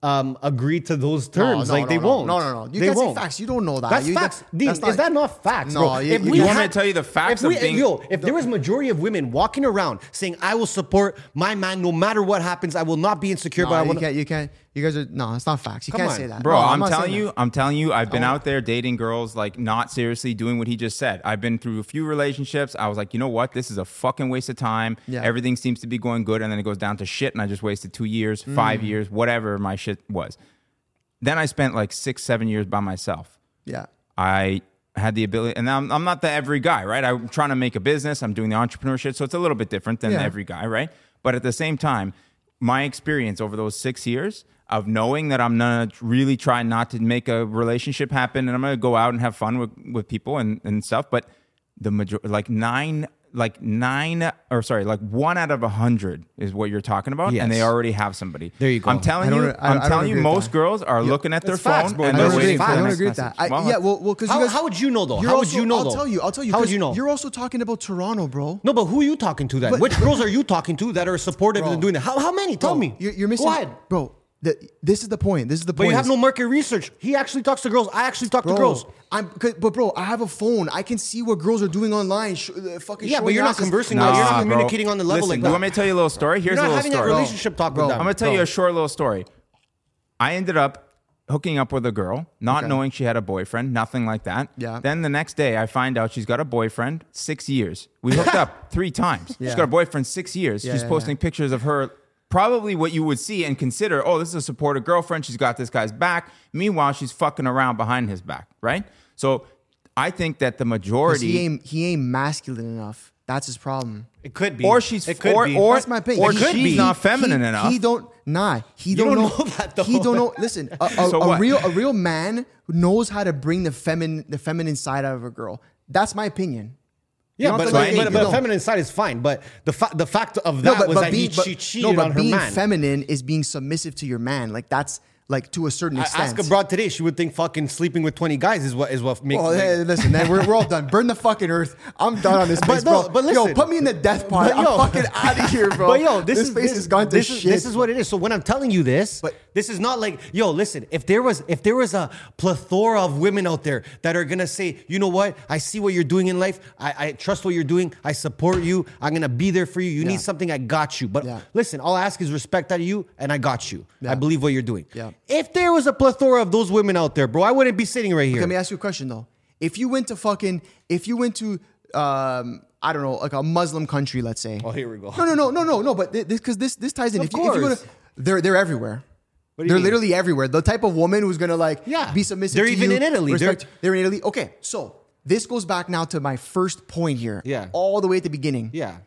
[SPEAKER 4] um, agree to those terms.
[SPEAKER 1] no,
[SPEAKER 4] like
[SPEAKER 1] no,
[SPEAKER 4] they
[SPEAKER 1] no.
[SPEAKER 4] won't.
[SPEAKER 1] No, no, no. You
[SPEAKER 4] They
[SPEAKER 1] can't say
[SPEAKER 4] won't.
[SPEAKER 1] facts. You don't know that.
[SPEAKER 4] That's
[SPEAKER 1] You-
[SPEAKER 4] facts.
[SPEAKER 1] that-
[SPEAKER 4] Dean,
[SPEAKER 1] that's not-
[SPEAKER 4] is that not facts?
[SPEAKER 1] No,
[SPEAKER 4] bro?
[SPEAKER 1] you- you-
[SPEAKER 5] You want me
[SPEAKER 4] had-
[SPEAKER 5] to tell you the facts
[SPEAKER 4] if we,
[SPEAKER 5] of being-
[SPEAKER 4] Yo, if there was majority of women walking around saying, "I will support my man no matter what happens. I will not be insecure, but I
[SPEAKER 1] no, you
[SPEAKER 4] will." not-"
[SPEAKER 1] can't you can't you guys are no it's not facts you
[SPEAKER 4] Come
[SPEAKER 1] can't
[SPEAKER 4] on.
[SPEAKER 1] say that
[SPEAKER 5] Bro,
[SPEAKER 1] No,
[SPEAKER 5] I'm,
[SPEAKER 1] not saying
[SPEAKER 5] telling
[SPEAKER 1] that. Oh.
[SPEAKER 5] you, I'm telling you, I've been out there dating girls, like not seriously doing what he just said. I've been through a few relationships. I was like, you know what? This is a fucking waste of time.
[SPEAKER 1] Yeah.
[SPEAKER 5] Everything seems to be going good, and then it goes down to shit, and I just wasted two years, five
[SPEAKER 1] Mm.
[SPEAKER 5] years, whatever my shit was. Then I spent like six, seven years by myself.
[SPEAKER 1] yeah
[SPEAKER 5] I had the ability, and I'm, I'm not the every guy, right? I'm trying to make a business. I'm doing the entrepreneurship, so it's a little bit different than
[SPEAKER 1] Yeah.
[SPEAKER 5] every guy, right? But at the same time, my experience over those six years of knowing that I'm gonna really try not to make a relationship happen, and I'm gonna go out and have fun with, with people and, and stuff, but the major like nine like nine or sorry like one out of a hundred is what you're talking about and
[SPEAKER 4] Yes.
[SPEAKER 5] they already have somebody
[SPEAKER 4] There you go.
[SPEAKER 5] i'm telling
[SPEAKER 1] I don't-
[SPEAKER 5] you
[SPEAKER 1] I- I
[SPEAKER 5] i'm
[SPEAKER 1] don't
[SPEAKER 5] telling you
[SPEAKER 1] agree with
[SPEAKER 5] most
[SPEAKER 1] that.
[SPEAKER 5] girls are looking at their
[SPEAKER 4] It's facts,
[SPEAKER 5] phone
[SPEAKER 4] bro.
[SPEAKER 5] and
[SPEAKER 1] I
[SPEAKER 4] They're
[SPEAKER 5] they're
[SPEAKER 1] don't agree.
[SPEAKER 5] waiting for
[SPEAKER 1] I
[SPEAKER 5] the
[SPEAKER 1] don't
[SPEAKER 5] next
[SPEAKER 1] agree with that.
[SPEAKER 5] message.
[SPEAKER 1] I,
[SPEAKER 5] Well,
[SPEAKER 1] yeah, well, well, because
[SPEAKER 4] How-
[SPEAKER 1] you guys,
[SPEAKER 4] how would you know, though?
[SPEAKER 1] you're
[SPEAKER 4] How would
[SPEAKER 1] also-
[SPEAKER 4] you know,
[SPEAKER 1] I'll
[SPEAKER 4] though?
[SPEAKER 1] tell you. I'll tell you.
[SPEAKER 4] How would
[SPEAKER 1] 'cause
[SPEAKER 4] you know?
[SPEAKER 1] You're also talking about Toronto, bro.
[SPEAKER 4] No, but who are you talking to then?
[SPEAKER 1] But-
[SPEAKER 4] Which girls are you talking to that are supportive
[SPEAKER 1] Bro.
[SPEAKER 4] in doing that? How, how many? Tell
[SPEAKER 1] Bro,
[SPEAKER 4] me.
[SPEAKER 1] You're, you're missing,
[SPEAKER 4] Go ahead.
[SPEAKER 1] bro. The, this is the point. This is the
[SPEAKER 4] But
[SPEAKER 1] point.
[SPEAKER 4] you have
[SPEAKER 1] is-
[SPEAKER 4] no market research. He actually talks to girls. I actually talk
[SPEAKER 1] bro,
[SPEAKER 4] to girls.
[SPEAKER 1] I'm, 'cause- but bro, I have a phone. I can see what girls are doing online. Sh- uh, fucking
[SPEAKER 4] Yeah, but
[SPEAKER 1] showing
[SPEAKER 4] you're not
[SPEAKER 1] asses.
[SPEAKER 4] conversing with- Nah, you're not
[SPEAKER 5] bro.
[SPEAKER 4] communicating on the level
[SPEAKER 5] Listen,
[SPEAKER 4] like that.
[SPEAKER 5] You want me to tell you a little story? Here's
[SPEAKER 4] You're
[SPEAKER 5] a
[SPEAKER 4] not
[SPEAKER 5] little
[SPEAKER 4] having
[SPEAKER 5] story.
[SPEAKER 4] that relationship talk
[SPEAKER 1] Bro,
[SPEAKER 4] with them.
[SPEAKER 5] I'm gonna tell you a short little story. I ended up hooking up with a girl, not
[SPEAKER 1] Okay.
[SPEAKER 5] knowing she had a boyfriend, nothing like that.
[SPEAKER 1] Yeah.
[SPEAKER 5] Then the next day, I find out she's got a boyfriend. Six years. We
[SPEAKER 4] [LAUGHS]
[SPEAKER 5] hooked up three times.
[SPEAKER 1] Yeah.
[SPEAKER 5] She's got a boyfriend six years.
[SPEAKER 1] Yeah,
[SPEAKER 5] she's
[SPEAKER 1] yeah,
[SPEAKER 5] posting pictures of her. Probably what you would see and consider, oh, this is a supportive girlfriend. She's got this guy's back. Meanwhile, she's fucking around behind his back, right? So I think that the
[SPEAKER 1] 'Cause
[SPEAKER 5] majority.
[SPEAKER 1] He ain't, he ain't masculine enough. That's his problem.
[SPEAKER 4] It could be.
[SPEAKER 5] or she's
[SPEAKER 4] It could
[SPEAKER 5] or,
[SPEAKER 4] be.
[SPEAKER 5] or
[SPEAKER 1] That's my opinion.
[SPEAKER 5] or
[SPEAKER 1] He-
[SPEAKER 5] she's
[SPEAKER 1] he-
[SPEAKER 5] not feminine
[SPEAKER 1] he-
[SPEAKER 5] enough.
[SPEAKER 1] He don't nah. He don't,
[SPEAKER 4] don't
[SPEAKER 1] know,
[SPEAKER 4] know that, though.
[SPEAKER 1] He don't know. Listen, a, a,
[SPEAKER 5] So
[SPEAKER 1] a
[SPEAKER 5] what?
[SPEAKER 1] real a real man knows how to bring the feminine the feminine side out of a girl. That's my opinion. You
[SPEAKER 4] yeah,
[SPEAKER 1] don't
[SPEAKER 4] but,
[SPEAKER 1] have to
[SPEAKER 4] but,
[SPEAKER 1] like it,
[SPEAKER 4] but,
[SPEAKER 1] you
[SPEAKER 4] but
[SPEAKER 1] don't.
[SPEAKER 4] feminine side is fine. But the fa- the fact of that was that he,
[SPEAKER 1] but-
[SPEAKER 4] she
[SPEAKER 1] no,
[SPEAKER 4] cheated
[SPEAKER 1] but
[SPEAKER 4] on her
[SPEAKER 1] being
[SPEAKER 4] man.
[SPEAKER 1] feminine is being submissive to your man. Like that's like to a certain
[SPEAKER 4] I-
[SPEAKER 1] extent.
[SPEAKER 4] ask a broad today, she would think fucking sleeping with twenty guys is what is what makes.
[SPEAKER 1] Oh, hey, listen, man, we're, we're all done. Burn the fucking earth. I'm done on this
[SPEAKER 4] But
[SPEAKER 1] space,
[SPEAKER 4] no,
[SPEAKER 1] bro.
[SPEAKER 4] but
[SPEAKER 1] yo,
[SPEAKER 4] listen.
[SPEAKER 1] put me in the death pod.
[SPEAKER 4] But yo-
[SPEAKER 1] I'm [LAUGHS] fucking out of here, bro.
[SPEAKER 4] But yo, this, is
[SPEAKER 1] space
[SPEAKER 4] this,
[SPEAKER 1] has gone to
[SPEAKER 4] this
[SPEAKER 1] shit.
[SPEAKER 4] Is, this is what it is. So when I'm telling you this,
[SPEAKER 1] But-
[SPEAKER 4] this is not like yo. Listen, if there was if there was a plethora of women out there that are gonna say, you know what, I see what you're doing in life. I, I trust what you're doing. I support you. I'm gonna be there for you. You
[SPEAKER 1] Yeah.
[SPEAKER 4] need something, I got you. But
[SPEAKER 1] Yeah.
[SPEAKER 4] listen, all I ask is respect out of you, and I got you.
[SPEAKER 1] Yeah.
[SPEAKER 4] I believe what you're doing.
[SPEAKER 1] Yeah.
[SPEAKER 4] If there was a plethora of those women out there, bro, I wouldn't be sitting right here.
[SPEAKER 1] Let me ask you a question though. If you went to fucking, if you went to, um, I don't know, like a Muslim country, let's say. Oh,
[SPEAKER 4] here we go.
[SPEAKER 1] No, no, no, no, no, no. But thi- this because this this ties in.
[SPEAKER 4] Of
[SPEAKER 1] if, you, if you go to,
[SPEAKER 4] course.
[SPEAKER 1] they're they're everywhere.
[SPEAKER 4] do you
[SPEAKER 1] They're
[SPEAKER 4] mean?
[SPEAKER 1] literally everywhere. The type of woman who's gonna like
[SPEAKER 4] Yeah.
[SPEAKER 1] be submissive.
[SPEAKER 4] They're
[SPEAKER 1] to
[SPEAKER 4] even
[SPEAKER 1] you,
[SPEAKER 4] in Italy. They're-
[SPEAKER 1] respect- They're, in Italy. Okay, so this goes back now to my first point here.
[SPEAKER 4] Yeah.
[SPEAKER 1] All the way at the beginning.
[SPEAKER 4] yeah.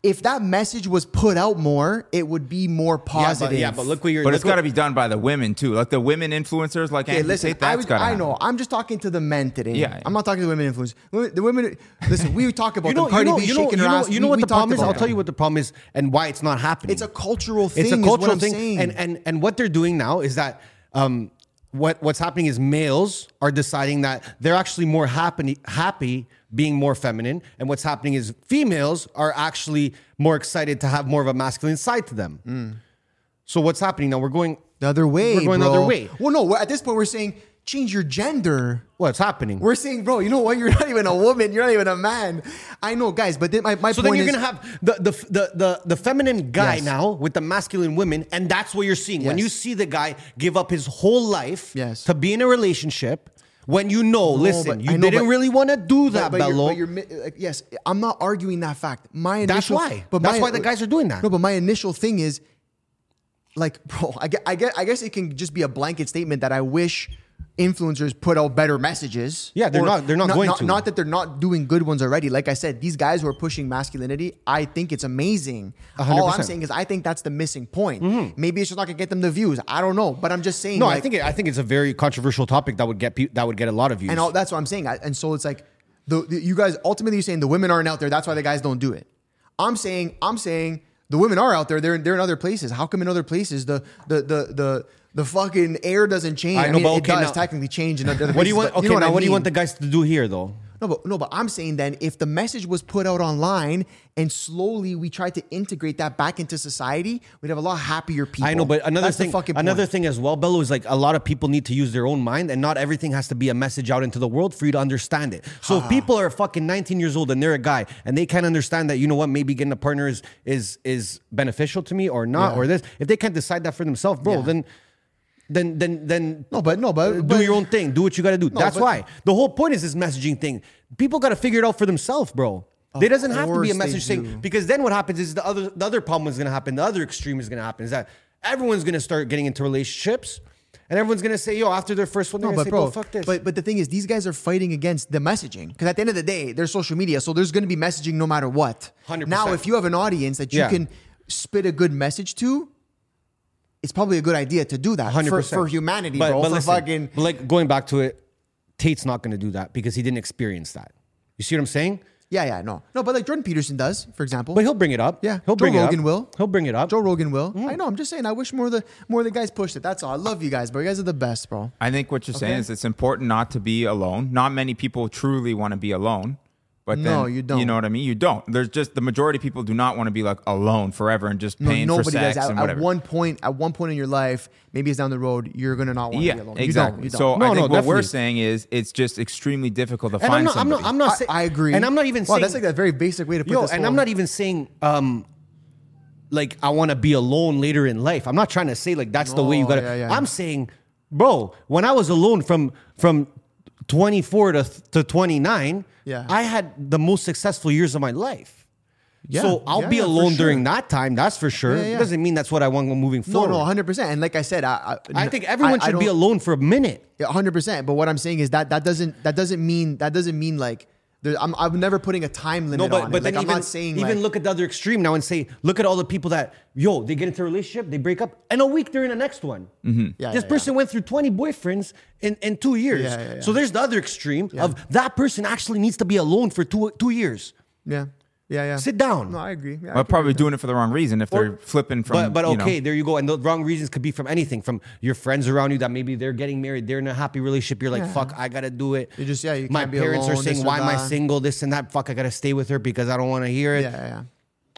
[SPEAKER 1] If that message was put out more, it would be more positive.
[SPEAKER 4] Yeah, but, yeah, but look what you're.
[SPEAKER 5] But
[SPEAKER 4] look
[SPEAKER 5] it's got
[SPEAKER 4] what-
[SPEAKER 5] to be done by the women too, like the women influencers, like
[SPEAKER 1] Okay,
[SPEAKER 5] Andrew
[SPEAKER 1] listen,
[SPEAKER 5] Tate.
[SPEAKER 1] I,
[SPEAKER 5] That's
[SPEAKER 1] was,
[SPEAKER 5] got to.
[SPEAKER 1] I know. I'm just talking to the men today.
[SPEAKER 5] Yeah, yeah.
[SPEAKER 1] I'm not talking to the women influencers. Women- The women, listen, we talk about
[SPEAKER 4] you know,
[SPEAKER 1] them. Cardi
[SPEAKER 4] you know,
[SPEAKER 1] B
[SPEAKER 4] you know,
[SPEAKER 1] shaking
[SPEAKER 4] you
[SPEAKER 1] her
[SPEAKER 4] know,
[SPEAKER 1] ass.
[SPEAKER 4] you
[SPEAKER 1] We-
[SPEAKER 4] know what
[SPEAKER 1] we
[SPEAKER 4] the
[SPEAKER 1] talked
[SPEAKER 4] problem is.
[SPEAKER 1] about
[SPEAKER 4] I'll
[SPEAKER 1] it.
[SPEAKER 4] tell you what the problem is and why it's not happening.
[SPEAKER 1] It's a cultural thing.
[SPEAKER 4] It's a
[SPEAKER 1] is what
[SPEAKER 4] cultural
[SPEAKER 1] I'm
[SPEAKER 4] thing,
[SPEAKER 1] saying.
[SPEAKER 4] and and and what they're doing now is that um, what what's happening is males are deciding that they're actually more happy happy being more feminine, and what's happening is females are actually more excited to have more of a masculine side to them.
[SPEAKER 1] Mm.
[SPEAKER 4] So what's happening now? We're going
[SPEAKER 1] the other way.
[SPEAKER 4] We're going the
[SPEAKER 1] bro.
[SPEAKER 4] other way.
[SPEAKER 1] Well, no. we're- At this point, we're saying change your gender.
[SPEAKER 4] What's happening?
[SPEAKER 1] We're saying, bro, you know what? You're not even a woman. You're not even a man. I know, guys. But then my, my
[SPEAKER 4] so
[SPEAKER 1] point
[SPEAKER 4] then
[SPEAKER 1] is,
[SPEAKER 4] you're gonna have the the the the, the feminine guy
[SPEAKER 1] Yes.
[SPEAKER 4] now with the masculine women, and that's what you're seeing when
[SPEAKER 1] Yes.
[SPEAKER 4] you see the guy give up his whole life
[SPEAKER 1] Yes.
[SPEAKER 4] to be in a relationship. When you know, listen,
[SPEAKER 1] but
[SPEAKER 4] you
[SPEAKER 1] I know,
[SPEAKER 4] didn't
[SPEAKER 1] but-
[SPEAKER 4] really want to do that,
[SPEAKER 1] but, but
[SPEAKER 4] Bello.
[SPEAKER 1] You're, but you're, mi- like, yes, I'm not arguing that fact. My
[SPEAKER 4] That's
[SPEAKER 1] initial,
[SPEAKER 4] why. That's why the guys are doing that.
[SPEAKER 1] No, but my initial thing is, like, [LAUGHS] bro, I get, I get, I guess it can just be a blanket statement that I wish influencers put out better messages.
[SPEAKER 4] Yeah, they're
[SPEAKER 1] Or
[SPEAKER 4] not- they're not going to.
[SPEAKER 1] Not that they're not doing good ones already. Like I said, these guys who are pushing masculinity, I think it's amazing. All I'm
[SPEAKER 4] 100%.
[SPEAKER 1] saying is, I think that's the missing point. Maybe it's just not gonna get them the views. I don't know, but I'm just saying.
[SPEAKER 4] Mm-hmm. no, I
[SPEAKER 1] like-
[SPEAKER 4] think it, I think it's a very controversial topic that would get pe- that would get a lot of views.
[SPEAKER 1] and all, that's what I'm saying. I, and so it's like the, the- you guys ultimately you're saying the women aren't out there. That's why the guys don't do it. I'm saying I'm saying the women are out there. They're in, they're in other places. How come in other places the the the the the fucking air doesn't change?
[SPEAKER 4] I
[SPEAKER 1] I,
[SPEAKER 4] know,
[SPEAKER 1] mean,
[SPEAKER 4] but
[SPEAKER 1] it
[SPEAKER 4] okay,
[SPEAKER 1] does
[SPEAKER 4] now-
[SPEAKER 1] technically change in other
[SPEAKER 4] [LAUGHS] What do you
[SPEAKER 1] places,
[SPEAKER 4] want?
[SPEAKER 1] but
[SPEAKER 4] Okay,
[SPEAKER 1] know
[SPEAKER 4] now
[SPEAKER 1] I
[SPEAKER 4] what do you
[SPEAKER 1] mean?
[SPEAKER 4] want the guys to do here, though?
[SPEAKER 1] No, but no, but I'm saying then if the message was put out online and slowly we tried to integrate that back into society, we'd have a lot happier people.
[SPEAKER 4] I know, but another
[SPEAKER 1] That's the
[SPEAKER 4] thing,
[SPEAKER 1] fucking point.
[SPEAKER 4] another thing as well, Bello is like a lot of people need to use their own mind, and not everything has to be a message out into the world for you to understand it.
[SPEAKER 1] Ah.
[SPEAKER 4] So if people are fucking 19 years old and they're a guy and they can't understand that, you know what, maybe getting a partner is is is beneficial to me or not
[SPEAKER 1] Yeah.
[SPEAKER 4] or this. If they can't decide that for themselves, bro,
[SPEAKER 1] Yeah.
[SPEAKER 4] then then then then
[SPEAKER 1] No, but no, but, but
[SPEAKER 4] do your own thing. Do what you got to do. That's
[SPEAKER 1] but-
[SPEAKER 4] why the whole point is this messaging thing. People got to figure it out for themselves, bro. There doesn't have to be
[SPEAKER 1] course
[SPEAKER 4] a
[SPEAKER 1] they
[SPEAKER 4] message
[SPEAKER 1] do.
[SPEAKER 4] thing because then what happens is the other the other problem is going to happen. The other extreme is going to happen is that everyone's going to start getting into relationships, and everyone's going to say, "Yo, after their first one, they're
[SPEAKER 1] No,
[SPEAKER 4] going
[SPEAKER 1] but
[SPEAKER 4] to
[SPEAKER 1] bro,
[SPEAKER 4] say, go fuck this."
[SPEAKER 1] but but the thing is, these guys are fighting against the messaging because at the end of the day, they're social media, so there's going to be messaging no matter what.
[SPEAKER 4] 100%.
[SPEAKER 1] Now, if you have an audience that you
[SPEAKER 4] Yeah.
[SPEAKER 1] can spit a good message to, it's probably a good idea to do that for,
[SPEAKER 4] 100%.
[SPEAKER 1] for humanity,
[SPEAKER 4] But-
[SPEAKER 1] bro.
[SPEAKER 4] but
[SPEAKER 1] for
[SPEAKER 4] listen,
[SPEAKER 1] fucking
[SPEAKER 4] but like going back to it, Tate's not going to do that because he didn't experience that. You see what I'm saying?
[SPEAKER 1] yeah, yeah, no, no, but like Jordan Peterson does, for example.
[SPEAKER 4] But he'll bring it up.
[SPEAKER 1] Yeah,
[SPEAKER 4] he'll
[SPEAKER 1] Joe
[SPEAKER 4] bring it
[SPEAKER 1] Rogan
[SPEAKER 4] up.
[SPEAKER 1] will.
[SPEAKER 4] He'll bring it up. Mm.
[SPEAKER 1] Joe Rogan will. I know. I'm just saying. I wish more of the more of the guys pushed it. That's all. I love you guys, bro. You guys are the best, bro.
[SPEAKER 5] I think what you're saying is it's important not to be alone. Not many people truly want to be alone. But
[SPEAKER 1] No,
[SPEAKER 5] then,
[SPEAKER 1] you don't.
[SPEAKER 5] You know what I mean? You don't. There's just the majority of people do not want to be like alone forever and just
[SPEAKER 1] No,
[SPEAKER 5] paying for
[SPEAKER 1] nobody
[SPEAKER 5] sex
[SPEAKER 1] does. At,
[SPEAKER 5] and
[SPEAKER 1] at
[SPEAKER 5] whatever.
[SPEAKER 1] one point, at one point in your life, maybe it's down the road, you're gonna not want to
[SPEAKER 5] yeah,
[SPEAKER 1] be alone. You
[SPEAKER 5] exactly.
[SPEAKER 1] don't. You don't.
[SPEAKER 5] So
[SPEAKER 4] No,
[SPEAKER 5] I think
[SPEAKER 4] no,
[SPEAKER 5] what
[SPEAKER 4] definitely.
[SPEAKER 5] we're saying is it's just extremely difficult to
[SPEAKER 4] And
[SPEAKER 5] find
[SPEAKER 4] I'm not, I'm
[SPEAKER 5] somebody.
[SPEAKER 4] not. I'm not.
[SPEAKER 1] I,
[SPEAKER 4] say-
[SPEAKER 1] I agree.
[SPEAKER 4] And I'm not even.
[SPEAKER 1] Wow,
[SPEAKER 4] saying,
[SPEAKER 1] that's like a very basic way to put
[SPEAKER 4] Yo,
[SPEAKER 1] this.
[SPEAKER 4] and
[SPEAKER 1] whole-
[SPEAKER 4] I'm not even saying um like I want to be alone later in life. I'm not trying to say like that's the way you
[SPEAKER 1] No,
[SPEAKER 4] got to
[SPEAKER 1] yeah, yeah.
[SPEAKER 4] I'm saying bro, when I was alone from from 24 to to 29,
[SPEAKER 1] Yeah.
[SPEAKER 4] I had the most successful years of my life.
[SPEAKER 1] Yeah.
[SPEAKER 4] So I'll
[SPEAKER 1] Yeah,
[SPEAKER 4] be
[SPEAKER 1] yeah, for
[SPEAKER 4] alone
[SPEAKER 1] sure.
[SPEAKER 4] during that time, that's for sure.
[SPEAKER 1] Yeah, yeah.
[SPEAKER 4] It doesn't mean that's what I want moving
[SPEAKER 1] No,
[SPEAKER 4] forward.
[SPEAKER 1] no, 100. percent And like I said, I, I,
[SPEAKER 4] I think everyone
[SPEAKER 1] I- I
[SPEAKER 4] should be
[SPEAKER 1] don't-
[SPEAKER 4] alone for a minute.
[SPEAKER 1] Yeah, 100%. But what I'm saying is that that doesn't that doesn't mean that doesn't mean like there, I'm I'm never putting a time limit
[SPEAKER 4] No, but
[SPEAKER 1] on
[SPEAKER 4] but
[SPEAKER 1] it. Like
[SPEAKER 4] then
[SPEAKER 1] I'm
[SPEAKER 4] even,
[SPEAKER 1] not saying
[SPEAKER 4] even
[SPEAKER 1] like,
[SPEAKER 4] look at the other extreme now and say, look at all the people that yo they get into a relationship, they break up, and a week they're in the next one.
[SPEAKER 1] Yeah,
[SPEAKER 4] this
[SPEAKER 1] yeah,
[SPEAKER 4] person went through twenty boyfriends in, in two years.
[SPEAKER 1] Yeah, yeah, yeah.
[SPEAKER 4] So there's the other extreme of that person actually needs to be alone for two two years.
[SPEAKER 1] yeah, yeah, yeah.
[SPEAKER 4] Sit down.
[SPEAKER 1] No, I agree. Yeah, I
[SPEAKER 5] But
[SPEAKER 1] can agree
[SPEAKER 5] probably
[SPEAKER 1] with that.
[SPEAKER 5] doing it for the wrong reason if they're flipping from.
[SPEAKER 4] But but
[SPEAKER 5] you know.
[SPEAKER 4] okay, there you go. And the wrong reasons could be from anything, from your friends around you that maybe they're getting married, they're in a happy relationship. You're like, fuck, I gotta do it.
[SPEAKER 1] You just- yeah, you
[SPEAKER 4] my
[SPEAKER 1] can't be
[SPEAKER 4] parents
[SPEAKER 1] alone,
[SPEAKER 4] are
[SPEAKER 1] this
[SPEAKER 4] saying,
[SPEAKER 1] or
[SPEAKER 4] why am I
[SPEAKER 1] that."
[SPEAKER 4] single? This and that. Fuck, I gotta stay with her because I don't want to hear it.
[SPEAKER 1] Yeah, yeah, yeah.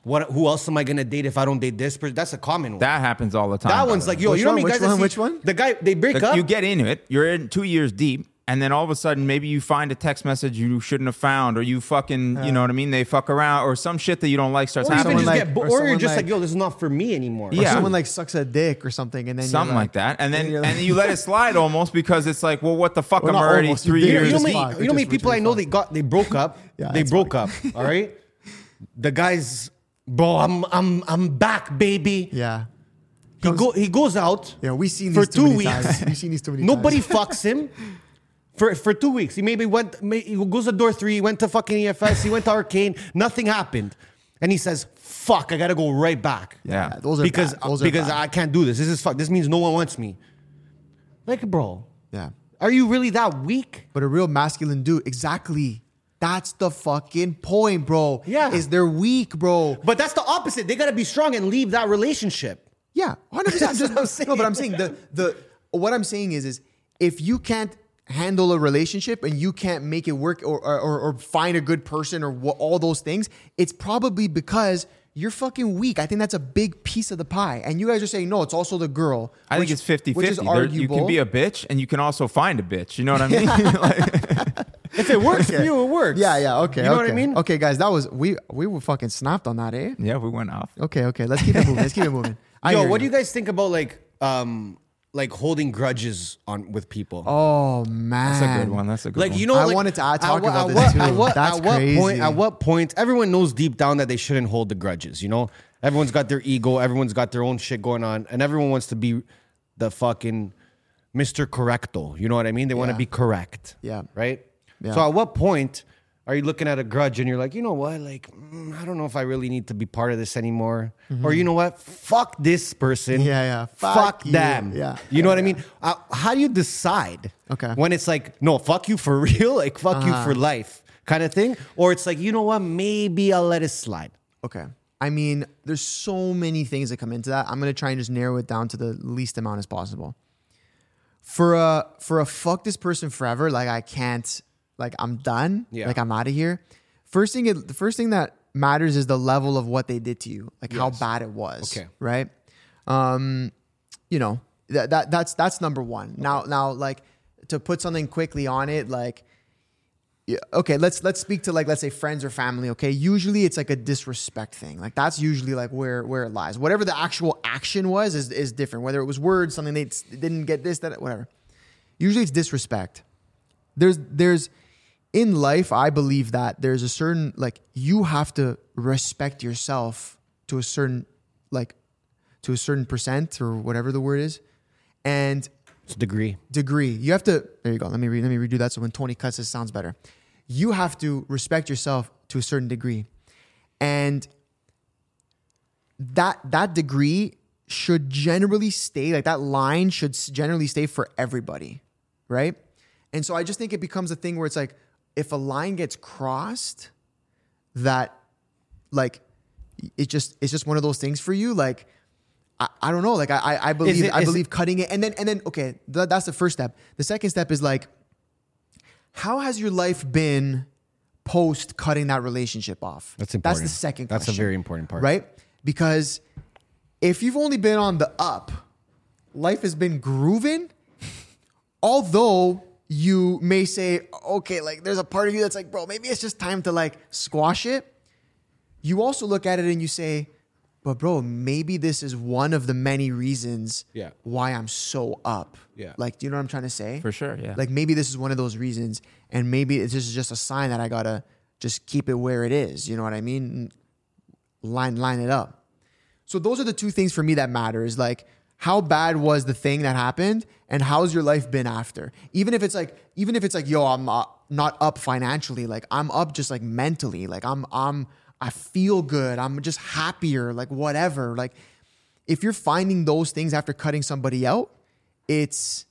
[SPEAKER 4] What? Who else am I gonna date if I don't date this person? That's a common one. That,
[SPEAKER 5] That happens all the time. by
[SPEAKER 4] one's
[SPEAKER 5] the way.
[SPEAKER 4] like, yo,
[SPEAKER 1] Which
[SPEAKER 4] you know how many
[SPEAKER 1] one?
[SPEAKER 4] guys?
[SPEAKER 1] Which
[SPEAKER 4] I
[SPEAKER 1] one?
[SPEAKER 4] see-
[SPEAKER 1] which one?
[SPEAKER 4] The guy they break
[SPEAKER 5] Like,
[SPEAKER 4] up.
[SPEAKER 5] You get into it. You're in two years deep, and then all of a sudden, maybe you find a text message you shouldn't have found, or you fucking, you know what I mean? They fuck around, or some shit that you don't like starts
[SPEAKER 4] or even
[SPEAKER 5] happening,
[SPEAKER 4] just
[SPEAKER 1] like-
[SPEAKER 4] get, bo-
[SPEAKER 1] or
[SPEAKER 4] or, you're
[SPEAKER 1] someone
[SPEAKER 4] just like,
[SPEAKER 1] like-
[SPEAKER 4] yo, this is not for me anymore.
[SPEAKER 5] Yeah.
[SPEAKER 1] Someone like sucks a dick or something, and then you're
[SPEAKER 5] something like that, and then
[SPEAKER 1] you're
[SPEAKER 5] and
[SPEAKER 1] like-
[SPEAKER 5] then you let it slide almost because it's like, well, what the fuck?
[SPEAKER 1] Well,
[SPEAKER 5] I'm
[SPEAKER 1] not
[SPEAKER 5] already
[SPEAKER 1] almost, you
[SPEAKER 5] three
[SPEAKER 1] did it.
[SPEAKER 4] You know,
[SPEAKER 5] years.
[SPEAKER 4] you know,
[SPEAKER 1] just
[SPEAKER 4] me,
[SPEAKER 1] fucked.
[SPEAKER 4] you know
[SPEAKER 1] It
[SPEAKER 4] me
[SPEAKER 1] just-
[SPEAKER 4] people
[SPEAKER 1] it
[SPEAKER 4] I
[SPEAKER 1] just
[SPEAKER 4] know they got they broke up.
[SPEAKER 1] [LAUGHS] Yeah,
[SPEAKER 4] they
[SPEAKER 1] it's
[SPEAKER 4] broke up. All right. The guys, bro, I'm I'm I'm back, baby.
[SPEAKER 1] Yeah,
[SPEAKER 4] He go he goes out.
[SPEAKER 1] yeah. We seen
[SPEAKER 4] for
[SPEAKER 1] these too
[SPEAKER 4] two
[SPEAKER 1] many
[SPEAKER 4] weeks.
[SPEAKER 1] Times. [LAUGHS] We've seen these too many.
[SPEAKER 4] Nobody
[SPEAKER 1] times.
[SPEAKER 4] fucks him
[SPEAKER 1] [LAUGHS]
[SPEAKER 4] for for two weeks. He maybe went may, he goes to door three. He went to fucking EFS. He went to Arcane. Nothing happened, and he says, "Fuck, I gotta go right back."
[SPEAKER 5] Yeah.
[SPEAKER 1] those are
[SPEAKER 4] because
[SPEAKER 1] bad. Those are
[SPEAKER 4] because
[SPEAKER 1] bad.
[SPEAKER 4] I can't do this. This is fuck. This means no one wants me. Like, bro,
[SPEAKER 1] yeah.
[SPEAKER 4] are you really that weak?
[SPEAKER 1] But a real masculine dude, exactly. That's the fucking point, bro.
[SPEAKER 4] Yeah.
[SPEAKER 1] is they're weak, bro.
[SPEAKER 4] But that's the opposite. They gotta be strong and leave that relationship.
[SPEAKER 1] Yeah, hundred percent.
[SPEAKER 4] That's what I'm saying.
[SPEAKER 1] No, but I'm saying the the what I'm saying is is if you can't handle a relationship and you can't make it work or or, or- or find a good person or wha- all those things, it's probably because you're fucking weak. I think that's a big piece of the pie. And you guys are saying no, it's also the girl.
[SPEAKER 5] I think
[SPEAKER 1] which-
[SPEAKER 5] it's 50
[SPEAKER 1] which is
[SPEAKER 5] 50. You can be a bitch and you can also find a bitch. You know what I mean? [LAUGHS]
[SPEAKER 4] If
[SPEAKER 5] Like,
[SPEAKER 4] it works for [LAUGHS] you, it works.
[SPEAKER 1] Yeah, yeah, okay.
[SPEAKER 4] You know what
[SPEAKER 1] okay.
[SPEAKER 4] I mean?
[SPEAKER 1] Okay, guys, that was we we were fucking snapped on that, eh?
[SPEAKER 5] yeah, we went off.
[SPEAKER 1] Okay, okay. Let's keep it moving. Let's keep it
[SPEAKER 4] [LAUGHS]
[SPEAKER 1] moving. I
[SPEAKER 4] Yo,
[SPEAKER 1] hear
[SPEAKER 4] what do you guys think about like um like holding grudges on with people?
[SPEAKER 1] Oh man,
[SPEAKER 5] That's a good one. That's a good
[SPEAKER 4] like
[SPEAKER 5] one.
[SPEAKER 4] you know,
[SPEAKER 1] I
[SPEAKER 4] like,
[SPEAKER 1] wanted to- I
[SPEAKER 4] at
[SPEAKER 1] talk
[SPEAKER 4] what-
[SPEAKER 1] about
[SPEAKER 4] at
[SPEAKER 1] this
[SPEAKER 4] what-
[SPEAKER 1] too.
[SPEAKER 4] At what,
[SPEAKER 1] That's
[SPEAKER 4] at what point?
[SPEAKER 1] crazy.
[SPEAKER 4] At what point? Everyone knows deep down that they shouldn't hold the grudges. You know, everyone's got their ego. Everyone's got their own shit going on, and everyone wants to be the fucking Mister Correcto. You know what I mean? They want to
[SPEAKER 1] Yeah.
[SPEAKER 4] be correct.
[SPEAKER 1] Yeah.
[SPEAKER 4] Right.
[SPEAKER 1] Yeah.
[SPEAKER 4] So at what point are you looking at a grudge and you're like, you know what? Like, mm, I don't know if I really need to be part of this anymore. Or you know what? Fuck this person.
[SPEAKER 1] Mm-hmm. Yeah, yeah.
[SPEAKER 4] Fuck,
[SPEAKER 1] Fuck you.
[SPEAKER 4] them.
[SPEAKER 1] Yeah.
[SPEAKER 4] You know what I mean? Uh, how do you decide?
[SPEAKER 1] Okay.
[SPEAKER 4] [LAUGHS] Uh-huh. When it's like, no, fuck you for real, like fuck you for life kind of thing, or it's like you know what, maybe I'll let it slide.
[SPEAKER 1] Okay. I mean, there's so many things that come into that. I'm gonna try and just narrow it down to the least amount as possible. For a for a fuck this person forever, like I can't, like I'm done,
[SPEAKER 4] Yeah.
[SPEAKER 1] like I'm out of here. First thing, it, the first thing that matters is the level of what they did to you, like how bad it was.
[SPEAKER 4] Okay.
[SPEAKER 1] right? Um, you know that, that that's that's number one. Now now like to put something quickly on it, like yeah, okay, let's let's speak to like let's say friends or family. Okay, usually it's like a disrespect thing. Like that's usually like where where it lies. Whatever the actual action was is is different. Whether it was words, something they s- didn't get this, that, whatever. Usually it's disrespect. There's there's in life, I believe that there's a certain like you have to respect yourself to a certain like to a certain percent or whatever the word is, and
[SPEAKER 4] It's a degree.
[SPEAKER 1] degree. You have to. There you go. Let me re, let me redo that. So when Tony cuts, this sounds better. You have to respect yourself to a certain degree, and that that degree should generally stay like that line should s- generally stay for everybody, right? And so I just think it becomes a thing where it's like if a line gets crossed, that like it just it's just one of those things for you like I, I don't know like I I, I believe
[SPEAKER 4] it-
[SPEAKER 1] I
[SPEAKER 4] is
[SPEAKER 1] believe cutting it and then and then okay th- that's the first step the second step is like how has your life been post cutting that relationship off
[SPEAKER 4] That's
[SPEAKER 1] that's
[SPEAKER 4] important.
[SPEAKER 1] the second
[SPEAKER 4] That's a
[SPEAKER 1] question,
[SPEAKER 4] very important part.
[SPEAKER 1] right because if you've only been on the up life has been grooving although you may say, okay, like there's a part of you that's like, bro, maybe it's just time to like squash it. You also look at it and you say, but bro, maybe this is one of the many reasons
[SPEAKER 4] Yeah.
[SPEAKER 1] why I'm so up.
[SPEAKER 4] Yeah.
[SPEAKER 1] Like, do you know what I'm trying to say?
[SPEAKER 5] For sure, yeah.
[SPEAKER 1] Like maybe this is one of those reasons, and maybe this is just a sign that I gotta just keep it where it is. You know what I mean? Line line it up. So those are the two things for me that matter is like how bad was the thing that happened and how's your life been after? Even if it's like even if it's like yo I'm not, not up financially, like I'm up just like mentally, like I'm I'm I feel good, I'm just happier, like whatever. Like if you're finding those things after cutting somebody out, it's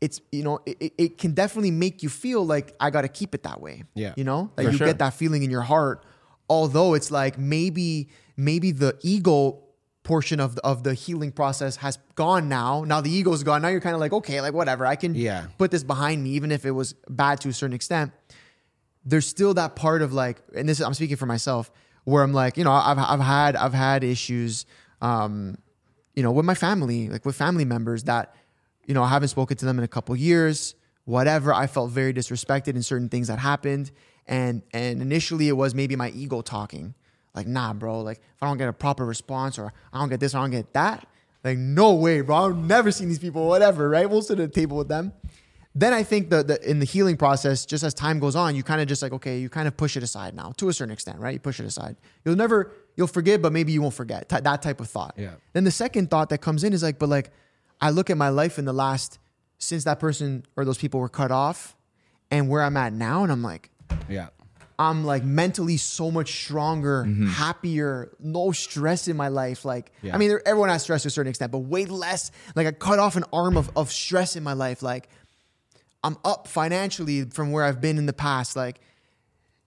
[SPEAKER 1] it's you know it, it- it can definitely make you feel like I got to keep it that way.
[SPEAKER 4] Yeah.
[SPEAKER 1] you know, like
[SPEAKER 5] For
[SPEAKER 1] you
[SPEAKER 5] sure.
[SPEAKER 1] get that feeling in your heart. Although it's like maybe maybe the ego portion of the, of the healing process has gone now. Now the ego's gone. Now you're kind of like okay, like whatever. I can
[SPEAKER 4] Yeah.
[SPEAKER 1] put this behind me, even if it was bad to a certain extent. There's still that part of like, and this I'm speaking for myself, where I'm like, you know, I've I've had I've had issues. Um, you know, with my family, like with family members that, you know, I haven't spoken to them in a couple years, whatever. I felt very disrespected in certain things that happened. And and initially it was maybe my ego talking. Like, nah, bro, like if I don't get a proper response or I don't get this, I don't get that, like, no way, bro. I've never seen these people, whatever, right? We'll sit at a table with them. Then I think the, the in the healing process, just as time goes on, you kind of just like, okay, you kind of push it aside now to a certain extent, right? You push it aside. You'll never, you'll forgive, but maybe you won't forget T- that type of thought.
[SPEAKER 4] Yeah.
[SPEAKER 1] Then the second thought that comes in is like, but like, I look at my life in the last since that person or those people were cut off, and where I'm at now, and I'm like,
[SPEAKER 4] Yeah. Mm-hmm.
[SPEAKER 1] I'm like mentally so much stronger, happier, no stress in my life. Like, I mean, there- everyone has stress to a certain extent, but way less. Like, I cut off an arm of, of stress in my life. Like, I'm up financially from where I've been in the past. Like,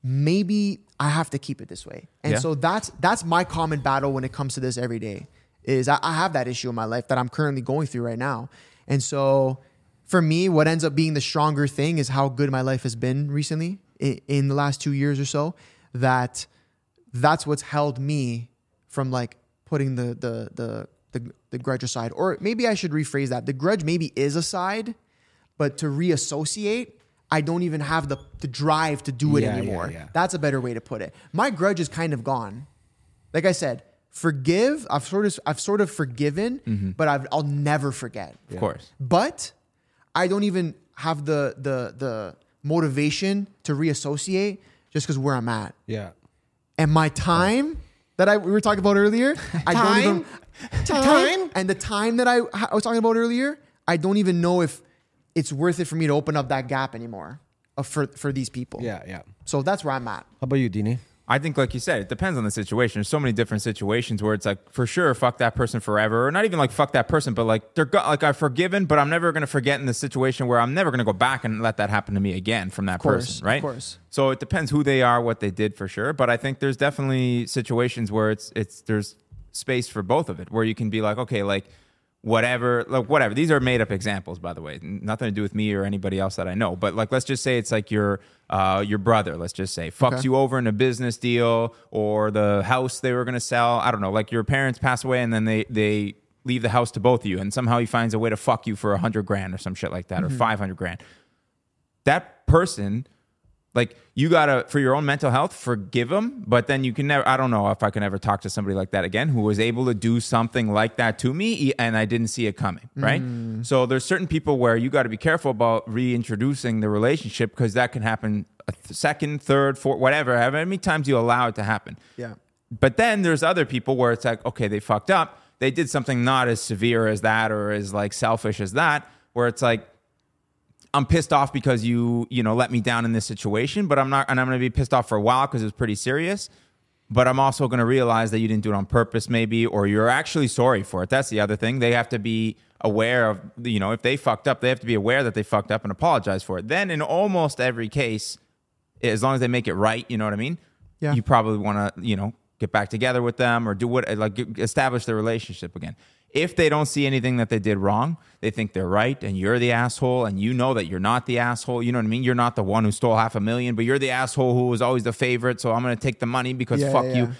[SPEAKER 1] maybe I have to keep it this way. And
[SPEAKER 5] Yeah.
[SPEAKER 1] so that's that's my common battle when it comes to this every day. Is I, I have that issue in my life that I'm currently going through right now. And so for me, what ends up being the stronger thing is how good my life has been recently in, in the last two years or so. That that's what's held me from like putting the the the the, the grudge aside. Or maybe I should rephrase that. The grudge maybe is aside, but to reassociate, I don't even have the, the drive to do it
[SPEAKER 4] Yeah, yeah,
[SPEAKER 1] anymore.
[SPEAKER 4] yeah.
[SPEAKER 1] That's a better way to put it. My grudge is kind of gone. Like I said, forgive. I've sort of I've sort of forgiven,
[SPEAKER 4] Mm-hmm.
[SPEAKER 1] but I've, I'll never forget.
[SPEAKER 5] Of course.
[SPEAKER 1] But I don't even have the the the motivation to reassociate just because where I'm at
[SPEAKER 4] Yeah.
[SPEAKER 1] and my time that I we were talking about earlier. I don't even
[SPEAKER 4] Time?
[SPEAKER 1] and the time that I, I was talking about earlier. I don't even know if it's worth it for me to open up that gap anymore uh, for for these people.
[SPEAKER 4] Yeah. Yeah.
[SPEAKER 1] So that's where I'm at.
[SPEAKER 4] How about you, Dini?
[SPEAKER 5] I think, like you said, it depends on the situation. There's so many different situations where it's like, for sure, fuck that person forever, or not even like fuck that person, but like they're go- like I've forgiven, but I'm never gonna forget in the situation where I'm never gonna go back and let that happen to me again from that
[SPEAKER 1] course,
[SPEAKER 5] person,
[SPEAKER 1] of
[SPEAKER 5] right?
[SPEAKER 1] course.
[SPEAKER 5] So it depends who they are, what they did for sure. But I think there's definitely situations where it's it's there's space for both of it, where you can be like, okay, like whatever, like whatever. These are made up examples, by the way, N- nothing to do with me or anybody else that I know. But like, let's just say it's like your uh, your brother. Let's just say fucks you over in a business deal or the house they were gonna sell. I don't know. Like your parents pass away and then they they leave the house to both of you, and somehow he finds a way to fuck you for a hundred grand or some shit like that, or five hundred grand. That person like you gotta for your own mental health forgive them but then you can never i don't know if i can ever talk to somebody like that again who was able to do something like that to me e- and i didn't see it coming right so there's certain people where you gotta be careful about reintroducing the relationship because that can happen a th- second third fourth whatever however many times you allow it to happen
[SPEAKER 1] Yeah.
[SPEAKER 5] but then there's other people where it's like, okay, they fucked up. They did something not as severe as that or as like selfish as that, where it's like, I'm pissed off because you, you know, let me down in this situation, but I'm not, and I'm going to be pissed off for a while because it was pretty serious. But I'm also going to realize that you didn't do it on purpose, maybe, or you're actually sorry for it. That's the other thing. They have to be aware of, you know, if they fucked up, they have to be aware that they fucked up and apologize for it. Then, in almost every case, as long as they make it right, you know what I mean?
[SPEAKER 1] Yeah.
[SPEAKER 5] You probably want to, you know, get back together with them or do what, like, establish the relationship again. If they don't see anything that they did wrong, they think they're right and you're the asshole and you know that you're not the asshole. You know what I mean? You're not the one who stole half a million, but you're the asshole who was always the favorite. So I'm going to take the money because
[SPEAKER 1] Yeah,
[SPEAKER 5] fuck
[SPEAKER 1] yeah, yeah.
[SPEAKER 5] you.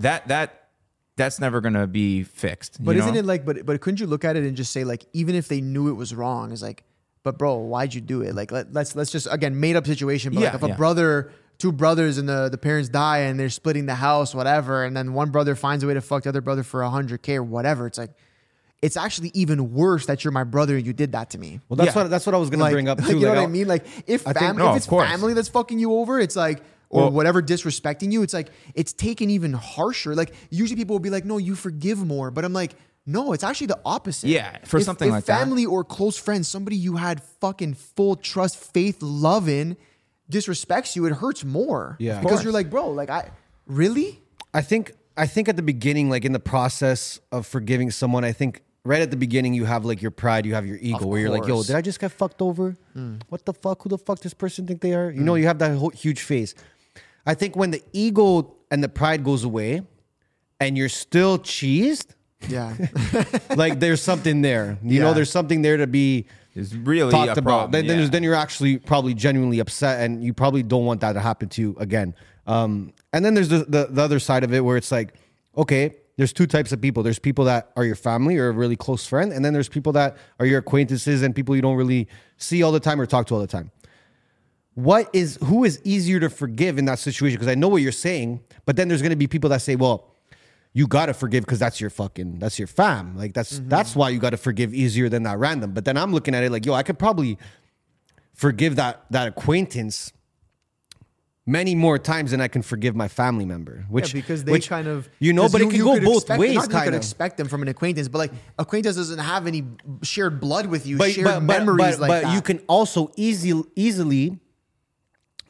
[SPEAKER 5] That, that, that's never going to be fixed. you
[SPEAKER 1] But isn't
[SPEAKER 5] know?
[SPEAKER 1] it like, but but couldn't you look at it and just say like, even if they knew it was wrong, is like, but bro, why'd you do it? Like, let, let's let's just again made up situation. But like,
[SPEAKER 5] Yeah,
[SPEAKER 1] if a
[SPEAKER 5] yeah.
[SPEAKER 1] brother, two brothers, and the the parents die and they're splitting the house, whatever, and then one brother finds a way to fuck the other brother for hundred k or whatever, it's like, it's actually even worse that you're my brother and you did that to me.
[SPEAKER 4] Well, that's
[SPEAKER 5] Yeah.
[SPEAKER 4] what that's what I was gonna
[SPEAKER 1] like,
[SPEAKER 4] [LAUGHS] bring up too.
[SPEAKER 1] [LAUGHS] like, you know
[SPEAKER 4] Like,
[SPEAKER 1] what I
[SPEAKER 4] I'll-
[SPEAKER 1] mean? Like if
[SPEAKER 4] I think-
[SPEAKER 1] fam-
[SPEAKER 5] No,
[SPEAKER 1] if
[SPEAKER 5] of
[SPEAKER 1] it's
[SPEAKER 5] course.
[SPEAKER 1] family that's fucking you over, it's like or
[SPEAKER 5] Well-
[SPEAKER 1] whatever disrespecting you, it's like it's taken even harsher. Like usually people will be like, "No, you forgive more," but I'm like, "No, it's actually the opposite."
[SPEAKER 5] Yeah, for
[SPEAKER 1] If-
[SPEAKER 5] something
[SPEAKER 1] if
[SPEAKER 5] like that.
[SPEAKER 1] family or close friends, somebody you had fucking full trust, faith, love in, disrespects you, it hurts more.
[SPEAKER 4] Yeah. Of
[SPEAKER 1] because
[SPEAKER 5] course.
[SPEAKER 1] you're like, bro, like I really.
[SPEAKER 4] I think I think at the beginning, like in the process of forgiving someone, I think right at the beginning you have like your pride, you have your ego, where you're like, "Yo,
[SPEAKER 1] course. Hmm.
[SPEAKER 4] did I just get fucked over? What the fuck? Who the fuck does person think they are?" You know, you have that whole huge face. I think when the ego and the pride goes away, and you're still cheesed,
[SPEAKER 1] [LAUGHS] Yeah,
[SPEAKER 4] like there's something there. You
[SPEAKER 1] Yeah.
[SPEAKER 4] know, there's something there to be
[SPEAKER 5] It's really
[SPEAKER 4] talked
[SPEAKER 5] a
[SPEAKER 4] about.
[SPEAKER 5] problem,
[SPEAKER 4] Then, then,
[SPEAKER 5] yeah.
[SPEAKER 4] there's- then you're actually probably genuinely upset, and you probably don't want that to happen to you again. Um, and then there's the, the the other side of it where it's like, okay, there's two types of people. There's people that are your family or a really close friend, and then there's people that are your acquaintances and people you don't really see all the time or talk to all the time. What is who is easier to forgive in that situation? Because I know what you're saying, but then there's going to be people that say, well. You gotta forgive because that's your fucking that's your fam. Like that's
[SPEAKER 1] Mm-hmm.
[SPEAKER 4] that's why you gotta forgive easier than that random. But then I'm looking at it like, yo, I could probably forgive that that acquaintance many more times than I can forgive my family member. Which
[SPEAKER 1] Yeah, because they
[SPEAKER 4] which,
[SPEAKER 1] kind of
[SPEAKER 4] you know,
[SPEAKER 1] 'cause
[SPEAKER 4] but it can
[SPEAKER 1] you
[SPEAKER 4] go
[SPEAKER 1] could
[SPEAKER 4] both
[SPEAKER 1] expect-
[SPEAKER 4] ways.
[SPEAKER 1] Not that you
[SPEAKER 4] kind
[SPEAKER 1] could
[SPEAKER 4] of.
[SPEAKER 1] expect them from an acquaintance, but like acquaintance doesn't have any shared blood with you,
[SPEAKER 4] but,
[SPEAKER 1] shared
[SPEAKER 4] but, but,
[SPEAKER 1] memories
[SPEAKER 4] but,
[SPEAKER 1] like
[SPEAKER 4] but
[SPEAKER 1] that.
[SPEAKER 4] you can also easy, easily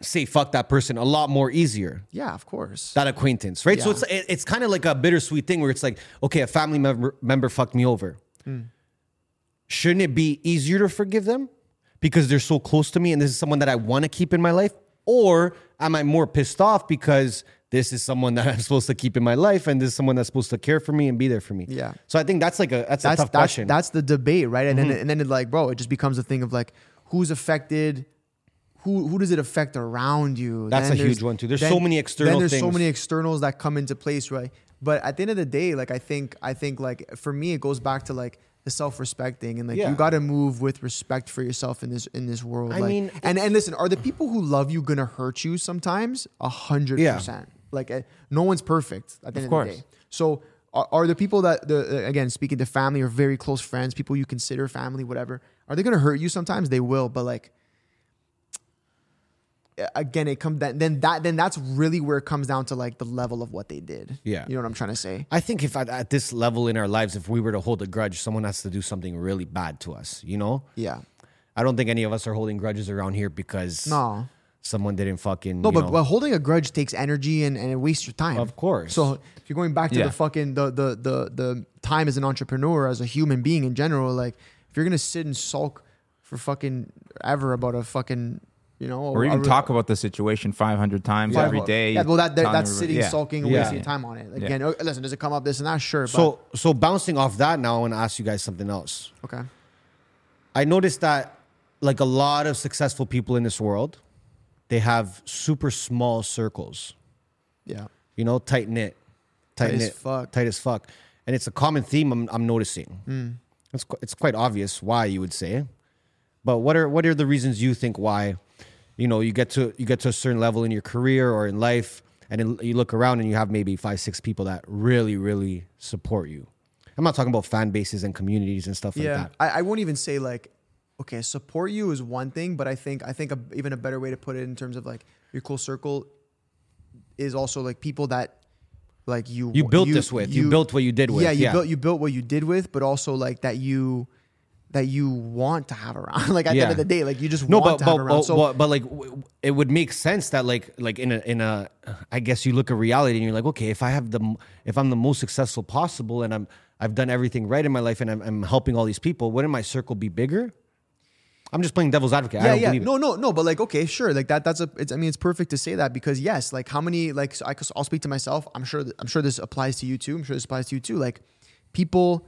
[SPEAKER 4] say fuck that person a lot more easier.
[SPEAKER 1] yeah, of course.
[SPEAKER 4] That acquaintance, right? So
[SPEAKER 1] Yeah.
[SPEAKER 4] it's it, it's kind of like a bittersweet thing where it's like, okay, a family member member fucked me over.
[SPEAKER 1] Hmm.
[SPEAKER 4] Shouldn't it be easier to forgive them because they're so close to me and this is someone that I want to keep in my life, or am I more pissed off because this is someone that [LAUGHS] I'm supposed to keep in my life and this is someone that's supposed to care for me and be there for me?
[SPEAKER 1] Yeah.
[SPEAKER 4] So I think that's like a that's, a
[SPEAKER 1] that's
[SPEAKER 4] tough
[SPEAKER 1] that's,
[SPEAKER 4] question. Mm-hmm.
[SPEAKER 1] that's the debate, right? And then and then it like, bro, it just becomes a thing of like, who's affected? Who who does it affect around you?
[SPEAKER 4] That's
[SPEAKER 1] Then
[SPEAKER 4] a huge one, too. There's so many external
[SPEAKER 1] Then there's so
[SPEAKER 4] things.
[SPEAKER 1] many externals that come into place, right? But at the end of the day, like I think I think like for me, it goes back to like the self-respecting and like
[SPEAKER 4] Yeah.
[SPEAKER 1] you got to move with respect for yourself in this in this world.
[SPEAKER 4] I
[SPEAKER 1] like-
[SPEAKER 4] mean,
[SPEAKER 1] and and listen, are the people who love you gonna hurt you sometimes? A hundred
[SPEAKER 4] Yeah.
[SPEAKER 1] percent. Like eh, no one's perfect at the end of, the
[SPEAKER 5] course.
[SPEAKER 1] day. So are, are the people that the uh, again speaking to family or very close friends, people you consider family, whatever, are they gonna hurt you sometimes? They will, but like eh, again, it comes then then that then that's really where it comes down to like the level of what they did.
[SPEAKER 4] Yeah.
[SPEAKER 1] you know what I'm trying to say.
[SPEAKER 4] I think if at, at this level in our lives, if we were to hold a grudge, someone has to do something really bad to us, you know?
[SPEAKER 1] Yeah,
[SPEAKER 4] I don't think any of us are holding grudges around here because
[SPEAKER 1] no,
[SPEAKER 4] someone didn't fucking.
[SPEAKER 1] No,
[SPEAKER 4] you
[SPEAKER 1] but,
[SPEAKER 4] know-
[SPEAKER 1] but holding a grudge takes energy and, and it wastes your time.
[SPEAKER 4] Of course.
[SPEAKER 1] So if you're going back to
[SPEAKER 5] Yeah.
[SPEAKER 1] the fucking the, the the the time as an entrepreneur, as a human being in general, like if you're gonna sit and sulk for fucking ever about a fucking you know
[SPEAKER 5] or
[SPEAKER 1] a-
[SPEAKER 5] even
[SPEAKER 1] a-
[SPEAKER 5] talk about the situation 500 times
[SPEAKER 1] Yeah.
[SPEAKER 5] every day.
[SPEAKER 1] Yeah, well that, that
[SPEAKER 5] telling
[SPEAKER 1] that's
[SPEAKER 5] everybody-
[SPEAKER 1] sitting
[SPEAKER 5] yeah.
[SPEAKER 1] sulking and
[SPEAKER 4] Yeah.
[SPEAKER 1] wasting
[SPEAKER 5] Yeah.
[SPEAKER 1] time on it.
[SPEAKER 5] Yeah.
[SPEAKER 1] Again, oh, listen, does it come up this and that? Sure. But,
[SPEAKER 4] so so bouncing off that now, I want to ask you guys something else.
[SPEAKER 1] okay.
[SPEAKER 4] I noticed that like a lot of successful people in this world, they have super small circles.
[SPEAKER 1] Yeah.
[SPEAKER 4] You know, tight knit, tight,
[SPEAKER 1] Tight as
[SPEAKER 4] knit,
[SPEAKER 1] fuck.
[SPEAKER 4] tight as fuck. And it's a common theme I'm, I'm noticing.
[SPEAKER 1] Mm.
[SPEAKER 4] It's qu- it's quite obvious why you would say, but what are what are the reasons you think why, you know, you get to you get to a certain level in your career or in life, and then you look around and you have maybe five six people that really really support you. I'm not talking about fan bases and communities and stuff like that.
[SPEAKER 1] I, I won't even say like, okay, support you is one thing, but I think I think a, even a better way to put it in terms of like your close circle is also like people that like you
[SPEAKER 4] You built this with. You built what you did with.
[SPEAKER 1] Yeah, you
[SPEAKER 4] Yeah.
[SPEAKER 1] built you built what you did with, but also like that you that you want to have around. [LAUGHS] like at the end of the day, like you just
[SPEAKER 4] no,
[SPEAKER 1] want
[SPEAKER 4] but
[SPEAKER 1] to
[SPEAKER 4] but,
[SPEAKER 1] have around.
[SPEAKER 4] but,
[SPEAKER 1] so
[SPEAKER 4] but but like w- w- it would make sense that like like in a in a I guess you look at reality and you're like okay if I have the m- if I'm the most successful possible and I'm I've done everything right in my life and I'm, I'm helping all these people wouldn't my circle be bigger? I'm just playing devil's advocate. I
[SPEAKER 1] yeah,
[SPEAKER 4] don't
[SPEAKER 1] yeah.
[SPEAKER 4] believe it.
[SPEAKER 1] No, no, no. But like, okay, sure. Like that. That's a. It's, I mean, it's perfect to say that because yes, like how many like so I, will speak to myself. I'm sure. th- I'm sure this applies to you too. I'm sure this applies to you too. Like people,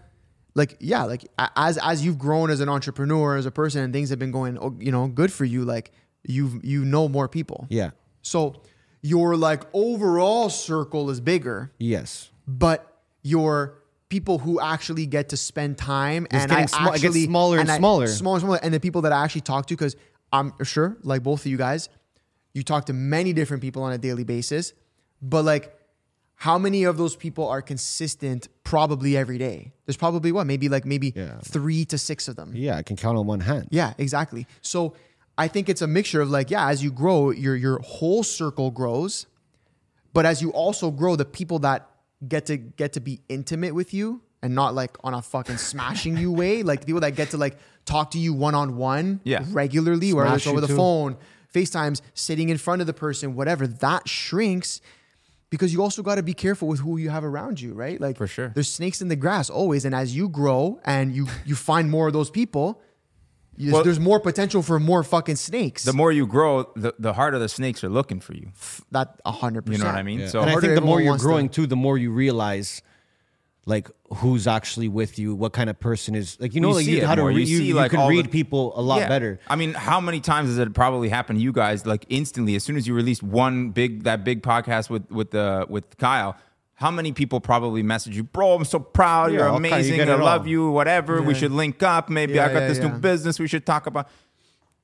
[SPEAKER 1] like yeah, like a- as as you've grown as an entrepreneur, as a person, and things have been going, oh, you know, good for you. Like you you know more people.
[SPEAKER 4] Yeah.
[SPEAKER 1] So your like overall circle is bigger
[SPEAKER 4] Yes.
[SPEAKER 1] but your people who actually get to spend time and
[SPEAKER 4] getting
[SPEAKER 1] I
[SPEAKER 4] sma- it
[SPEAKER 1] actually
[SPEAKER 4] gets smaller and
[SPEAKER 1] I-
[SPEAKER 4] smaller.
[SPEAKER 1] smaller and smaller, and the people that I actually talk to because I'm sure, like both of you guys, you talk to many different people on a daily basis, but like how many of those people are consistent probably every day? There's probably what maybe like maybe
[SPEAKER 4] Yeah.
[SPEAKER 1] three to six of them.
[SPEAKER 4] Yeah, I can count on one hand.
[SPEAKER 1] Yeah, exactly. So I think it's a mixture of like, yeah, as you grow, your your whole circle grows, but as you also grow, the people that get to get to be intimate with you and not like on a fucking smashing you way, like the people that get to like talk to you one on one
[SPEAKER 5] Yeah.
[SPEAKER 1] regularly, whether it's
[SPEAKER 4] Smash you
[SPEAKER 1] over the
[SPEAKER 4] too.
[SPEAKER 1] phone, FaceTimes, sitting in front of the person, whatever, that shrinks because you also got to be careful with who you have around you, right? Like
[SPEAKER 5] For sure.
[SPEAKER 1] there's snakes in the grass always, and as you grow and you you find more of those people, you-
[SPEAKER 5] Well-
[SPEAKER 1] there's more potential for more fucking snakes.
[SPEAKER 5] The more you grow, the, the harder the snakes are looking for you.
[SPEAKER 1] that a hundred percent.
[SPEAKER 5] You know what I mean? So
[SPEAKER 4] and I
[SPEAKER 1] harder
[SPEAKER 4] think the more
[SPEAKER 1] everyone
[SPEAKER 4] you're
[SPEAKER 1] wants to-
[SPEAKER 4] growing too, the more you realize like who's actually with you, what kind of person is like you know
[SPEAKER 5] You
[SPEAKER 4] like
[SPEAKER 5] see
[SPEAKER 4] you,
[SPEAKER 5] it
[SPEAKER 4] how to
[SPEAKER 5] more.
[SPEAKER 4] read
[SPEAKER 5] You
[SPEAKER 4] you,
[SPEAKER 5] see,
[SPEAKER 4] you
[SPEAKER 5] like,
[SPEAKER 4] can
[SPEAKER 5] all
[SPEAKER 4] read
[SPEAKER 5] the-
[SPEAKER 4] people a lot
[SPEAKER 5] Yeah.
[SPEAKER 4] better.
[SPEAKER 5] I mean, how many times has it probably happened to you guys? Like instantly, as soon as you released one big that big podcast with with the with Kyle, how many people probably message you, bro? I'm so proud.
[SPEAKER 4] Yeah,
[SPEAKER 5] You're
[SPEAKER 4] okay, you
[SPEAKER 5] amazing.
[SPEAKER 4] get
[SPEAKER 5] I
[SPEAKER 4] it
[SPEAKER 5] love
[SPEAKER 4] all."
[SPEAKER 5] you. Whatever. We should link up. Maybe
[SPEAKER 1] Yeah,
[SPEAKER 5] I got
[SPEAKER 1] yeah,
[SPEAKER 5] this
[SPEAKER 1] yeah.
[SPEAKER 5] new business. We should talk about.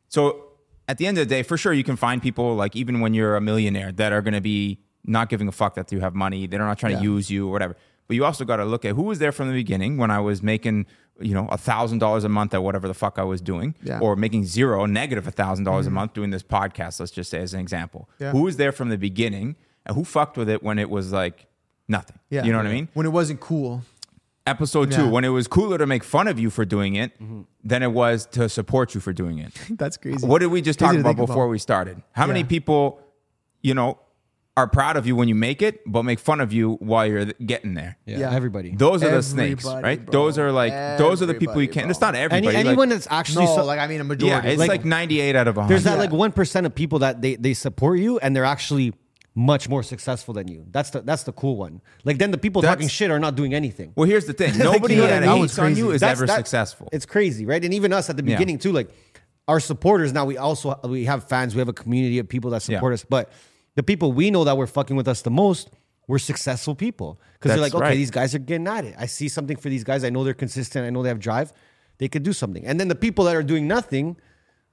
[SPEAKER 5] So at the end of the day, for sure, you can find people like even when you're a millionaire that are going to be not giving a fuck that you have money. They're not trying to use you or whatever. But you also got to look at who was there from the beginning when I was making, you know, a thousand dollars a month at whatever the fuck I was doing,
[SPEAKER 1] Yeah. Mm-hmm.
[SPEAKER 5] or making zero, negative a thousand dollars a month doing this podcast. Let's just say as an example,
[SPEAKER 1] Yeah.
[SPEAKER 5] who was there from the beginning and who fucked with it when it was like nothing.
[SPEAKER 1] Yeah.
[SPEAKER 5] you know what I mean
[SPEAKER 1] When it wasn't cool.
[SPEAKER 5] episode
[SPEAKER 1] Yeah. Mm-hmm.
[SPEAKER 5] two when it was cooler to make fun of you for doing it than it was to support you for doing it.
[SPEAKER 1] That's crazy.
[SPEAKER 5] What did we just talk
[SPEAKER 1] Crazy to
[SPEAKER 5] about
[SPEAKER 1] think
[SPEAKER 5] before
[SPEAKER 1] about.
[SPEAKER 5] we started? How many
[SPEAKER 1] Yeah.
[SPEAKER 5] people, you know, are proud of you when you make it, but make fun of you while you're th- getting there?
[SPEAKER 1] Yeah.
[SPEAKER 4] everybody.
[SPEAKER 5] Those are the snakes,
[SPEAKER 1] Everybody,
[SPEAKER 5] right?
[SPEAKER 1] bro.
[SPEAKER 5] Those are like those are the people you
[SPEAKER 1] Everybody,
[SPEAKER 5] can't.
[SPEAKER 1] bro.
[SPEAKER 5] It's not
[SPEAKER 4] Any,
[SPEAKER 5] everybody. like-
[SPEAKER 4] anyone that's actually
[SPEAKER 1] No,
[SPEAKER 4] so-
[SPEAKER 1] like I mean, a majority.
[SPEAKER 5] yeah, it's like, 98 out of 100.
[SPEAKER 4] there's that like one percent of people that they they support you and they're actually much more successful than you. That's the that's the cool one. Like then the people
[SPEAKER 5] That's-
[SPEAKER 4] talking shit are not doing anything.
[SPEAKER 5] well, here's the thing.
[SPEAKER 4] [LAUGHS] Like,
[SPEAKER 5] Nobody
[SPEAKER 4] you know what
[SPEAKER 5] that
[SPEAKER 4] I mean?
[SPEAKER 5] hates on you is
[SPEAKER 4] That's-
[SPEAKER 5] ever
[SPEAKER 4] that-
[SPEAKER 5] successful.
[SPEAKER 4] It's crazy, right? And even us at the
[SPEAKER 5] Yeah.
[SPEAKER 4] beginning too, like our supporters now. We also we have fans. We have a community of people that support
[SPEAKER 5] Yeah.
[SPEAKER 4] us. But the people we know that were fucking with us the most were successful people because they're
[SPEAKER 5] That's
[SPEAKER 4] like, okay,
[SPEAKER 5] right.
[SPEAKER 4] these guys are getting at it. I see something for these guys. I know they're consistent. I know they have drive. They could do something. And then the people that are doing nothing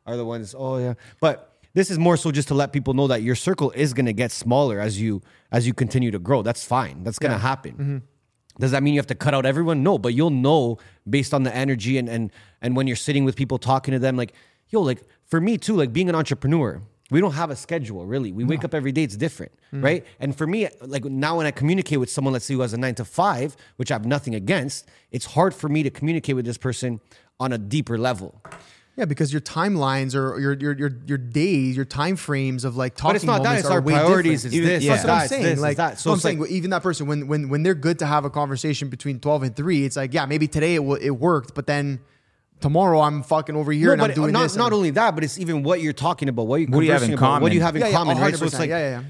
[SPEAKER 4] are the ones. Oh yeah, but. This is more so just to let people know that your circle is going to get smaller as you as you continue to grow. That's fine. That's going to happen.
[SPEAKER 5] Mm-hmm.
[SPEAKER 4] Does that mean you have to cut out everyone? No, but you'll know based on the energy and and and when you're sitting with people talking to them, like, yo, like for me too, like being an entrepreneur, we don't have a schedule really. We wake up every day, it's different, right? And for me, like now when I communicate with someone, let's say who has a nine to five, which I have nothing against, it's hard for me to communicate with this person on a deeper level.
[SPEAKER 1] Yeah, because your timelines or your your your your days, your time frames of like talking
[SPEAKER 4] it's not that,
[SPEAKER 1] moments
[SPEAKER 4] it's
[SPEAKER 1] are
[SPEAKER 4] our
[SPEAKER 1] way
[SPEAKER 4] priorities,
[SPEAKER 1] different.
[SPEAKER 4] it's this,
[SPEAKER 1] That's
[SPEAKER 4] yeah.
[SPEAKER 1] what I'm
[SPEAKER 4] It's
[SPEAKER 1] saying.
[SPEAKER 4] this, it's
[SPEAKER 1] like
[SPEAKER 4] that. So
[SPEAKER 1] no, I'm
[SPEAKER 4] it's like-
[SPEAKER 1] saying well, even that person when when when they're good to have a conversation between 12 and 3, it's like, yeah, maybe today it will, it worked, but then tomorrow I'm fucking over here and I'm doing
[SPEAKER 4] not,
[SPEAKER 1] this. and
[SPEAKER 4] Not
[SPEAKER 1] I'm-
[SPEAKER 4] only that, but it's even what you're talking about, what you
[SPEAKER 5] What do you have
[SPEAKER 4] conversing
[SPEAKER 5] in
[SPEAKER 4] about, what do you have
[SPEAKER 5] common?
[SPEAKER 1] yeah,
[SPEAKER 4] in
[SPEAKER 1] yeah,
[SPEAKER 4] common,
[SPEAKER 1] 100%,
[SPEAKER 4] right? So it's like
[SPEAKER 1] yeah, yeah,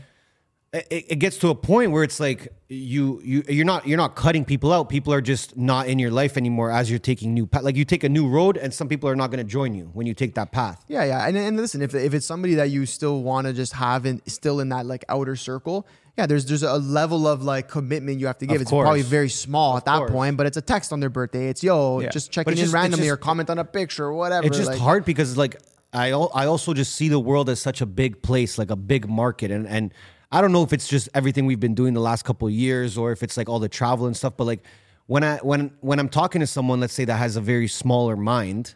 [SPEAKER 1] yeah.
[SPEAKER 4] it, it gets to a point where it's like you you you're not you're not cutting people out. People are just not in your life anymore as you're taking new path. Like you take a new road, and some people are not going to join you when you take that path.
[SPEAKER 1] Yeah, yeah, and and listen, if if it's somebody that you still want to just have in still in that like outer circle, yeah, there's there's a level of like commitment you have to give.
[SPEAKER 4] Of
[SPEAKER 1] it's probably
[SPEAKER 4] course.
[SPEAKER 1] very small at that
[SPEAKER 4] course.
[SPEAKER 1] point, but it's a text on their birthday. It's yo,
[SPEAKER 5] Yeah.
[SPEAKER 1] just
[SPEAKER 4] But
[SPEAKER 1] checking
[SPEAKER 4] it's
[SPEAKER 1] in
[SPEAKER 4] just- it's
[SPEAKER 1] randomly
[SPEAKER 4] just-
[SPEAKER 1] or comment on a picture or whatever.
[SPEAKER 4] It's just
[SPEAKER 1] like-
[SPEAKER 4] hard because like I al- I also just see the world as such a big place, like a big market, and and I don't know if it's just everything we've been doing the last couple of years or if it's like all the travel and stuff. But like when I when when I'm talking to someone, let's say that has a very smaller mind,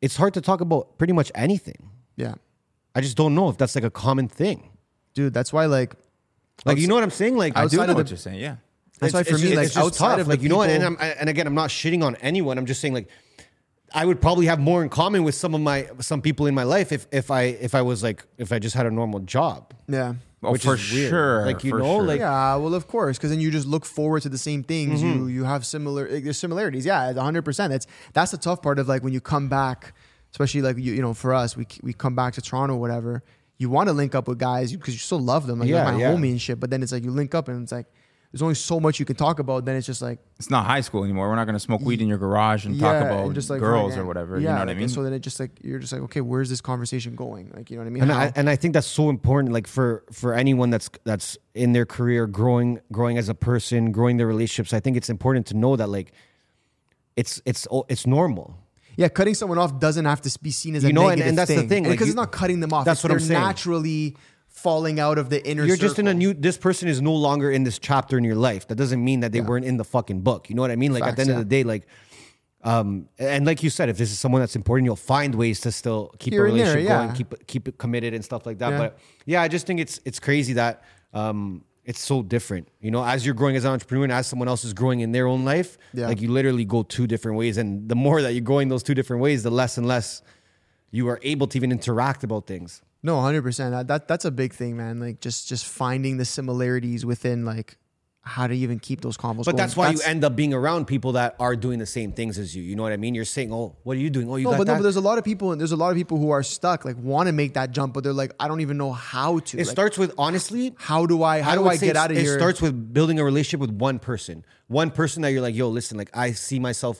[SPEAKER 4] it's hard to talk about pretty much anything.
[SPEAKER 1] Yeah,
[SPEAKER 4] I just don't know if that's like a common thing.
[SPEAKER 1] dude, that's why like
[SPEAKER 4] Like you know what I'm saying? Like
[SPEAKER 5] I do
[SPEAKER 1] Outside
[SPEAKER 5] know
[SPEAKER 1] of
[SPEAKER 5] what
[SPEAKER 1] the-
[SPEAKER 5] you're saying. Yeah.
[SPEAKER 1] that's why for me like
[SPEAKER 4] just
[SPEAKER 1] outside
[SPEAKER 4] tough.
[SPEAKER 1] of
[SPEAKER 4] like
[SPEAKER 1] the
[SPEAKER 4] you know what? And
[SPEAKER 1] people-
[SPEAKER 4] I'm, I- and again, I'm not shitting on anyone. I'm just saying like I would probably have more in common with some of my some people in my life if if I if I was like if I just had a normal job.
[SPEAKER 1] yeah.
[SPEAKER 5] Oh,
[SPEAKER 4] Which
[SPEAKER 5] for
[SPEAKER 4] is weird.
[SPEAKER 5] sure.
[SPEAKER 4] Like, you
[SPEAKER 5] for
[SPEAKER 4] know,
[SPEAKER 5] sure.
[SPEAKER 4] like-
[SPEAKER 1] Yeah, well, of course, because then you just look forward to the same things. You
[SPEAKER 5] Mm-hmm.
[SPEAKER 1] you have similar like, there's similarities. Yeah, 100. percent That's that's the tough part of like when you come back, especially like you you know for us we we come back to Toronto or whatever. You want to link up with guys because you still love them, like
[SPEAKER 4] Yeah,
[SPEAKER 1] yeah, my
[SPEAKER 4] yeah.
[SPEAKER 1] homie and shit. But then it's like you link up and it's like there's only so much you can talk about. Then it's just like
[SPEAKER 5] it's not high school anymore. We're not going to smoke weed in your garage and
[SPEAKER 1] yeah,
[SPEAKER 5] talk about
[SPEAKER 1] and just like
[SPEAKER 5] girls
[SPEAKER 1] fucking-
[SPEAKER 5] or whatever. you know what
[SPEAKER 1] like,
[SPEAKER 5] I
[SPEAKER 1] and
[SPEAKER 5] mean?
[SPEAKER 1] So then it just like you're just like okay, where's this conversation going? Like you know what I mean?
[SPEAKER 4] And
[SPEAKER 1] How-
[SPEAKER 4] I, and I think that's so important, like for for anyone that's that's in their career, growing growing as a person, growing their relationships. I think it's important to know that like it's it's it's normal.
[SPEAKER 1] Yeah, cutting someone off doesn't have to be seen as a
[SPEAKER 4] You know, and-
[SPEAKER 1] negative
[SPEAKER 4] and that's the
[SPEAKER 1] thing.
[SPEAKER 4] thing, like,
[SPEAKER 1] because
[SPEAKER 4] you-
[SPEAKER 1] it's not cutting them off.
[SPEAKER 4] that's
[SPEAKER 1] It's
[SPEAKER 4] what I'm
[SPEAKER 1] they're
[SPEAKER 4] saying.
[SPEAKER 1] Naturally falling out of the inner.
[SPEAKER 4] you're just in a
[SPEAKER 1] circle.
[SPEAKER 4] new this person is no longer in this chapter in your life that doesn't mean that they weren't in the fucking book you know what i mean like at the
[SPEAKER 1] Facts,
[SPEAKER 4] end
[SPEAKER 1] yeah.
[SPEAKER 4] of the day like um and like you said if this is someone that's important you'll find ways to still keep
[SPEAKER 1] Here
[SPEAKER 4] a
[SPEAKER 1] and there,
[SPEAKER 4] relationship
[SPEAKER 1] yeah.
[SPEAKER 4] going keep it- keep it committed and stuff like that
[SPEAKER 1] Yeah.
[SPEAKER 4] but yeah i just think it's it's crazy that um it's so different you know as you're growing as an entrepreneur and as someone else is growing in their own life
[SPEAKER 1] Yeah.
[SPEAKER 4] like you literally go two different ways and the more that you're going those two different ways the less and less you are able to even interact about things
[SPEAKER 1] No, 100%. That, that that's a big thing, man. Like just just finding the similarities within like how to even keep those combos
[SPEAKER 4] But that's why you end up being around people that are doing the same things as you. You know what I mean? You're saying, "Oh, what are you doing? Oh, you
[SPEAKER 1] no,
[SPEAKER 4] got
[SPEAKER 1] but, no,
[SPEAKER 4] that."
[SPEAKER 1] but there's a lot of people and there's a lot of people who are stuck like want to make that jump but they're like I don't even know how to.
[SPEAKER 4] it
[SPEAKER 1] Like,
[SPEAKER 4] starts with honestly.
[SPEAKER 1] how do I how do
[SPEAKER 4] would
[SPEAKER 1] I
[SPEAKER 4] say
[SPEAKER 1] get
[SPEAKER 4] it's-
[SPEAKER 1] out of
[SPEAKER 4] it
[SPEAKER 1] here?
[SPEAKER 4] starts with building a relationship with one person, one person that you're like, "Yo, listen, like I see myself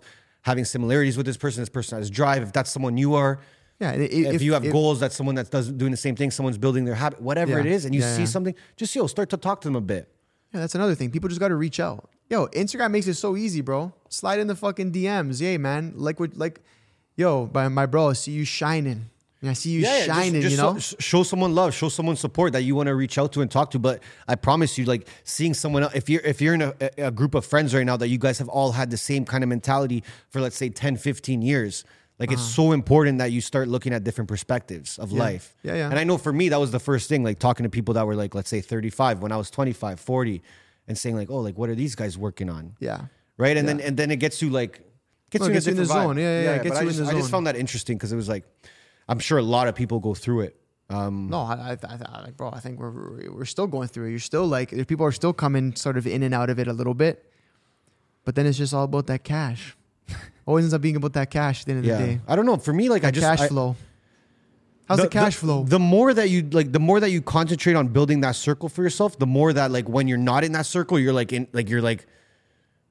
[SPEAKER 4] having similarities with this person. This person has drive. If that's someone you are."
[SPEAKER 1] yeah, i- i-
[SPEAKER 4] If, you have
[SPEAKER 1] if-
[SPEAKER 4] goals, that's someone that's does, doing the same thing. Someone's building their habit, whatever
[SPEAKER 1] Yeah.
[SPEAKER 4] it is, and you
[SPEAKER 1] Yeah,
[SPEAKER 4] see
[SPEAKER 1] yeah.
[SPEAKER 4] something, just yo, start to talk to them a bit.
[SPEAKER 1] Yeah, that's another thing. People just got to reach out. Yo, Instagram makes it so easy, bro. Slide in the fucking DMs. Yay, man. Like what like yo, my, my bro, I see you shining. I see you
[SPEAKER 4] yeah, yeah,
[SPEAKER 1] shining,
[SPEAKER 4] just- just
[SPEAKER 1] you know?
[SPEAKER 4] so- sh- show someone love, show someone support that you want to reach out to and talk to. But I promise you, like seeing someone else, if you're if you're in a, a- a group of friends right now that you guys have all had the same kind of mentality for let's say 10, 15 years, like it's so important that you start looking at different perspectives of life.
[SPEAKER 1] Uh-huh. Yeah, yeah.
[SPEAKER 4] And I know for me, that was the first thing, like talking to people that were like, let's say 35 when I was 25, 40, and saying, like, oh, like what are these guys working on?
[SPEAKER 1] yeah.
[SPEAKER 4] Right. And then and then it gets you like gets
[SPEAKER 1] No, it
[SPEAKER 4] you in,
[SPEAKER 1] gets you
[SPEAKER 4] a
[SPEAKER 1] in the
[SPEAKER 4] different
[SPEAKER 1] zone.
[SPEAKER 4] vibe.
[SPEAKER 1] Yeah, yeah, yeah, it
[SPEAKER 4] but
[SPEAKER 1] gets
[SPEAKER 4] I
[SPEAKER 1] you in
[SPEAKER 4] just,
[SPEAKER 1] the
[SPEAKER 4] I
[SPEAKER 1] zone.
[SPEAKER 4] just found that interesting because it was like I'm sure a lot of people go through it. Um
[SPEAKER 1] No, I, I, I, I like, bro. I think we're- we're we're still going through. it. You're still like, if people are still coming sort of in and out of it a little bit, but then it's just all about that cash. [LAUGHS] Always ends up being about that cash at the end of the
[SPEAKER 4] yeah.
[SPEAKER 1] day.
[SPEAKER 4] I don't know. For me, like I just
[SPEAKER 1] cash
[SPEAKER 4] I-
[SPEAKER 1] flow. How's the, cash flow?
[SPEAKER 4] The more that you like, the more that you concentrate on building that circle for yourself, the more that like when you're not in that circle, you're like in like you're like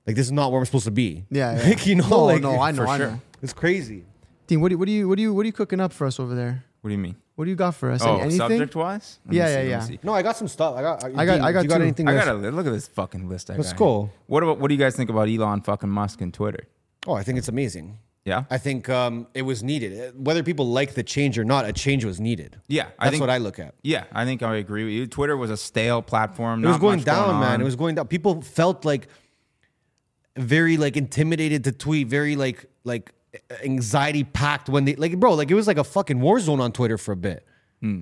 [SPEAKER 4] like this is not where I'm supposed to be.
[SPEAKER 1] yeah, yeah.
[SPEAKER 4] [LAUGHS] like you know,
[SPEAKER 1] No,
[SPEAKER 4] like
[SPEAKER 1] no, I know,
[SPEAKER 5] for
[SPEAKER 1] I
[SPEAKER 5] sure.
[SPEAKER 1] know.
[SPEAKER 4] it's crazy.
[SPEAKER 1] Dean, what do you, what do you, what do you, what are you cooking up for us over there?
[SPEAKER 5] what do you mean?
[SPEAKER 1] What do you got for us?
[SPEAKER 5] Oh,
[SPEAKER 1] Anything?
[SPEAKER 5] subject wise?
[SPEAKER 1] Yeah, yeah, yeah.
[SPEAKER 4] No, I got some stuff. I got.
[SPEAKER 1] I got-
[SPEAKER 4] Dean,
[SPEAKER 1] I
[SPEAKER 4] if
[SPEAKER 1] got
[SPEAKER 4] you got
[SPEAKER 1] two.
[SPEAKER 4] anything?
[SPEAKER 5] I
[SPEAKER 4] that's-
[SPEAKER 5] gotta li- look at this fucking list. I
[SPEAKER 4] Let's
[SPEAKER 5] got
[SPEAKER 4] go.
[SPEAKER 5] here. What about what do you guys think about Elon fucking Musk and Twitter?
[SPEAKER 4] Oh, I think it's amazing.
[SPEAKER 5] Yeah?
[SPEAKER 4] I think um, it was needed. Whether people like the change or not, a change was needed.
[SPEAKER 5] Yeah,
[SPEAKER 4] that's
[SPEAKER 5] I think-
[SPEAKER 4] what I look at.
[SPEAKER 5] Yeah, I think I agree with you. Twitter was a stale platform.
[SPEAKER 4] It was going down, man. It was going down. People felt like very like intimidated to tweet, very like like anxiety packed when they like bro, like it was like a fucking war zone on Twitter for a bit. Like
[SPEAKER 5] Hmm.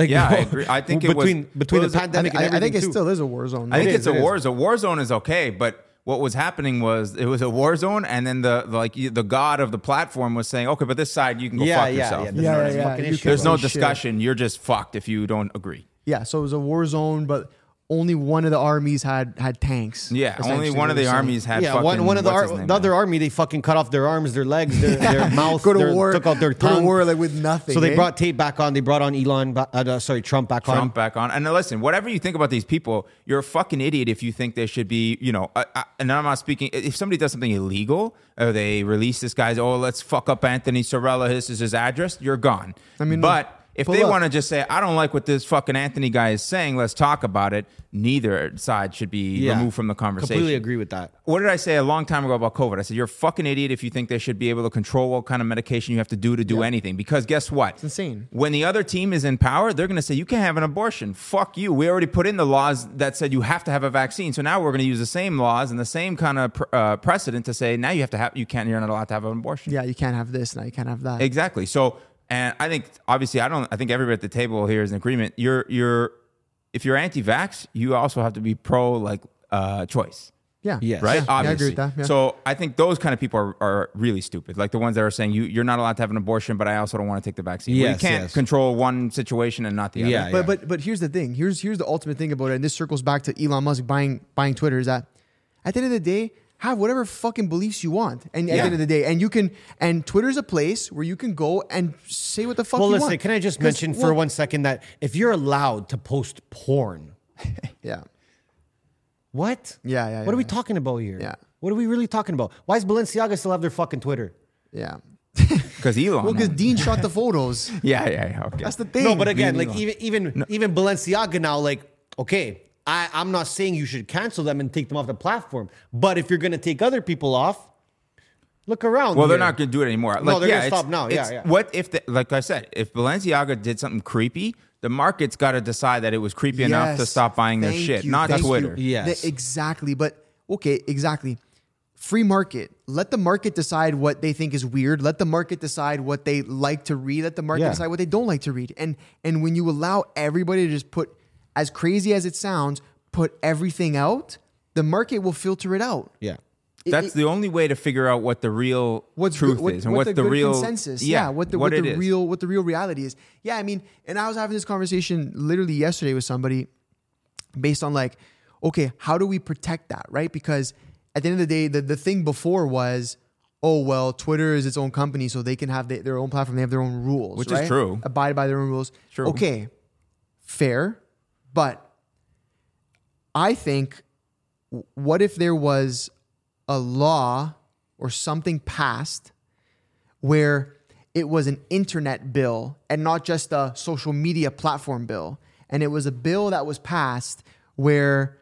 [SPEAKER 5] Yeah, I
[SPEAKER 4] bro,
[SPEAKER 5] agree. I think it was-
[SPEAKER 4] between between
[SPEAKER 5] well, it was-
[SPEAKER 4] the
[SPEAKER 5] I
[SPEAKER 1] I,
[SPEAKER 4] pandemic
[SPEAKER 1] I- I
[SPEAKER 4] and everything
[SPEAKER 1] think it
[SPEAKER 4] too.
[SPEAKER 1] still is a war zone.
[SPEAKER 5] I
[SPEAKER 1] though.
[SPEAKER 5] think
[SPEAKER 4] is,
[SPEAKER 5] it's a
[SPEAKER 4] it is.
[SPEAKER 5] war zone. War zone is okay, but what was happening was it was a war zone, and then the, the like the god of the platform was saying, "Okay, but this side you can go
[SPEAKER 4] Yeah,
[SPEAKER 5] fuck
[SPEAKER 4] yeah,
[SPEAKER 5] yourself."
[SPEAKER 4] yeah.
[SPEAKER 5] You
[SPEAKER 4] Yeah,
[SPEAKER 5] know what I
[SPEAKER 4] yeah,
[SPEAKER 5] mean?
[SPEAKER 4] fucking
[SPEAKER 1] you
[SPEAKER 4] issue.
[SPEAKER 1] can't
[SPEAKER 5] There's no
[SPEAKER 1] do shit.
[SPEAKER 5] discussion. You're just fucked if you don't agree.
[SPEAKER 1] Yeah, so it was a war zone, but only one of the armies had had tanks.
[SPEAKER 5] Yeah, only
[SPEAKER 1] essentially,
[SPEAKER 5] one of the
[SPEAKER 1] so-
[SPEAKER 5] armies had.
[SPEAKER 4] Yeah,
[SPEAKER 5] fucking,
[SPEAKER 4] one, one of the,
[SPEAKER 5] what's
[SPEAKER 4] ar-
[SPEAKER 5] his name,
[SPEAKER 4] the other
[SPEAKER 5] man?
[SPEAKER 4] army, they fucking cut off their arms, their
[SPEAKER 1] [LAUGHS]
[SPEAKER 4] legs, their, their mouth.
[SPEAKER 1] Go to
[SPEAKER 4] their,
[SPEAKER 1] war-
[SPEAKER 4] Took out their
[SPEAKER 1] go to
[SPEAKER 4] tongue.
[SPEAKER 1] war, like, with nothing,
[SPEAKER 4] So they
[SPEAKER 1] eh?
[SPEAKER 4] brought Tate back on. They brought on Elon, ba- uh, uh, sorry, Trump back
[SPEAKER 5] Trump
[SPEAKER 4] on.
[SPEAKER 5] back on. And now listen, whatever you think about these people, you're a fucking idiot if you think they should be, you know, I, I, and I'm not speaking, if somebody does something illegal, or they release this guy's, oh, let's fuck up Anthony Sorella, this is his address, you're gone. I
[SPEAKER 1] mean,
[SPEAKER 5] mean, but if
[SPEAKER 1] pull
[SPEAKER 5] they
[SPEAKER 1] up.
[SPEAKER 5] want to just say, I don't like what this fucking Anthony guy is saying, let's talk about it, neither side should be
[SPEAKER 4] Yeah.
[SPEAKER 5] removed from the conversation
[SPEAKER 4] Completely agree with that.
[SPEAKER 5] what did I say a long time ago about COVID? I said, you're a fucking idiot if you think they should be able to control what kind of medication you have to do to do anything. Because guess what? It's
[SPEAKER 1] insane.
[SPEAKER 5] When the other team is in power, they're going to say, you can't have an abortion. Fuck you. We already put in the laws that said you have to have a vaccine. So now we're going to use the same laws and the same kind of pr- uh, precedent to say, now you have to have, you can't, you're not allowed to have an abortion.
[SPEAKER 1] Yeah, you can't have this, now you can't have that.
[SPEAKER 5] Exactly. So, and I think obviously, I don't. I think everybody at the table here is in agreement. You're you're if you're anti-vax, you also have to be pro like uh choice.
[SPEAKER 1] yeah,
[SPEAKER 4] Yes.
[SPEAKER 5] Right?
[SPEAKER 1] Yeah, yeah, I agree with that. Yeah.
[SPEAKER 5] So I think those kind of people are, are really stupid. Like the ones that are saying you you're not allowed to have an abortion, but I also don't want to take the vaccine. Well,
[SPEAKER 4] Yes,
[SPEAKER 5] you can't
[SPEAKER 4] yes.
[SPEAKER 5] control one situation and not the other.
[SPEAKER 4] Yeah,
[SPEAKER 1] but but but here's the thing. Here's here's the ultimate thing about it. And this circles back to Elon Musk buying buying Twitter. Is that at the end of the day, have whatever fucking beliefs you want. And at the
[SPEAKER 5] Yeah.
[SPEAKER 1] end of the day, and you can and Twitter's a place where you can go and say what the fuck.
[SPEAKER 4] Well,
[SPEAKER 1] you
[SPEAKER 4] listen,
[SPEAKER 1] want.
[SPEAKER 4] can I just
[SPEAKER 1] 'Cause-
[SPEAKER 4] mention for
[SPEAKER 1] well,
[SPEAKER 4] one second that if you're allowed to post porn,
[SPEAKER 1] Yeah,
[SPEAKER 4] what?
[SPEAKER 1] Yeah, yeah,
[SPEAKER 4] What
[SPEAKER 1] yeah,
[SPEAKER 4] are we
[SPEAKER 1] yeah.
[SPEAKER 4] talking about here?
[SPEAKER 1] Yeah.
[SPEAKER 4] What are we really talking about? Why does Balenciaga still have their fucking Twitter?
[SPEAKER 1] yeah. [LAUGHS]
[SPEAKER 5] Because Elon.
[SPEAKER 1] Well, because Dean shot the photos.
[SPEAKER 5] yeah, yeah, yeah. Okay.
[SPEAKER 1] That's the thing.
[SPEAKER 4] No, but again,
[SPEAKER 5] Leave
[SPEAKER 4] like
[SPEAKER 5] me
[SPEAKER 4] even even even Balenciaga now, like okay, I I'm not saying you should cancel them and take them off the platform, but if you're gonna take other people off, look around.
[SPEAKER 5] Well, they're
[SPEAKER 4] here.
[SPEAKER 5] not going to do it anymore. Like,
[SPEAKER 4] they're
[SPEAKER 5] yeah,
[SPEAKER 4] gonna
[SPEAKER 5] it's-
[SPEAKER 4] stop now. Yeah,
[SPEAKER 5] it's-
[SPEAKER 4] yeah.
[SPEAKER 5] What if, the, like I said, if Balenciaga did something creepy, the market's got to decide that it was creepy enough to
[SPEAKER 1] Yes.
[SPEAKER 5] stop buying their
[SPEAKER 1] Thank
[SPEAKER 5] shit,
[SPEAKER 1] you,
[SPEAKER 5] not
[SPEAKER 1] thank you.
[SPEAKER 5] Twitter.
[SPEAKER 4] Yeah. Yes.
[SPEAKER 1] The- exactly. But okay, exactly. Free market. Let the market decide what they think is weird. Let the market decide what they like to read. Let the market
[SPEAKER 4] Yeah.
[SPEAKER 1] decide what they don't like to read. And and when you allow everybody to just put as crazy as it sounds, put everything out, the market will filter it out.
[SPEAKER 4] Yeah.
[SPEAKER 5] That's the only way to figure out what the real truth
[SPEAKER 1] good- what-
[SPEAKER 5] is and
[SPEAKER 1] what
[SPEAKER 5] what's the,
[SPEAKER 1] good
[SPEAKER 5] real
[SPEAKER 1] consensus. Yeah, what the, what
[SPEAKER 5] it
[SPEAKER 1] the
[SPEAKER 5] is.
[SPEAKER 1] real what the real reality is. Yeah, I mean, and I was having this conversation literally yesterday with somebody based on like, okay, how do we protect that, right? Because at the end of the day, the, the thing before was, oh well, Twitter is its own company, so they can have the- their own platform, they have their own rules,
[SPEAKER 5] Which is
[SPEAKER 1] right?
[SPEAKER 5] true.
[SPEAKER 1] Abide by their own rules.
[SPEAKER 5] True.
[SPEAKER 1] Okay, fair, but I think w- what if there was a law or something passed where it was an internet bill and not just a social media platform bill and it was a bill that was passed where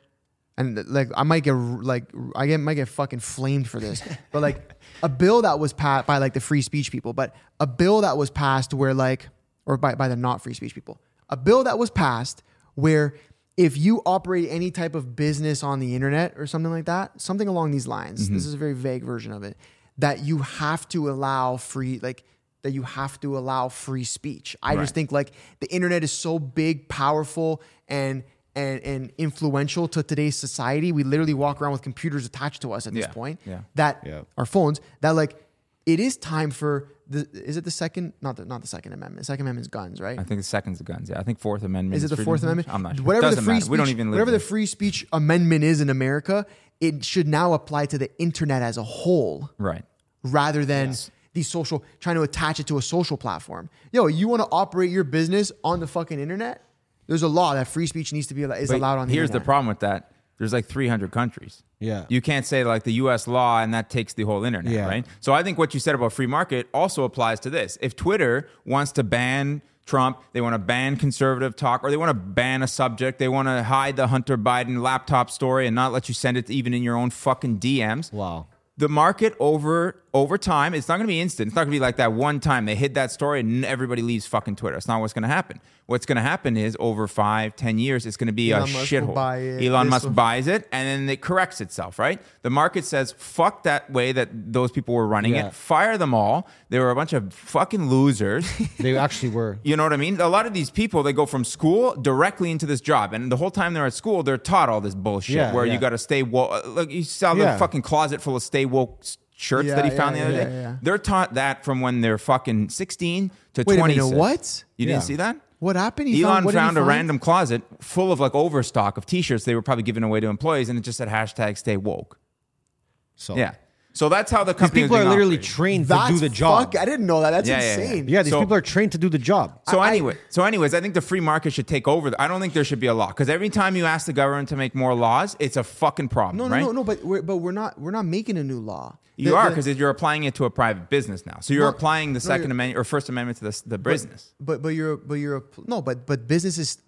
[SPEAKER 1] and like I might get like I get, might get fucking flamed for this but like a bill that was passed by like the free speech people but a bill that was passed where like or by, by the not free speech people a bill that was passed where if you operate any type of business on the internet or something like that, something along these lines,
[SPEAKER 5] Mm-hmm.
[SPEAKER 1] this is a very vague version of it, that you have to allow free, like, that you have to allow free speech. I just think like the internet is so big, powerful, and and and influential to today's society. We literally walk around with computers attached to us at this
[SPEAKER 5] Yeah.
[SPEAKER 1] point.
[SPEAKER 5] Yeah.
[SPEAKER 1] That
[SPEAKER 4] Yeah.
[SPEAKER 1] our phones. That like it is time for the is it the second not the not the second amendment. The second amendment is guns, right?
[SPEAKER 5] I think the second's the guns. Yeah, I think Fourth Amendment.
[SPEAKER 1] Is it the
[SPEAKER 5] freedom
[SPEAKER 1] Fourth
[SPEAKER 5] of speech?
[SPEAKER 1] Amendment?
[SPEAKER 5] I'm not sure.
[SPEAKER 1] Whatever
[SPEAKER 5] Doesn't
[SPEAKER 1] the free
[SPEAKER 5] matter.
[SPEAKER 1] speech,
[SPEAKER 5] we don't even live
[SPEAKER 1] whatever the
[SPEAKER 5] there.
[SPEAKER 1] free speech amendment is in America, it should now apply to the internet as a whole,
[SPEAKER 5] right.
[SPEAKER 1] rather than the social trying to attach it to a social platform. Yo, you want to operate your business on the fucking internet? There's a law that free speech needs to be allo- is
[SPEAKER 5] But
[SPEAKER 1] allowed on the
[SPEAKER 5] here's
[SPEAKER 1] internet.
[SPEAKER 5] the problem with that there's like 300 countries
[SPEAKER 4] Yeah.
[SPEAKER 5] you can't say like the us law and that takes the whole internet
[SPEAKER 4] Yeah.
[SPEAKER 5] right so i think what you said about free market also applies to this if twitter wants to ban trump they want to ban conservative talk or they want to ban a subject they want to hide the hunter biden laptop story and not let you send it even in your own fucking dms
[SPEAKER 4] Wow.
[SPEAKER 5] the market over over time, it's not going to be instant. It's not going to be like that one time they hit that story and everybody leaves fucking Twitter. It's not what's going to happen. What's going to happen is over five, ten years, it's going to be
[SPEAKER 1] Elon
[SPEAKER 5] a
[SPEAKER 1] Musk will
[SPEAKER 5] shithole.
[SPEAKER 1] buy it.
[SPEAKER 5] Elon
[SPEAKER 1] This
[SPEAKER 5] Musk
[SPEAKER 1] will-
[SPEAKER 5] buys it and then it corrects itself, right? The market says, fuck that way that those people were running
[SPEAKER 4] Yeah.
[SPEAKER 5] it. Fire them all. They were a bunch of fucking losers.
[SPEAKER 4] They actually
[SPEAKER 5] [LAUGHS]
[SPEAKER 4] were.
[SPEAKER 5] You know what I mean? A lot of these people, they go from school directly into this job, and the whole time they're at school, they're taught all this bullshit
[SPEAKER 4] Yeah,
[SPEAKER 5] where
[SPEAKER 4] yeah.
[SPEAKER 5] you got to stay woke. Look, you saw the
[SPEAKER 4] Yeah.
[SPEAKER 5] fucking closet full of stay woke s- shirts that he
[SPEAKER 1] Yeah,
[SPEAKER 5] found
[SPEAKER 1] yeah,
[SPEAKER 5] the other
[SPEAKER 1] yeah,
[SPEAKER 5] day.
[SPEAKER 1] yeah.
[SPEAKER 5] They're taught that from when they're fucking sixteen to
[SPEAKER 1] Wait a
[SPEAKER 5] twenty.
[SPEAKER 1] minute, what?
[SPEAKER 5] You
[SPEAKER 4] Yeah.
[SPEAKER 5] didn't see that?
[SPEAKER 1] What happened? He
[SPEAKER 5] Elon
[SPEAKER 1] found- what did he
[SPEAKER 5] found a
[SPEAKER 1] find?
[SPEAKER 5] random closet full of like overstock of T-shirts they were probably giving away to employees, and it just said hashtag stay woke.
[SPEAKER 4] So
[SPEAKER 5] Yeah. So that's how the company
[SPEAKER 4] people are
[SPEAKER 5] was being
[SPEAKER 4] literally
[SPEAKER 5] operated.
[SPEAKER 4] trained
[SPEAKER 1] That's
[SPEAKER 4] to do the job.
[SPEAKER 1] Fuck, I didn't know that. That's
[SPEAKER 5] Yeah, yeah, yeah.
[SPEAKER 1] insane.
[SPEAKER 4] yeah, these
[SPEAKER 5] So-
[SPEAKER 4] people are trained to do the job.
[SPEAKER 5] So anyway, so anyways, I think the free market should take over. I don't think there should be a law because every time you ask the government to make more laws, it's a fucking problem,
[SPEAKER 1] No, no,
[SPEAKER 5] right?
[SPEAKER 1] no, no. But we're, but we're not we're not making a new law.
[SPEAKER 5] You
[SPEAKER 1] The-
[SPEAKER 5] are
[SPEAKER 1] the-
[SPEAKER 5] because you're applying it to a private business now. So you're
[SPEAKER 1] No,
[SPEAKER 5] applying the
[SPEAKER 1] no,
[SPEAKER 5] Second
[SPEAKER 1] you're-
[SPEAKER 5] Amendment or First Amendment to the, the business.
[SPEAKER 1] But but you're but you're no. But but businesses.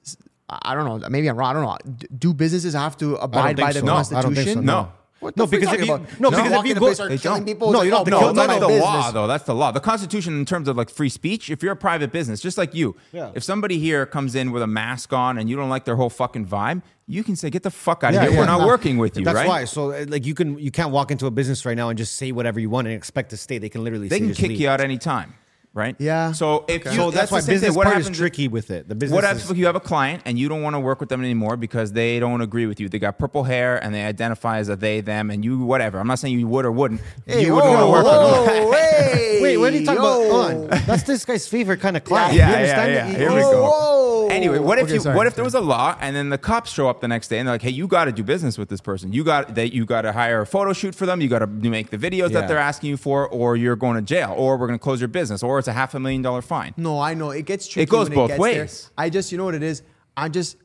[SPEAKER 1] I don't know. Maybe I'm wrong. I don't know. D- Do businesses have to abide by the
[SPEAKER 4] think so. No, I don't think
[SPEAKER 1] Constitution?
[SPEAKER 4] so,
[SPEAKER 5] no.
[SPEAKER 1] What
[SPEAKER 4] No,
[SPEAKER 1] the fuck
[SPEAKER 4] because
[SPEAKER 1] are you talking
[SPEAKER 4] if you-
[SPEAKER 1] about?
[SPEAKER 4] no,
[SPEAKER 1] Just
[SPEAKER 4] because if
[SPEAKER 1] walk
[SPEAKER 4] you
[SPEAKER 1] in a
[SPEAKER 4] go-
[SPEAKER 1] place, start
[SPEAKER 4] they
[SPEAKER 1] killing
[SPEAKER 5] don't.
[SPEAKER 1] people.
[SPEAKER 4] No,
[SPEAKER 1] it's
[SPEAKER 4] you
[SPEAKER 1] like,
[SPEAKER 4] don't have to
[SPEAKER 1] oh,
[SPEAKER 4] kill
[SPEAKER 5] No,
[SPEAKER 1] it's not
[SPEAKER 5] no,
[SPEAKER 4] them.
[SPEAKER 1] my
[SPEAKER 5] no, the law
[SPEAKER 1] business.
[SPEAKER 5] though. That's the law. The Constitution in terms of like free speech. If you're a private business, just like you,
[SPEAKER 4] Yeah.
[SPEAKER 5] if somebody here comes in with a mask on and you don't like their whole fucking vibe, you can say, "Get the fuck out of here. We're not working with you."
[SPEAKER 4] That's
[SPEAKER 5] right?
[SPEAKER 4] why. So uh, like you can you can't walk into a business right now and just say whatever you want and expect to stay. They can literally
[SPEAKER 5] They
[SPEAKER 4] say,
[SPEAKER 5] can
[SPEAKER 4] just
[SPEAKER 5] kick
[SPEAKER 4] leave.
[SPEAKER 5] you out any time, right?
[SPEAKER 1] Yeah.
[SPEAKER 5] So if
[SPEAKER 1] Okay.
[SPEAKER 5] you,
[SPEAKER 4] So that's,
[SPEAKER 5] the
[SPEAKER 4] why
[SPEAKER 5] same thing.
[SPEAKER 4] business
[SPEAKER 5] What
[SPEAKER 4] part is
[SPEAKER 5] happens-
[SPEAKER 4] tricky with it. The business.
[SPEAKER 5] What
[SPEAKER 4] is-
[SPEAKER 5] happens if you have a client and you don't want to work with them anymore because they don't agree with you? They got purple hair and they identify as a they, them, and you, whatever. I'm not saying you would or wouldn't. you
[SPEAKER 1] whoa,
[SPEAKER 5] wouldn't want to work with them.
[SPEAKER 1] whoa, hey,
[SPEAKER 4] [LAUGHS] Wait, what are you talking
[SPEAKER 1] yo.
[SPEAKER 4] about? Hold on. That's this guy's favorite kind of client.
[SPEAKER 5] Yeah,
[SPEAKER 4] you
[SPEAKER 5] yeah,
[SPEAKER 4] understand
[SPEAKER 5] yeah.
[SPEAKER 4] that?
[SPEAKER 5] Here we
[SPEAKER 4] Oh,
[SPEAKER 5] go.
[SPEAKER 1] Whoa.
[SPEAKER 5] Anyway, what if
[SPEAKER 1] Okay,
[SPEAKER 5] you
[SPEAKER 1] sorry.
[SPEAKER 5] what if there was a law and then the cops show up the next day and they're like, "Hey, you got to do business with this person. You got that you got to hire a photo shoot for them. You got to make the videos
[SPEAKER 4] Yeah.
[SPEAKER 5] that they're asking you for, or you're going to jail, or we're going to close your business, or it's a half a million dollar fine."
[SPEAKER 1] No, I know it gets tricky.
[SPEAKER 5] goes
[SPEAKER 1] when
[SPEAKER 5] both
[SPEAKER 1] gets there.
[SPEAKER 5] ways.
[SPEAKER 1] I just, you know what it is. I just,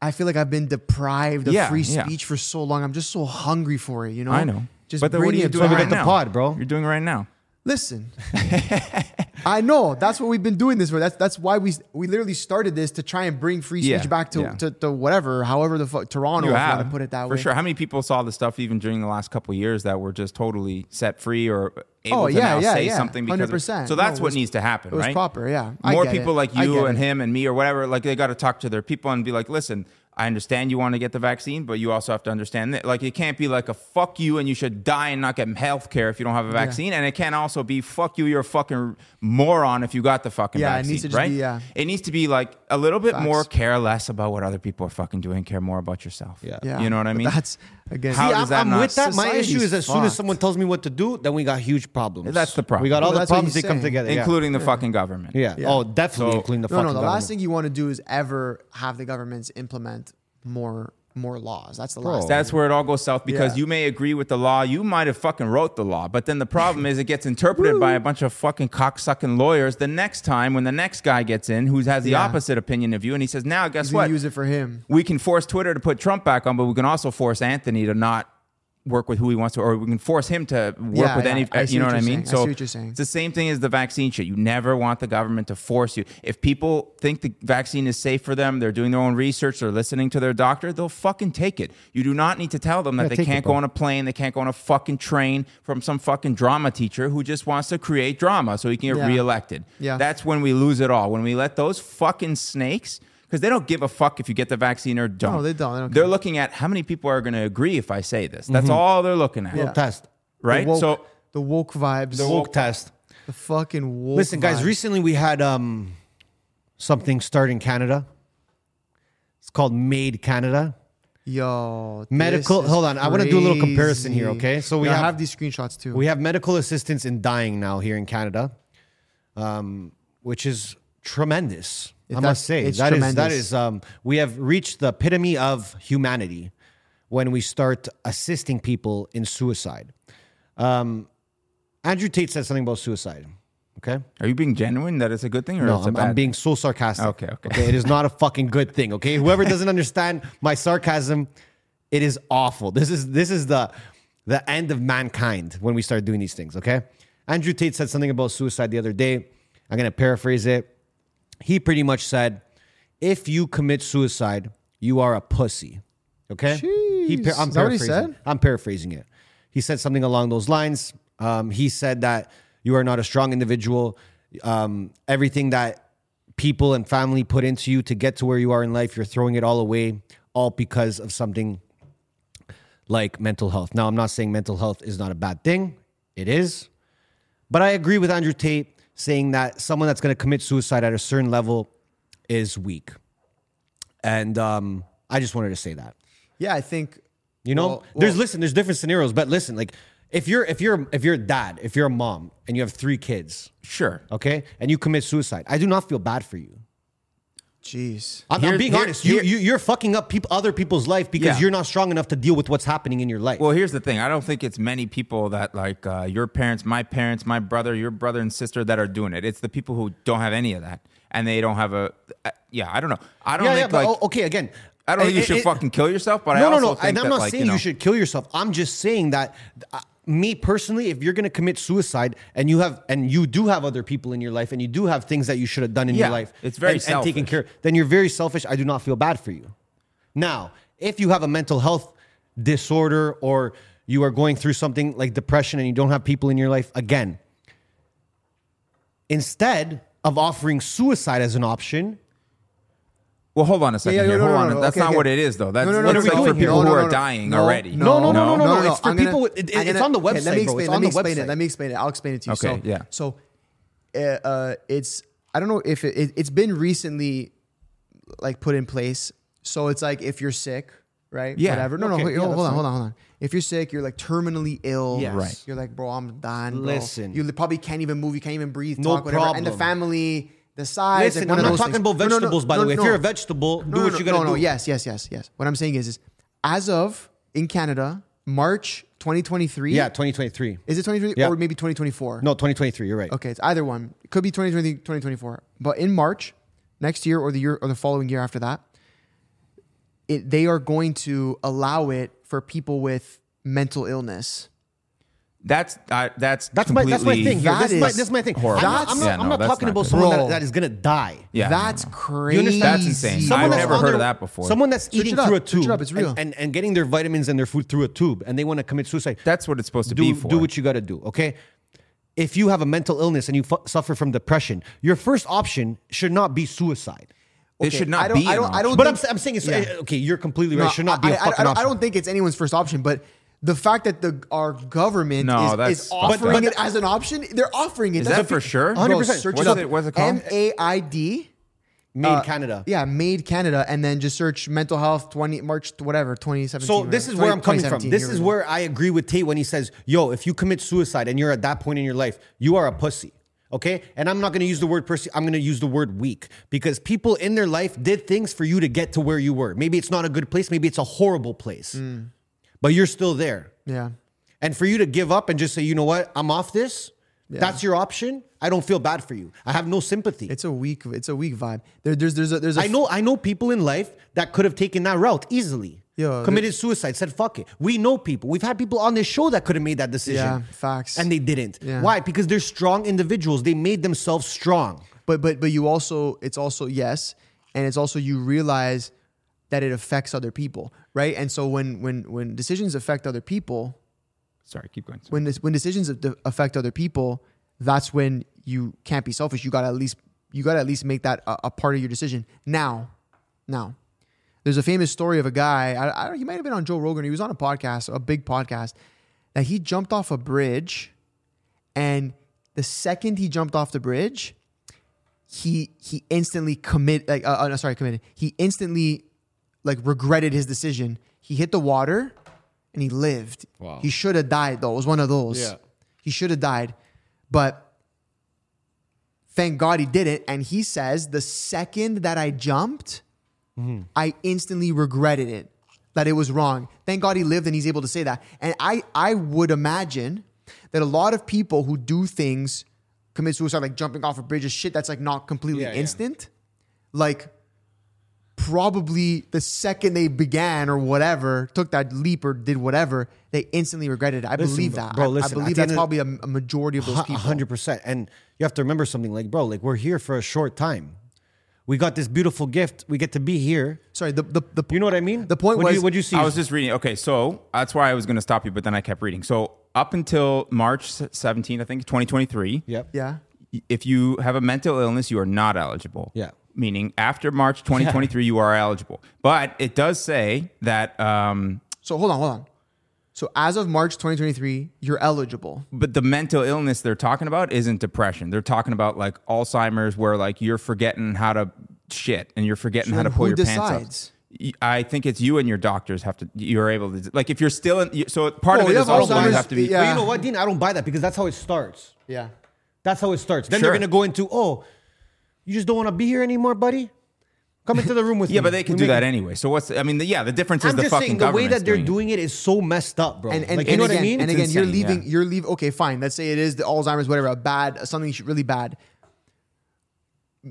[SPEAKER 1] I feel like I've been deprived of
[SPEAKER 5] Yeah,
[SPEAKER 1] free
[SPEAKER 5] yeah.
[SPEAKER 1] speech for so long. I'm just so hungry for it. You know.
[SPEAKER 5] I know.
[SPEAKER 1] Just
[SPEAKER 5] but then
[SPEAKER 1] bring
[SPEAKER 5] what are you
[SPEAKER 1] it
[SPEAKER 5] doing
[SPEAKER 1] back.
[SPEAKER 5] right
[SPEAKER 4] the
[SPEAKER 5] now?
[SPEAKER 4] pod, bro.
[SPEAKER 5] You're doing it right now. [LAUGHS]
[SPEAKER 1] Listen, I know that's what we've been doing this for. That's that's why we we literally started this to try and bring free speech
[SPEAKER 5] Yeah,
[SPEAKER 1] back to,
[SPEAKER 5] yeah.
[SPEAKER 1] to, to whatever, however the fuck Toronto,
[SPEAKER 5] You
[SPEAKER 1] if
[SPEAKER 5] have,
[SPEAKER 1] you want to put it that
[SPEAKER 5] for
[SPEAKER 1] way.
[SPEAKER 5] sure. How many people saw the stuff even during the last couple of years that were just totally set free or able
[SPEAKER 1] Oh,
[SPEAKER 5] to
[SPEAKER 1] yeah,
[SPEAKER 5] now
[SPEAKER 1] yeah,
[SPEAKER 5] say
[SPEAKER 1] yeah.
[SPEAKER 5] something? Because of-
[SPEAKER 1] 100%.
[SPEAKER 5] so that's
[SPEAKER 1] No, it
[SPEAKER 5] what
[SPEAKER 1] was-
[SPEAKER 5] needs to happen.
[SPEAKER 1] it was
[SPEAKER 5] right?
[SPEAKER 1] proper, yeah. I
[SPEAKER 5] More
[SPEAKER 1] get
[SPEAKER 5] people
[SPEAKER 1] it.
[SPEAKER 5] like
[SPEAKER 1] I
[SPEAKER 5] you
[SPEAKER 1] get
[SPEAKER 5] and
[SPEAKER 1] it.
[SPEAKER 5] him and me or whatever, like they got to talk to their people and be like, listen. I understand you want to get the vaccine, but you also have to understand that, like, it can't be like a fuck you and you should die and not get health care if you don't have a vaccine. And it can't also be fuck you, you're a fucking moron if you got the fucking
[SPEAKER 1] Yeah, it
[SPEAKER 5] vaccine.
[SPEAKER 1] needs to just
[SPEAKER 5] right?
[SPEAKER 1] be, yeah.
[SPEAKER 5] It needs to be like a little bit
[SPEAKER 1] Facts.
[SPEAKER 5] more care less about what other people are fucking doing, care more about yourself.
[SPEAKER 4] Yeah.
[SPEAKER 1] Yeah,
[SPEAKER 5] You know what I
[SPEAKER 1] but
[SPEAKER 5] mean?
[SPEAKER 1] That's again.
[SPEAKER 5] How
[SPEAKER 4] See,
[SPEAKER 5] does
[SPEAKER 4] I'm,
[SPEAKER 5] that
[SPEAKER 4] I'm
[SPEAKER 5] not-
[SPEAKER 4] with that. My
[SPEAKER 1] Society's
[SPEAKER 4] issue is as soon as
[SPEAKER 1] fucked.
[SPEAKER 4] someone tells me what to do, then we got huge problems.
[SPEAKER 5] That's the problem.
[SPEAKER 4] We got all
[SPEAKER 1] Well,
[SPEAKER 4] the
[SPEAKER 1] that's what
[SPEAKER 4] problems
[SPEAKER 1] he's
[SPEAKER 4] they come
[SPEAKER 1] saying.
[SPEAKER 4] together. yeah.
[SPEAKER 5] including the fucking government.
[SPEAKER 4] Yeah.
[SPEAKER 1] Yeah.
[SPEAKER 4] Oh, definitely
[SPEAKER 5] So-
[SPEAKER 4] including the
[SPEAKER 1] no,
[SPEAKER 4] fucking
[SPEAKER 1] no. The
[SPEAKER 4] government.
[SPEAKER 1] last thing you want to do is ever have the governments implement more more laws. That's the last.
[SPEAKER 5] That's where it all goes south because
[SPEAKER 1] Yeah.
[SPEAKER 5] you may agree with the law. You might have fucking wrote the law, but then the problem is
[SPEAKER 1] [LAUGHS]
[SPEAKER 5] it gets interpreted by a bunch of fucking cocksucking lawyers the next time when the next guy gets in who has the
[SPEAKER 1] Yeah.
[SPEAKER 5] opposite opinion of you and he says, now guess
[SPEAKER 1] He's gonna
[SPEAKER 5] what?
[SPEAKER 1] use it for him.
[SPEAKER 5] we can force Twitter to put Trump back on, but we can also force Anthony to not work with who he wants to, or we can force him to work
[SPEAKER 1] Yeah,
[SPEAKER 5] with
[SPEAKER 1] yeah.
[SPEAKER 5] any.
[SPEAKER 1] I see
[SPEAKER 5] you know
[SPEAKER 1] what
[SPEAKER 5] what I
[SPEAKER 1] you're
[SPEAKER 5] mean?
[SPEAKER 1] saying. I see what you're saying.
[SPEAKER 5] It's the same thing as the vaccine shit. You never want the government to force you. If people think the vaccine is safe for them, they're doing their own research, they're listening to their doctor, they'll fucking take it. You do not need to tell them that
[SPEAKER 4] Yeah,
[SPEAKER 5] they
[SPEAKER 4] take it,
[SPEAKER 5] can't
[SPEAKER 4] bro.
[SPEAKER 5] go on a plane, they can't go on a fucking train from some fucking drama teacher who just wants to create drama so he can get
[SPEAKER 1] Yeah.
[SPEAKER 5] reelected.
[SPEAKER 1] Yeah.
[SPEAKER 5] That's that's when we lose it all. When we let those fucking snakes, because they don't give a fuck if you get the vaccine or don't.
[SPEAKER 1] they don't. They don't
[SPEAKER 5] are
[SPEAKER 1] care.
[SPEAKER 5] looking at how many people are going to agree if I say this.
[SPEAKER 4] Mm-hmm.
[SPEAKER 5] That's all they're looking at,
[SPEAKER 4] Little test.
[SPEAKER 5] right?
[SPEAKER 1] The woke,
[SPEAKER 5] so
[SPEAKER 1] the woke vibes. The,
[SPEAKER 4] Woke test.
[SPEAKER 1] fucking woke.
[SPEAKER 4] Listen, guys.
[SPEAKER 1] vibes.
[SPEAKER 4] Recently, we had um, something start in Canada. It's called Made Canada.
[SPEAKER 1] Yo,
[SPEAKER 4] Medical- hold on, I wanna do a little comparison here,
[SPEAKER 1] crazy.
[SPEAKER 4] okay? So we
[SPEAKER 1] Yeah, I
[SPEAKER 4] have-
[SPEAKER 1] have these screenshots too.
[SPEAKER 4] We have medical assistance in dying now here in Canada, um, which is tremendous. I
[SPEAKER 1] that's-
[SPEAKER 4] must say
[SPEAKER 1] it's
[SPEAKER 4] that is that
[SPEAKER 1] tremendous.
[SPEAKER 4] is um, we have reached the epitome of humanity when we start assisting people in suicide. Um, Andrew Tate said something about suicide. Okay,
[SPEAKER 5] are you being genuine that it's a good thing or
[SPEAKER 4] no,
[SPEAKER 5] it's a
[SPEAKER 4] I'm,
[SPEAKER 5] bad
[SPEAKER 4] I'm being so sarcastic.
[SPEAKER 5] Okay, okay.
[SPEAKER 4] It is not a fucking good thing. Okay, whoever doesn't understand my sarcasm, it is awful. This is this is the the end of mankind when we start doing these things. Okay, Andrew Tate said something about suicide the other day. I'm gonna paraphrase it. He pretty much said, "If you commit suicide, you are a pussy." Okay, he
[SPEAKER 1] Jeez. Is that what he said?
[SPEAKER 4] I'm paraphrasing it. He said something along those lines. Um, he said that you are not a strong individual. Um, everything that people and family put into you to get to where you are in life, you're throwing it all away, all because of something like mental health. Now, I'm not saying mental health is not a bad thing, it is. But I agree with Andrew Tate saying that someone that's going to commit suicide at a certain level is weak. And um, I just wanted to say that.
[SPEAKER 1] Yeah, I think
[SPEAKER 4] You know,
[SPEAKER 1] Well-
[SPEAKER 4] there's
[SPEAKER 1] well-
[SPEAKER 4] listen, there's different scenarios, but listen, like if you're if you're if you're a dad, if you're a mom and you have three kids,
[SPEAKER 5] Sure.
[SPEAKER 4] okay, and you commit suicide, I do not feel bad for you.
[SPEAKER 1] Jeez.
[SPEAKER 4] I'm,
[SPEAKER 5] Here-
[SPEAKER 4] I'm being
[SPEAKER 5] here-
[SPEAKER 4] honest.
[SPEAKER 5] here-
[SPEAKER 4] you, you you're fucking up people, other people's life because
[SPEAKER 5] Yeah.
[SPEAKER 4] you're not strong enough to deal with what's happening in your life.
[SPEAKER 5] Well, here's the thing. I don't think it's many people that like uh, your parents, my parents, my brother, your brother and sister that are doing it. It's the people who don't have any of that, and they don't have a. Uh, yeah, I don't know. I don't
[SPEAKER 4] yeah, yeah,
[SPEAKER 5] think
[SPEAKER 4] but
[SPEAKER 5] like
[SPEAKER 4] oh, okay, again.
[SPEAKER 5] I don't think you
[SPEAKER 4] It-
[SPEAKER 5] should
[SPEAKER 4] it-
[SPEAKER 5] fucking kill yourself. But I
[SPEAKER 4] no,
[SPEAKER 5] also
[SPEAKER 4] no, no.
[SPEAKER 5] think
[SPEAKER 4] And I'm
[SPEAKER 5] that,
[SPEAKER 4] not
[SPEAKER 5] like,
[SPEAKER 4] saying
[SPEAKER 5] you,
[SPEAKER 4] you,
[SPEAKER 5] know,
[SPEAKER 4] should kill yourself. I'm just saying that uh, me personally, if you're going to commit suicide and you have and you do have other people in your life and you do have things that you should have done in
[SPEAKER 5] Yeah,
[SPEAKER 4] your life,
[SPEAKER 5] it's very
[SPEAKER 4] and, and taken
[SPEAKER 5] selfish.
[SPEAKER 4] care. Then you're very selfish. I do not feel bad for you. Now, if you have a mental health disorder or you are going through something like depression and you don't have people in your life, again, instead of offering suicide as an option,
[SPEAKER 5] Well, hold on a second
[SPEAKER 1] yeah,
[SPEAKER 5] here.
[SPEAKER 1] no, no,
[SPEAKER 5] hold on.
[SPEAKER 1] no, no.
[SPEAKER 5] That's
[SPEAKER 1] Okay,
[SPEAKER 5] not
[SPEAKER 1] okay.
[SPEAKER 5] what it is, though. That's,
[SPEAKER 1] No, no, no,
[SPEAKER 5] that's
[SPEAKER 4] no,
[SPEAKER 5] like
[SPEAKER 4] no,
[SPEAKER 5] for
[SPEAKER 4] no, no,
[SPEAKER 5] people who
[SPEAKER 1] no,
[SPEAKER 5] are
[SPEAKER 1] no.
[SPEAKER 5] dying
[SPEAKER 1] No,
[SPEAKER 5] already.
[SPEAKER 1] no,
[SPEAKER 4] no, no, no, no, it's for
[SPEAKER 1] I'm gonna-
[SPEAKER 4] people with- it-
[SPEAKER 1] I'm
[SPEAKER 4] it's on the
[SPEAKER 1] okay, Let
[SPEAKER 4] website,
[SPEAKER 1] me
[SPEAKER 4] bro. It's
[SPEAKER 1] explain.
[SPEAKER 4] on
[SPEAKER 1] let me
[SPEAKER 4] the
[SPEAKER 1] explain it.
[SPEAKER 4] website.
[SPEAKER 1] Let me explain it. I'll explain it to you. so,
[SPEAKER 5] Okay, yeah.
[SPEAKER 1] So, uh, uh, it's I don't know if it, it, it's been recently like put in place. So it's like if you're sick, right?
[SPEAKER 5] Yeah.
[SPEAKER 1] Whatever. No,
[SPEAKER 4] Okay,
[SPEAKER 1] no. Wait,
[SPEAKER 4] yeah,
[SPEAKER 1] hold
[SPEAKER 4] that's
[SPEAKER 1] on,
[SPEAKER 4] fine.
[SPEAKER 1] hold on, hold on. If you're sick, you're like terminally ill.
[SPEAKER 4] Yes. Right.
[SPEAKER 1] You're like, bro, I'm dying. Bro.
[SPEAKER 4] Listen.
[SPEAKER 1] you li- probably can't even move. You can't even breathe.
[SPEAKER 4] No
[SPEAKER 1] talk, whatever. And the
[SPEAKER 4] problem.
[SPEAKER 1] family. The size.
[SPEAKER 4] Listen,
[SPEAKER 1] like one
[SPEAKER 4] I'm
[SPEAKER 1] of
[SPEAKER 4] not
[SPEAKER 1] those
[SPEAKER 4] talking
[SPEAKER 1] things.
[SPEAKER 4] about
[SPEAKER 1] No, no, no,
[SPEAKER 4] vegetables, by the
[SPEAKER 1] no,
[SPEAKER 4] way. If
[SPEAKER 1] no.
[SPEAKER 4] you're a vegetable, do what you gotta
[SPEAKER 1] no, No,
[SPEAKER 4] do.
[SPEAKER 1] yes, yes, yes, yes. What I'm saying is, is as of in Canada, March 2023.
[SPEAKER 4] yeah, 2023.
[SPEAKER 1] Is it 2023
[SPEAKER 4] Yeah.
[SPEAKER 1] or maybe 2024?
[SPEAKER 4] No, 2023. You're right.
[SPEAKER 1] Okay, it's either one. It could be 2020, 2024. But in March next year or the year or the following year after that, it, they are going to allow it for people with mental illness.
[SPEAKER 5] That's I, that's
[SPEAKER 4] That's my that's my
[SPEAKER 5] completely-
[SPEAKER 4] thing. here.
[SPEAKER 1] That
[SPEAKER 4] That's my
[SPEAKER 1] is
[SPEAKER 4] that's my thing. I'm
[SPEAKER 5] horrible.
[SPEAKER 4] not, I'm
[SPEAKER 5] That's-
[SPEAKER 4] not,
[SPEAKER 5] yeah,
[SPEAKER 4] I'm
[SPEAKER 5] no,
[SPEAKER 4] not
[SPEAKER 5] that's
[SPEAKER 4] talking
[SPEAKER 5] not
[SPEAKER 4] about
[SPEAKER 5] good.
[SPEAKER 4] someone
[SPEAKER 1] Bro.
[SPEAKER 4] that, that is gonna die.
[SPEAKER 5] Yeah,
[SPEAKER 1] That's crazy.
[SPEAKER 5] That's insane.
[SPEAKER 4] Someone
[SPEAKER 5] I've
[SPEAKER 4] that's
[SPEAKER 5] never
[SPEAKER 4] on
[SPEAKER 5] heard
[SPEAKER 4] their-
[SPEAKER 5] of that before.
[SPEAKER 4] Someone that's
[SPEAKER 1] Search
[SPEAKER 4] eating
[SPEAKER 1] it up.
[SPEAKER 4] through a
[SPEAKER 1] Search it
[SPEAKER 4] tube
[SPEAKER 1] up. It's real.
[SPEAKER 4] And, and and getting their vitamins and their food through a tube, and they want to commit suicide.
[SPEAKER 5] That's what it's supposed to
[SPEAKER 4] do,
[SPEAKER 5] be for.
[SPEAKER 4] Do what you got to do, okay? If you have a mental illness and you fu- suffer from depression, your first option should not be suicide.
[SPEAKER 5] it should not
[SPEAKER 1] I don't-
[SPEAKER 5] be.
[SPEAKER 1] I
[SPEAKER 5] an
[SPEAKER 1] don't- I don't
[SPEAKER 5] option.
[SPEAKER 4] But
[SPEAKER 1] think-
[SPEAKER 4] I'm, s- I'm saying it's
[SPEAKER 1] Yeah.
[SPEAKER 4] okay. You're completely right.
[SPEAKER 1] No,
[SPEAKER 4] it should not be
[SPEAKER 1] I-
[SPEAKER 4] a
[SPEAKER 1] I-
[SPEAKER 4] fucking
[SPEAKER 1] I, don't-
[SPEAKER 4] option.
[SPEAKER 1] I don't think it's anyone's first option, but the fact that the our government
[SPEAKER 5] No,
[SPEAKER 1] is, is
[SPEAKER 5] that's fucked
[SPEAKER 1] offering
[SPEAKER 5] up.
[SPEAKER 1] it as an option, they're offering it.
[SPEAKER 5] Is
[SPEAKER 1] That's
[SPEAKER 5] that for sure?
[SPEAKER 1] Bro,
[SPEAKER 4] 100%.
[SPEAKER 1] Search
[SPEAKER 5] What's
[SPEAKER 1] it up.
[SPEAKER 5] it- what's it called?
[SPEAKER 1] M A I D.
[SPEAKER 4] Made
[SPEAKER 1] uh,
[SPEAKER 4] Canada.
[SPEAKER 1] Yeah, made Canada, and then just search mental health twenty March whatever twenty seventeen.
[SPEAKER 4] So this is where I'm coming from. This is where I agree with Tate when he says, "Yo, if you commit suicide and you're at that point in your life, you are a pussy." Okay? And I'm not going to use the word pussy. I'm going to use the word weak because people in their life did things for you to get to where you were. Maybe it's not a good place, maybe it's a horrible place. But you're still there.
[SPEAKER 1] yeah.
[SPEAKER 4] And for you to give up and just say, "You know what? I'm off this." That's your option. I don't feel bad for you. I have no sympathy.
[SPEAKER 1] It's a weak. It's a weak vibe. There, there's there's a there's a
[SPEAKER 4] I know I know people in life that could have taken that route easily.
[SPEAKER 1] Yeah,
[SPEAKER 4] committed suicide, said fuck it. We know people. We've had people on this show that could have made that decision.
[SPEAKER 1] Yeah, facts.
[SPEAKER 4] And they didn't.
[SPEAKER 1] Yeah.
[SPEAKER 4] Why? Because they're strong individuals. They made themselves strong.
[SPEAKER 1] but but but you also it's also yes, and it's also you realize that it affects other people, right? And so when when when decisions affect other people,
[SPEAKER 5] Sorry, keep going.
[SPEAKER 1] when this when decisions af- affect other people, that's when you can't be selfish. You gotta at least you gotta at least make that a, a part of your decision. Now, now, there's a famous story of a guy. I, I, he might have been on Joe Rogan. He was on a podcast, a big podcast, that he jumped off a bridge, and the second he jumped off the bridge, he he instantly commit like uh, uh, sorry committed. He instantly like regretted his decision. He hit the water and he lived. He should have died though. It was one of those.
[SPEAKER 4] Yeah.
[SPEAKER 1] He should have died. But thank God he didn't. And he says, the second that I jumped, I instantly regretted it. That it was wrong. Thank God he lived and he's able to say that. And I I would imagine that a lot of people who do things commit suicide, like jumping off a bridge, is shit that's like not completely
[SPEAKER 4] Yeah, yeah.
[SPEAKER 1] instant. Like probably the second they began or whatever, took that leap or did whatever, they instantly regretted it. I
[SPEAKER 4] Listen,
[SPEAKER 1] believe that.
[SPEAKER 4] bro,
[SPEAKER 1] I-
[SPEAKER 4] listen, at
[SPEAKER 1] I
[SPEAKER 4] the
[SPEAKER 1] believe that's
[SPEAKER 4] end of-
[SPEAKER 1] probably a, a majority of those
[SPEAKER 4] A
[SPEAKER 1] people.
[SPEAKER 4] hundred percent. And you have to remember something like, bro, like we're here for a short time. We got this beautiful gift. We get to be here.
[SPEAKER 1] Sorry, the the, the
[SPEAKER 4] You know what I mean?
[SPEAKER 1] The point
[SPEAKER 4] What'd
[SPEAKER 1] was
[SPEAKER 4] you, what'd you see?
[SPEAKER 5] I was just reading. Okay, so that's why I was going to stop you, but then I kept reading. So up until March 17th, I think, 2023,
[SPEAKER 4] yep.
[SPEAKER 1] yeah.
[SPEAKER 5] if you have a mental illness, you are not eligible.
[SPEAKER 4] Yeah.
[SPEAKER 5] Meaning after March 2023, you are eligible. But it does say that, um,
[SPEAKER 1] So hold on, hold on. So as of March 2023, you're eligible.
[SPEAKER 5] but the mental illness they're talking about isn't depression. They're talking about like Alzheimer's, where like you're forgetting how to shit and you're forgetting how to
[SPEAKER 1] then
[SPEAKER 5] pull
[SPEAKER 1] who
[SPEAKER 5] your pants
[SPEAKER 1] decides?
[SPEAKER 5] up. Y- I think it's you and your doctors have to. You're able to like if you're still in. So part
[SPEAKER 1] Well,
[SPEAKER 5] of it
[SPEAKER 1] yeah,
[SPEAKER 5] is all the ones
[SPEAKER 1] Alzheimer's-
[SPEAKER 5] have to be.
[SPEAKER 1] yeah.
[SPEAKER 4] But you know what, Dean? I don't buy that because that's how it starts.
[SPEAKER 1] Yeah.
[SPEAKER 4] That's how it starts. Then
[SPEAKER 5] Sure.
[SPEAKER 4] they're gonna go into, oh, you just don't want to be here anymore, buddy. Come into the room with me.
[SPEAKER 5] [LAUGHS] Yeah, but they can
[SPEAKER 4] We
[SPEAKER 5] do
[SPEAKER 4] make-
[SPEAKER 5] that anyway. So what's? I mean, the, yeah, the difference is
[SPEAKER 4] I'm
[SPEAKER 5] the
[SPEAKER 4] just
[SPEAKER 5] fucking
[SPEAKER 4] saying the way
[SPEAKER 5] government's
[SPEAKER 4] that they're
[SPEAKER 5] it.
[SPEAKER 4] doing it is so messed up, bro.
[SPEAKER 1] And and,
[SPEAKER 4] like, you
[SPEAKER 1] and
[SPEAKER 4] know
[SPEAKER 1] again,
[SPEAKER 4] what I mean?
[SPEAKER 1] and
[SPEAKER 5] It's
[SPEAKER 1] again, you're
[SPEAKER 5] insane,
[SPEAKER 1] leaving.
[SPEAKER 5] yeah.
[SPEAKER 1] You're leaving. Okay, fine. Let's say it is the Alzheimer's, whatever, a bad something sh- really bad.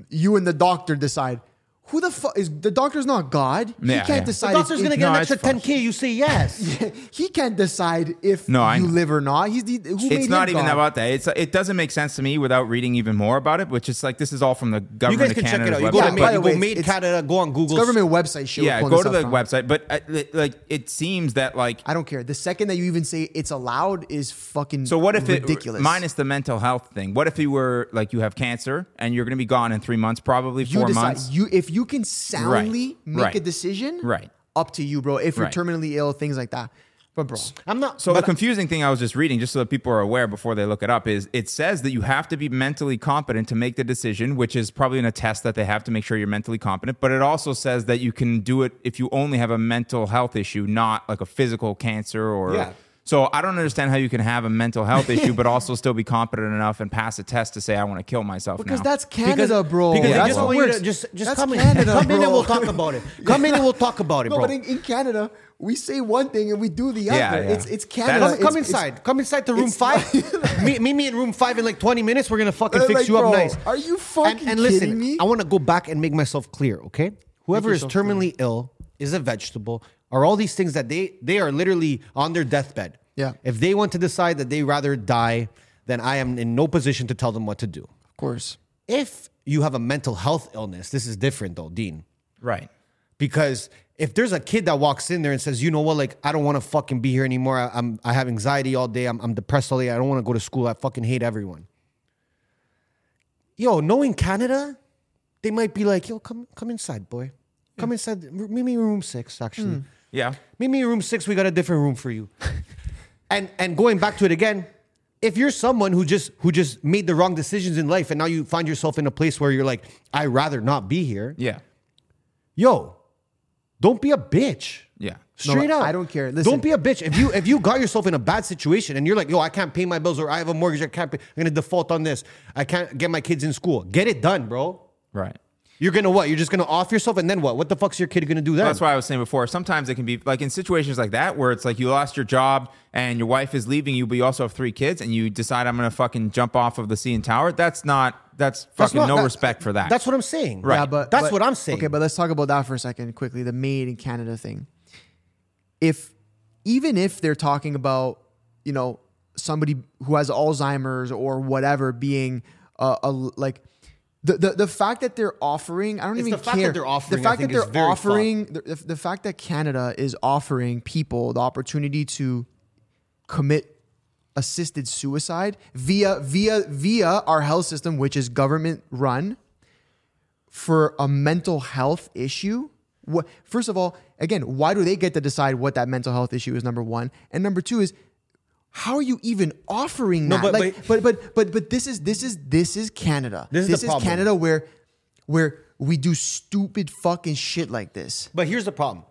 [SPEAKER 1] You and the doctor decide. Who the fuck is the doctor's not God? he
[SPEAKER 5] Yeah,
[SPEAKER 1] can't
[SPEAKER 5] yeah. The
[SPEAKER 4] the
[SPEAKER 1] decide. if-
[SPEAKER 4] doctor's gonna
[SPEAKER 1] if-
[SPEAKER 4] get
[SPEAKER 5] no,
[SPEAKER 4] an
[SPEAKER 5] it's
[SPEAKER 4] extra
[SPEAKER 5] false.
[SPEAKER 4] 10k. You say yes.
[SPEAKER 1] he can't decide if
[SPEAKER 5] No, I
[SPEAKER 1] you
[SPEAKER 5] know.
[SPEAKER 1] live or not. He's the, who made
[SPEAKER 5] it's not
[SPEAKER 1] him
[SPEAKER 5] even
[SPEAKER 1] God?
[SPEAKER 5] about that. It's it doesn't make sense to me without reading even more about it. Which is like this is all from the
[SPEAKER 4] you
[SPEAKER 5] government.
[SPEAKER 4] guys
[SPEAKER 5] of
[SPEAKER 4] can check it out.
[SPEAKER 5] Canada's
[SPEAKER 4] You
[SPEAKER 5] website.
[SPEAKER 4] go
[SPEAKER 1] Yeah,
[SPEAKER 4] to
[SPEAKER 1] by
[SPEAKER 4] Made,
[SPEAKER 1] the
[SPEAKER 4] you
[SPEAKER 1] way,
[SPEAKER 4] go Made
[SPEAKER 1] it's-
[SPEAKER 4] Canada. Go on
[SPEAKER 1] It's
[SPEAKER 4] Google.
[SPEAKER 1] government website shit.
[SPEAKER 5] yeah,
[SPEAKER 1] we're pulling
[SPEAKER 5] go
[SPEAKER 1] this
[SPEAKER 5] to
[SPEAKER 1] up
[SPEAKER 5] the
[SPEAKER 1] from.
[SPEAKER 5] website. But I, li- like it seems that like
[SPEAKER 1] I don't care. The second that you even say it's allowed is fucking
[SPEAKER 5] so what if
[SPEAKER 1] ridiculous.
[SPEAKER 5] it minus the mental health thing? What if you were like you have cancer and you're going to be gone in three months, probably
[SPEAKER 1] you
[SPEAKER 5] four
[SPEAKER 1] decide
[SPEAKER 5] months?
[SPEAKER 1] you if you can soundly make
[SPEAKER 5] right,
[SPEAKER 1] a decision
[SPEAKER 5] right.
[SPEAKER 1] up to you, bro. If you're
[SPEAKER 5] Right.
[SPEAKER 1] terminally ill, things like that. But bro,
[SPEAKER 4] I'm not.
[SPEAKER 5] So
[SPEAKER 4] but
[SPEAKER 5] the confusing thing I was just reading, just so that people are aware before they look it up, is it says that you have to be mentally competent to make the decision, which is probably in a test that they have to make sure you're mentally competent. But it also says that you can do it if you only have a mental health issue, not like a physical cancer or.
[SPEAKER 4] Yeah.
[SPEAKER 5] So I don't understand how you can have a mental health issue, but also still be competent enough and pass a test to say I want to kill myself.
[SPEAKER 1] because
[SPEAKER 5] now."
[SPEAKER 1] that's Canada, bro.
[SPEAKER 4] Because they
[SPEAKER 5] Yeah,
[SPEAKER 1] that's
[SPEAKER 4] just
[SPEAKER 5] well-
[SPEAKER 1] how it
[SPEAKER 4] want you to
[SPEAKER 1] works.
[SPEAKER 4] just just
[SPEAKER 1] That's
[SPEAKER 4] come in,
[SPEAKER 1] Canada,
[SPEAKER 4] [LAUGHS] come in,
[SPEAKER 1] bro.
[SPEAKER 4] and we'll talk
[SPEAKER 1] [LAUGHS]
[SPEAKER 4] about it. Come in and we'll talk about it,
[SPEAKER 1] No,
[SPEAKER 4] bro.
[SPEAKER 1] but in, in Canada, we say one thing and we do the other.
[SPEAKER 5] Yeah, yeah.
[SPEAKER 1] It's it's
[SPEAKER 5] That-
[SPEAKER 1] Canada.
[SPEAKER 4] come,
[SPEAKER 1] It's-
[SPEAKER 4] come
[SPEAKER 1] it's-
[SPEAKER 4] inside. come inside to room
[SPEAKER 1] it's
[SPEAKER 4] five.
[SPEAKER 1] [LAUGHS]
[SPEAKER 4] meet, meet me in room five in like 20 minutes. We're gonna fucking
[SPEAKER 1] Uh,
[SPEAKER 4] fix
[SPEAKER 1] like,
[SPEAKER 4] you up
[SPEAKER 1] bro,
[SPEAKER 4] nice.
[SPEAKER 1] are you fucking
[SPEAKER 4] and, and listen,
[SPEAKER 1] kidding me?
[SPEAKER 4] I want to go back and make myself clear, okay? Whoever is
[SPEAKER 1] yourself clear.
[SPEAKER 4] terminally ill is a vegetable. Are all these things that they they are literally on their deathbed?
[SPEAKER 1] Yeah.
[SPEAKER 4] If they want to decide that they rather die, then I am in no position to tell them what to do.
[SPEAKER 1] Of course.
[SPEAKER 4] If you have a mental health illness, this is different though, Dean
[SPEAKER 5] right.
[SPEAKER 4] because if there's a kid that walks in there and says, you know what, like I don't want to fucking be here anymore. I, I'm I have anxiety all day. I'm, I'm depressed all day. I don't want to go to school. I fucking hate everyone. Yo, knowing Canada, they might be like, yo, come come inside, boy. Come inside. R- Meet me in room six, actually.
[SPEAKER 5] Yeah.
[SPEAKER 4] Meet me in room six. We got a different room for you. and and going back to it again, if you're someone who just who just made the wrong decisions in life and now you find yourself in a place where you're like, I rather not be here
[SPEAKER 5] Yeah.
[SPEAKER 4] yo, don't be a bitch.
[SPEAKER 5] Yeah.
[SPEAKER 1] No,
[SPEAKER 4] Straight up.
[SPEAKER 1] I don't care. Listen.
[SPEAKER 4] Don't be a bitch. If you if you got yourself in a bad situation and you're like, yo, I can't pay my bills or I have a mortgage, I can't pay, I'm gonna default on this. I can't get my kids in school. Get it done, bro.
[SPEAKER 5] Right.
[SPEAKER 4] You're gonna what? You're just gonna off yourself and then what? What the fuck's your kid gonna do then?
[SPEAKER 5] That's why I was saying before. Sometimes it can be like in situations like that where it's like you lost your job and your wife is leaving you, but you also have three kids, and you decide I'm gonna fucking jump off of the CN Tower. That's not. That's
[SPEAKER 4] That's
[SPEAKER 5] fucking
[SPEAKER 4] not-
[SPEAKER 5] no
[SPEAKER 4] that-
[SPEAKER 5] respect for that.
[SPEAKER 4] That's what I'm saying.
[SPEAKER 5] Right.
[SPEAKER 1] Yeah, but
[SPEAKER 4] that's
[SPEAKER 1] but-
[SPEAKER 4] what I'm saying.
[SPEAKER 1] Okay, but let's talk about that for a second quickly. The made in Canada thing. If even if they're talking about you know somebody who has Alzheimer's or whatever being a, a like. The, the, the fact that they're offering, I don't
[SPEAKER 4] It's
[SPEAKER 1] even
[SPEAKER 4] the fact that
[SPEAKER 1] care.
[SPEAKER 4] they're offering, I
[SPEAKER 1] the fact
[SPEAKER 4] think,
[SPEAKER 1] that
[SPEAKER 4] is
[SPEAKER 1] they're
[SPEAKER 4] very fucked.
[SPEAKER 1] offering, the, the, the fact that Canada is offering people the opportunity to commit assisted suicide via via via our health system, which is government run, for a mental health issue? What, first of all, again, why do they get to decide what that mental health issue is? Number one, and number two is how are you even offering that?
[SPEAKER 4] but-
[SPEAKER 1] like, but, but but but this is this is this is Canada.
[SPEAKER 4] This is the problem.
[SPEAKER 1] Canada where where we do stupid fucking shit like this.
[SPEAKER 4] But here's the problem.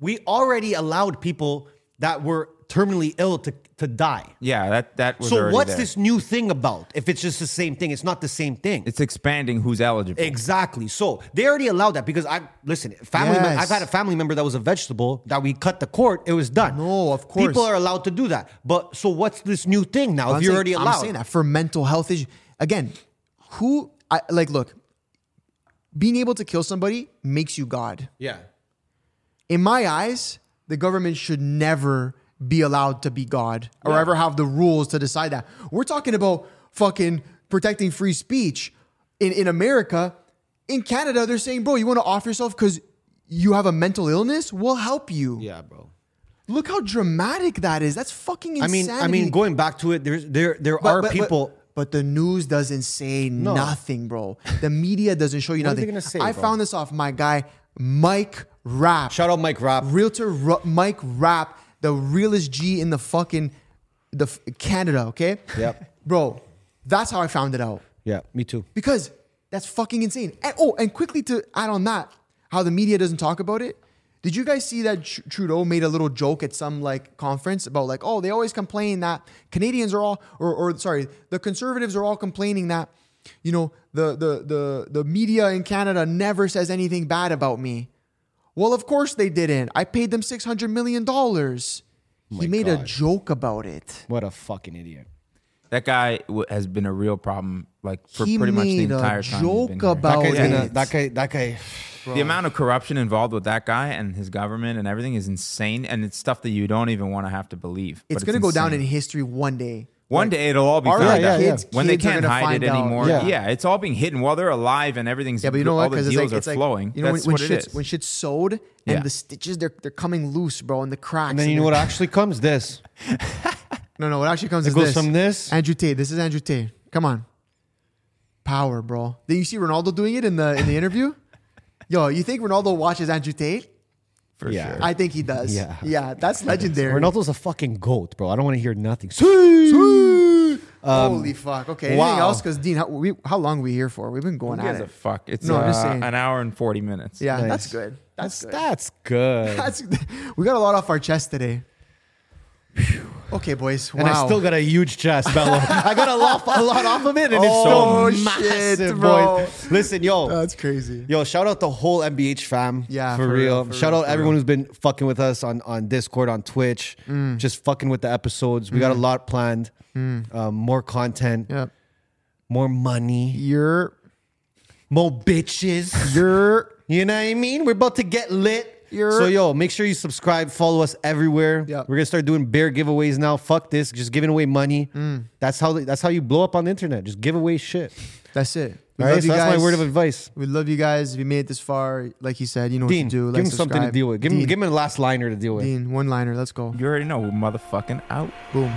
[SPEAKER 4] We already allowed people that were terminally ill to, to die.
[SPEAKER 5] yeah. That that was.
[SPEAKER 4] So
[SPEAKER 5] already
[SPEAKER 4] what's
[SPEAKER 5] there.
[SPEAKER 4] this new thing about? If it's just the same thing, it's not the same thing.
[SPEAKER 5] It's expanding who's eligible.
[SPEAKER 4] Exactly. So they already allowed that because I listen. Family, mem-
[SPEAKER 1] Yes.
[SPEAKER 4] I've had a family member that was a vegetable that we cut the cord. It was done.
[SPEAKER 1] No, of course.
[SPEAKER 4] people are allowed to do that. But so what's this new thing now?
[SPEAKER 1] I'm
[SPEAKER 4] if you're
[SPEAKER 1] saying-
[SPEAKER 4] already
[SPEAKER 1] I'm
[SPEAKER 4] allowed,
[SPEAKER 1] saying that for mental health issues. Again, who I like look, being able to kill somebody makes you God.
[SPEAKER 4] yeah.
[SPEAKER 1] In my eyes, the government should never be allowed to be God or ever have the rules to decide that. We're talking about fucking protecting free speech in, in America. In Canada, they're saying, bro, you want to off yourself because you have a mental illness? We'll help you.
[SPEAKER 4] Yeah, bro.
[SPEAKER 1] Look how dramatic that is. That's fucking
[SPEAKER 4] I
[SPEAKER 1] insanity.
[SPEAKER 4] mean, I mean, going back to it, there's there there
[SPEAKER 1] But-
[SPEAKER 4] are
[SPEAKER 1] but- but-
[SPEAKER 4] people.
[SPEAKER 1] But, the news doesn't say nothing, bro. The media doesn't show you
[SPEAKER 4] What are
[SPEAKER 1] nothing.
[SPEAKER 4] they gonna say,
[SPEAKER 1] I
[SPEAKER 4] bro?
[SPEAKER 1] found this off my guy, Mike Rapp.
[SPEAKER 4] Shout out Mike Rapp.
[SPEAKER 1] Realtor Ru- Mike Rapp, the realest G in the fucking the f- Canada, okay?
[SPEAKER 4] Yep.
[SPEAKER 1] Bro, that's how I found it out.
[SPEAKER 4] Yeah, me too.
[SPEAKER 1] Because that's fucking insane. And, oh, and quickly to add on that, how the media doesn't talk about it. Did you guys see that Tr- Trudeau made a little joke at some like conference about like, oh, they always complain that Canadians are all, or, or sorry, the conservatives are all complaining that, you know, the the the the media in Canada never says anything bad about me. Well, of course they didn't. I paid them six hundred million dollars. He made a
[SPEAKER 4] God.
[SPEAKER 1] joke about it.
[SPEAKER 4] What a fucking idiot.
[SPEAKER 5] That guy w- has been a real problem, like for
[SPEAKER 1] He
[SPEAKER 5] pretty much the
[SPEAKER 1] made a
[SPEAKER 5] entire time. he's
[SPEAKER 1] joke
[SPEAKER 5] been here.
[SPEAKER 1] about-
[SPEAKER 4] That guy's
[SPEAKER 1] Yeah.
[SPEAKER 4] gonna. That guy.
[SPEAKER 1] [SIGHS]
[SPEAKER 4] That guy.
[SPEAKER 5] the amount of corruption involved with that guy and his government and everything is insane, and it's stuff that you don't even want to have to believe. but
[SPEAKER 1] It's gonna go down in
[SPEAKER 5] insane.
[SPEAKER 1] history one day.
[SPEAKER 5] One day it'll all be
[SPEAKER 1] Our
[SPEAKER 5] found out.
[SPEAKER 1] kids-
[SPEAKER 5] When they
[SPEAKER 1] kids are
[SPEAKER 5] can't
[SPEAKER 1] gonna
[SPEAKER 5] hide
[SPEAKER 1] find
[SPEAKER 5] it
[SPEAKER 1] out.
[SPEAKER 5] anymore,
[SPEAKER 4] Yeah.
[SPEAKER 5] yeah. it's all being hidden while they're alive and everything's.
[SPEAKER 1] Yeah, but you know
[SPEAKER 5] all
[SPEAKER 1] what?
[SPEAKER 5] the
[SPEAKER 1] Because
[SPEAKER 5] deals
[SPEAKER 1] it's like
[SPEAKER 5] are
[SPEAKER 1] it's like
[SPEAKER 5] flowing.
[SPEAKER 1] You know
[SPEAKER 5] That's
[SPEAKER 1] when, when
[SPEAKER 5] what
[SPEAKER 1] shit's
[SPEAKER 5] it is.
[SPEAKER 1] when shit's sewed and
[SPEAKER 5] Yeah.
[SPEAKER 1] the stitches they're they're coming loose, bro, and the cracks.
[SPEAKER 4] And then you know what
[SPEAKER 1] they're-
[SPEAKER 4] actually comes? This.
[SPEAKER 1] No, no. What actually comes
[SPEAKER 4] It
[SPEAKER 1] is
[SPEAKER 4] goes
[SPEAKER 1] this.
[SPEAKER 4] from this-
[SPEAKER 1] Andrew Tate. This is Andrew Tate. Come on, power, bro. Did you see Ronaldo doing it in the in the
[SPEAKER 4] [LAUGHS]
[SPEAKER 1] interview? Yo, you think Ronaldo watches Andrew Tate?
[SPEAKER 5] for
[SPEAKER 4] Yeah.
[SPEAKER 5] sure.
[SPEAKER 1] I think he does.
[SPEAKER 4] Yeah.
[SPEAKER 1] yeah. That's legendary.
[SPEAKER 4] Ronaldo's a fucking goat, bro. I don't want to hear nothing. Uh, See?
[SPEAKER 1] Holy fuck. Okay. Anything
[SPEAKER 4] um, wow.
[SPEAKER 1] else? Because Dean, how, we, how long we here for? We've been going
[SPEAKER 5] Who
[SPEAKER 1] at
[SPEAKER 5] gives a
[SPEAKER 1] it.
[SPEAKER 5] fuck? It's
[SPEAKER 1] No, I'm just
[SPEAKER 5] uh,
[SPEAKER 1] saying.
[SPEAKER 5] an hour and forty minutes.
[SPEAKER 1] yeah,
[SPEAKER 4] Nice.
[SPEAKER 1] that's good. [LAUGHS] That's good.
[SPEAKER 4] That's good.
[SPEAKER 1] That's [LAUGHS] we got a lot off our chest today. Okay, boys. Wow.
[SPEAKER 4] And I still got a huge chest, Bello. [LAUGHS] I got a lot, a lot off of it, and
[SPEAKER 1] Oh,
[SPEAKER 4] it's still
[SPEAKER 1] shit,
[SPEAKER 4] massive,
[SPEAKER 1] bro.
[SPEAKER 4] boy. Listen, yo,
[SPEAKER 1] That's crazy.
[SPEAKER 4] Yo, shout out the whole MBH fam.
[SPEAKER 1] Yeah,
[SPEAKER 4] for,
[SPEAKER 1] for
[SPEAKER 4] real. Mm.
[SPEAKER 1] real, for
[SPEAKER 4] shout
[SPEAKER 1] real,
[SPEAKER 4] out
[SPEAKER 1] for
[SPEAKER 4] everyone who's been fucking with us on on Discord, on Twitch, just fucking with the episodes. We got a lot planned. Um, more content,
[SPEAKER 1] Yep.
[SPEAKER 4] more money,
[SPEAKER 1] You're
[SPEAKER 4] more bitches.
[SPEAKER 1] you're
[SPEAKER 4] [LAUGHS] You know what I mean? We're about to get lit.
[SPEAKER 1] You're-
[SPEAKER 4] so yo, make sure you subscribe, follow us everywhere.
[SPEAKER 1] Yeah.
[SPEAKER 4] We're gonna start doing bear giveaways now. Fuck this, just giving away money.
[SPEAKER 1] Mm.
[SPEAKER 4] That's how that's how you blow up on the internet. Just give away shit.
[SPEAKER 1] that's it. We
[SPEAKER 4] All right,
[SPEAKER 1] love
[SPEAKER 4] so
[SPEAKER 1] you
[SPEAKER 4] that's
[SPEAKER 1] guys.
[SPEAKER 4] my word of advice.
[SPEAKER 1] We love you guys. If you made it this far, like he said, you know
[SPEAKER 4] Dean,
[SPEAKER 1] what to do.
[SPEAKER 4] give
[SPEAKER 1] Like,
[SPEAKER 4] him something to
[SPEAKER 1] subscribe.
[SPEAKER 4] deal with. Give him
[SPEAKER 1] Dean,
[SPEAKER 4] give him a last liner to deal with.
[SPEAKER 1] Dean, one liner. Let's go.
[SPEAKER 5] You already know, motherfucking out.
[SPEAKER 1] Boom.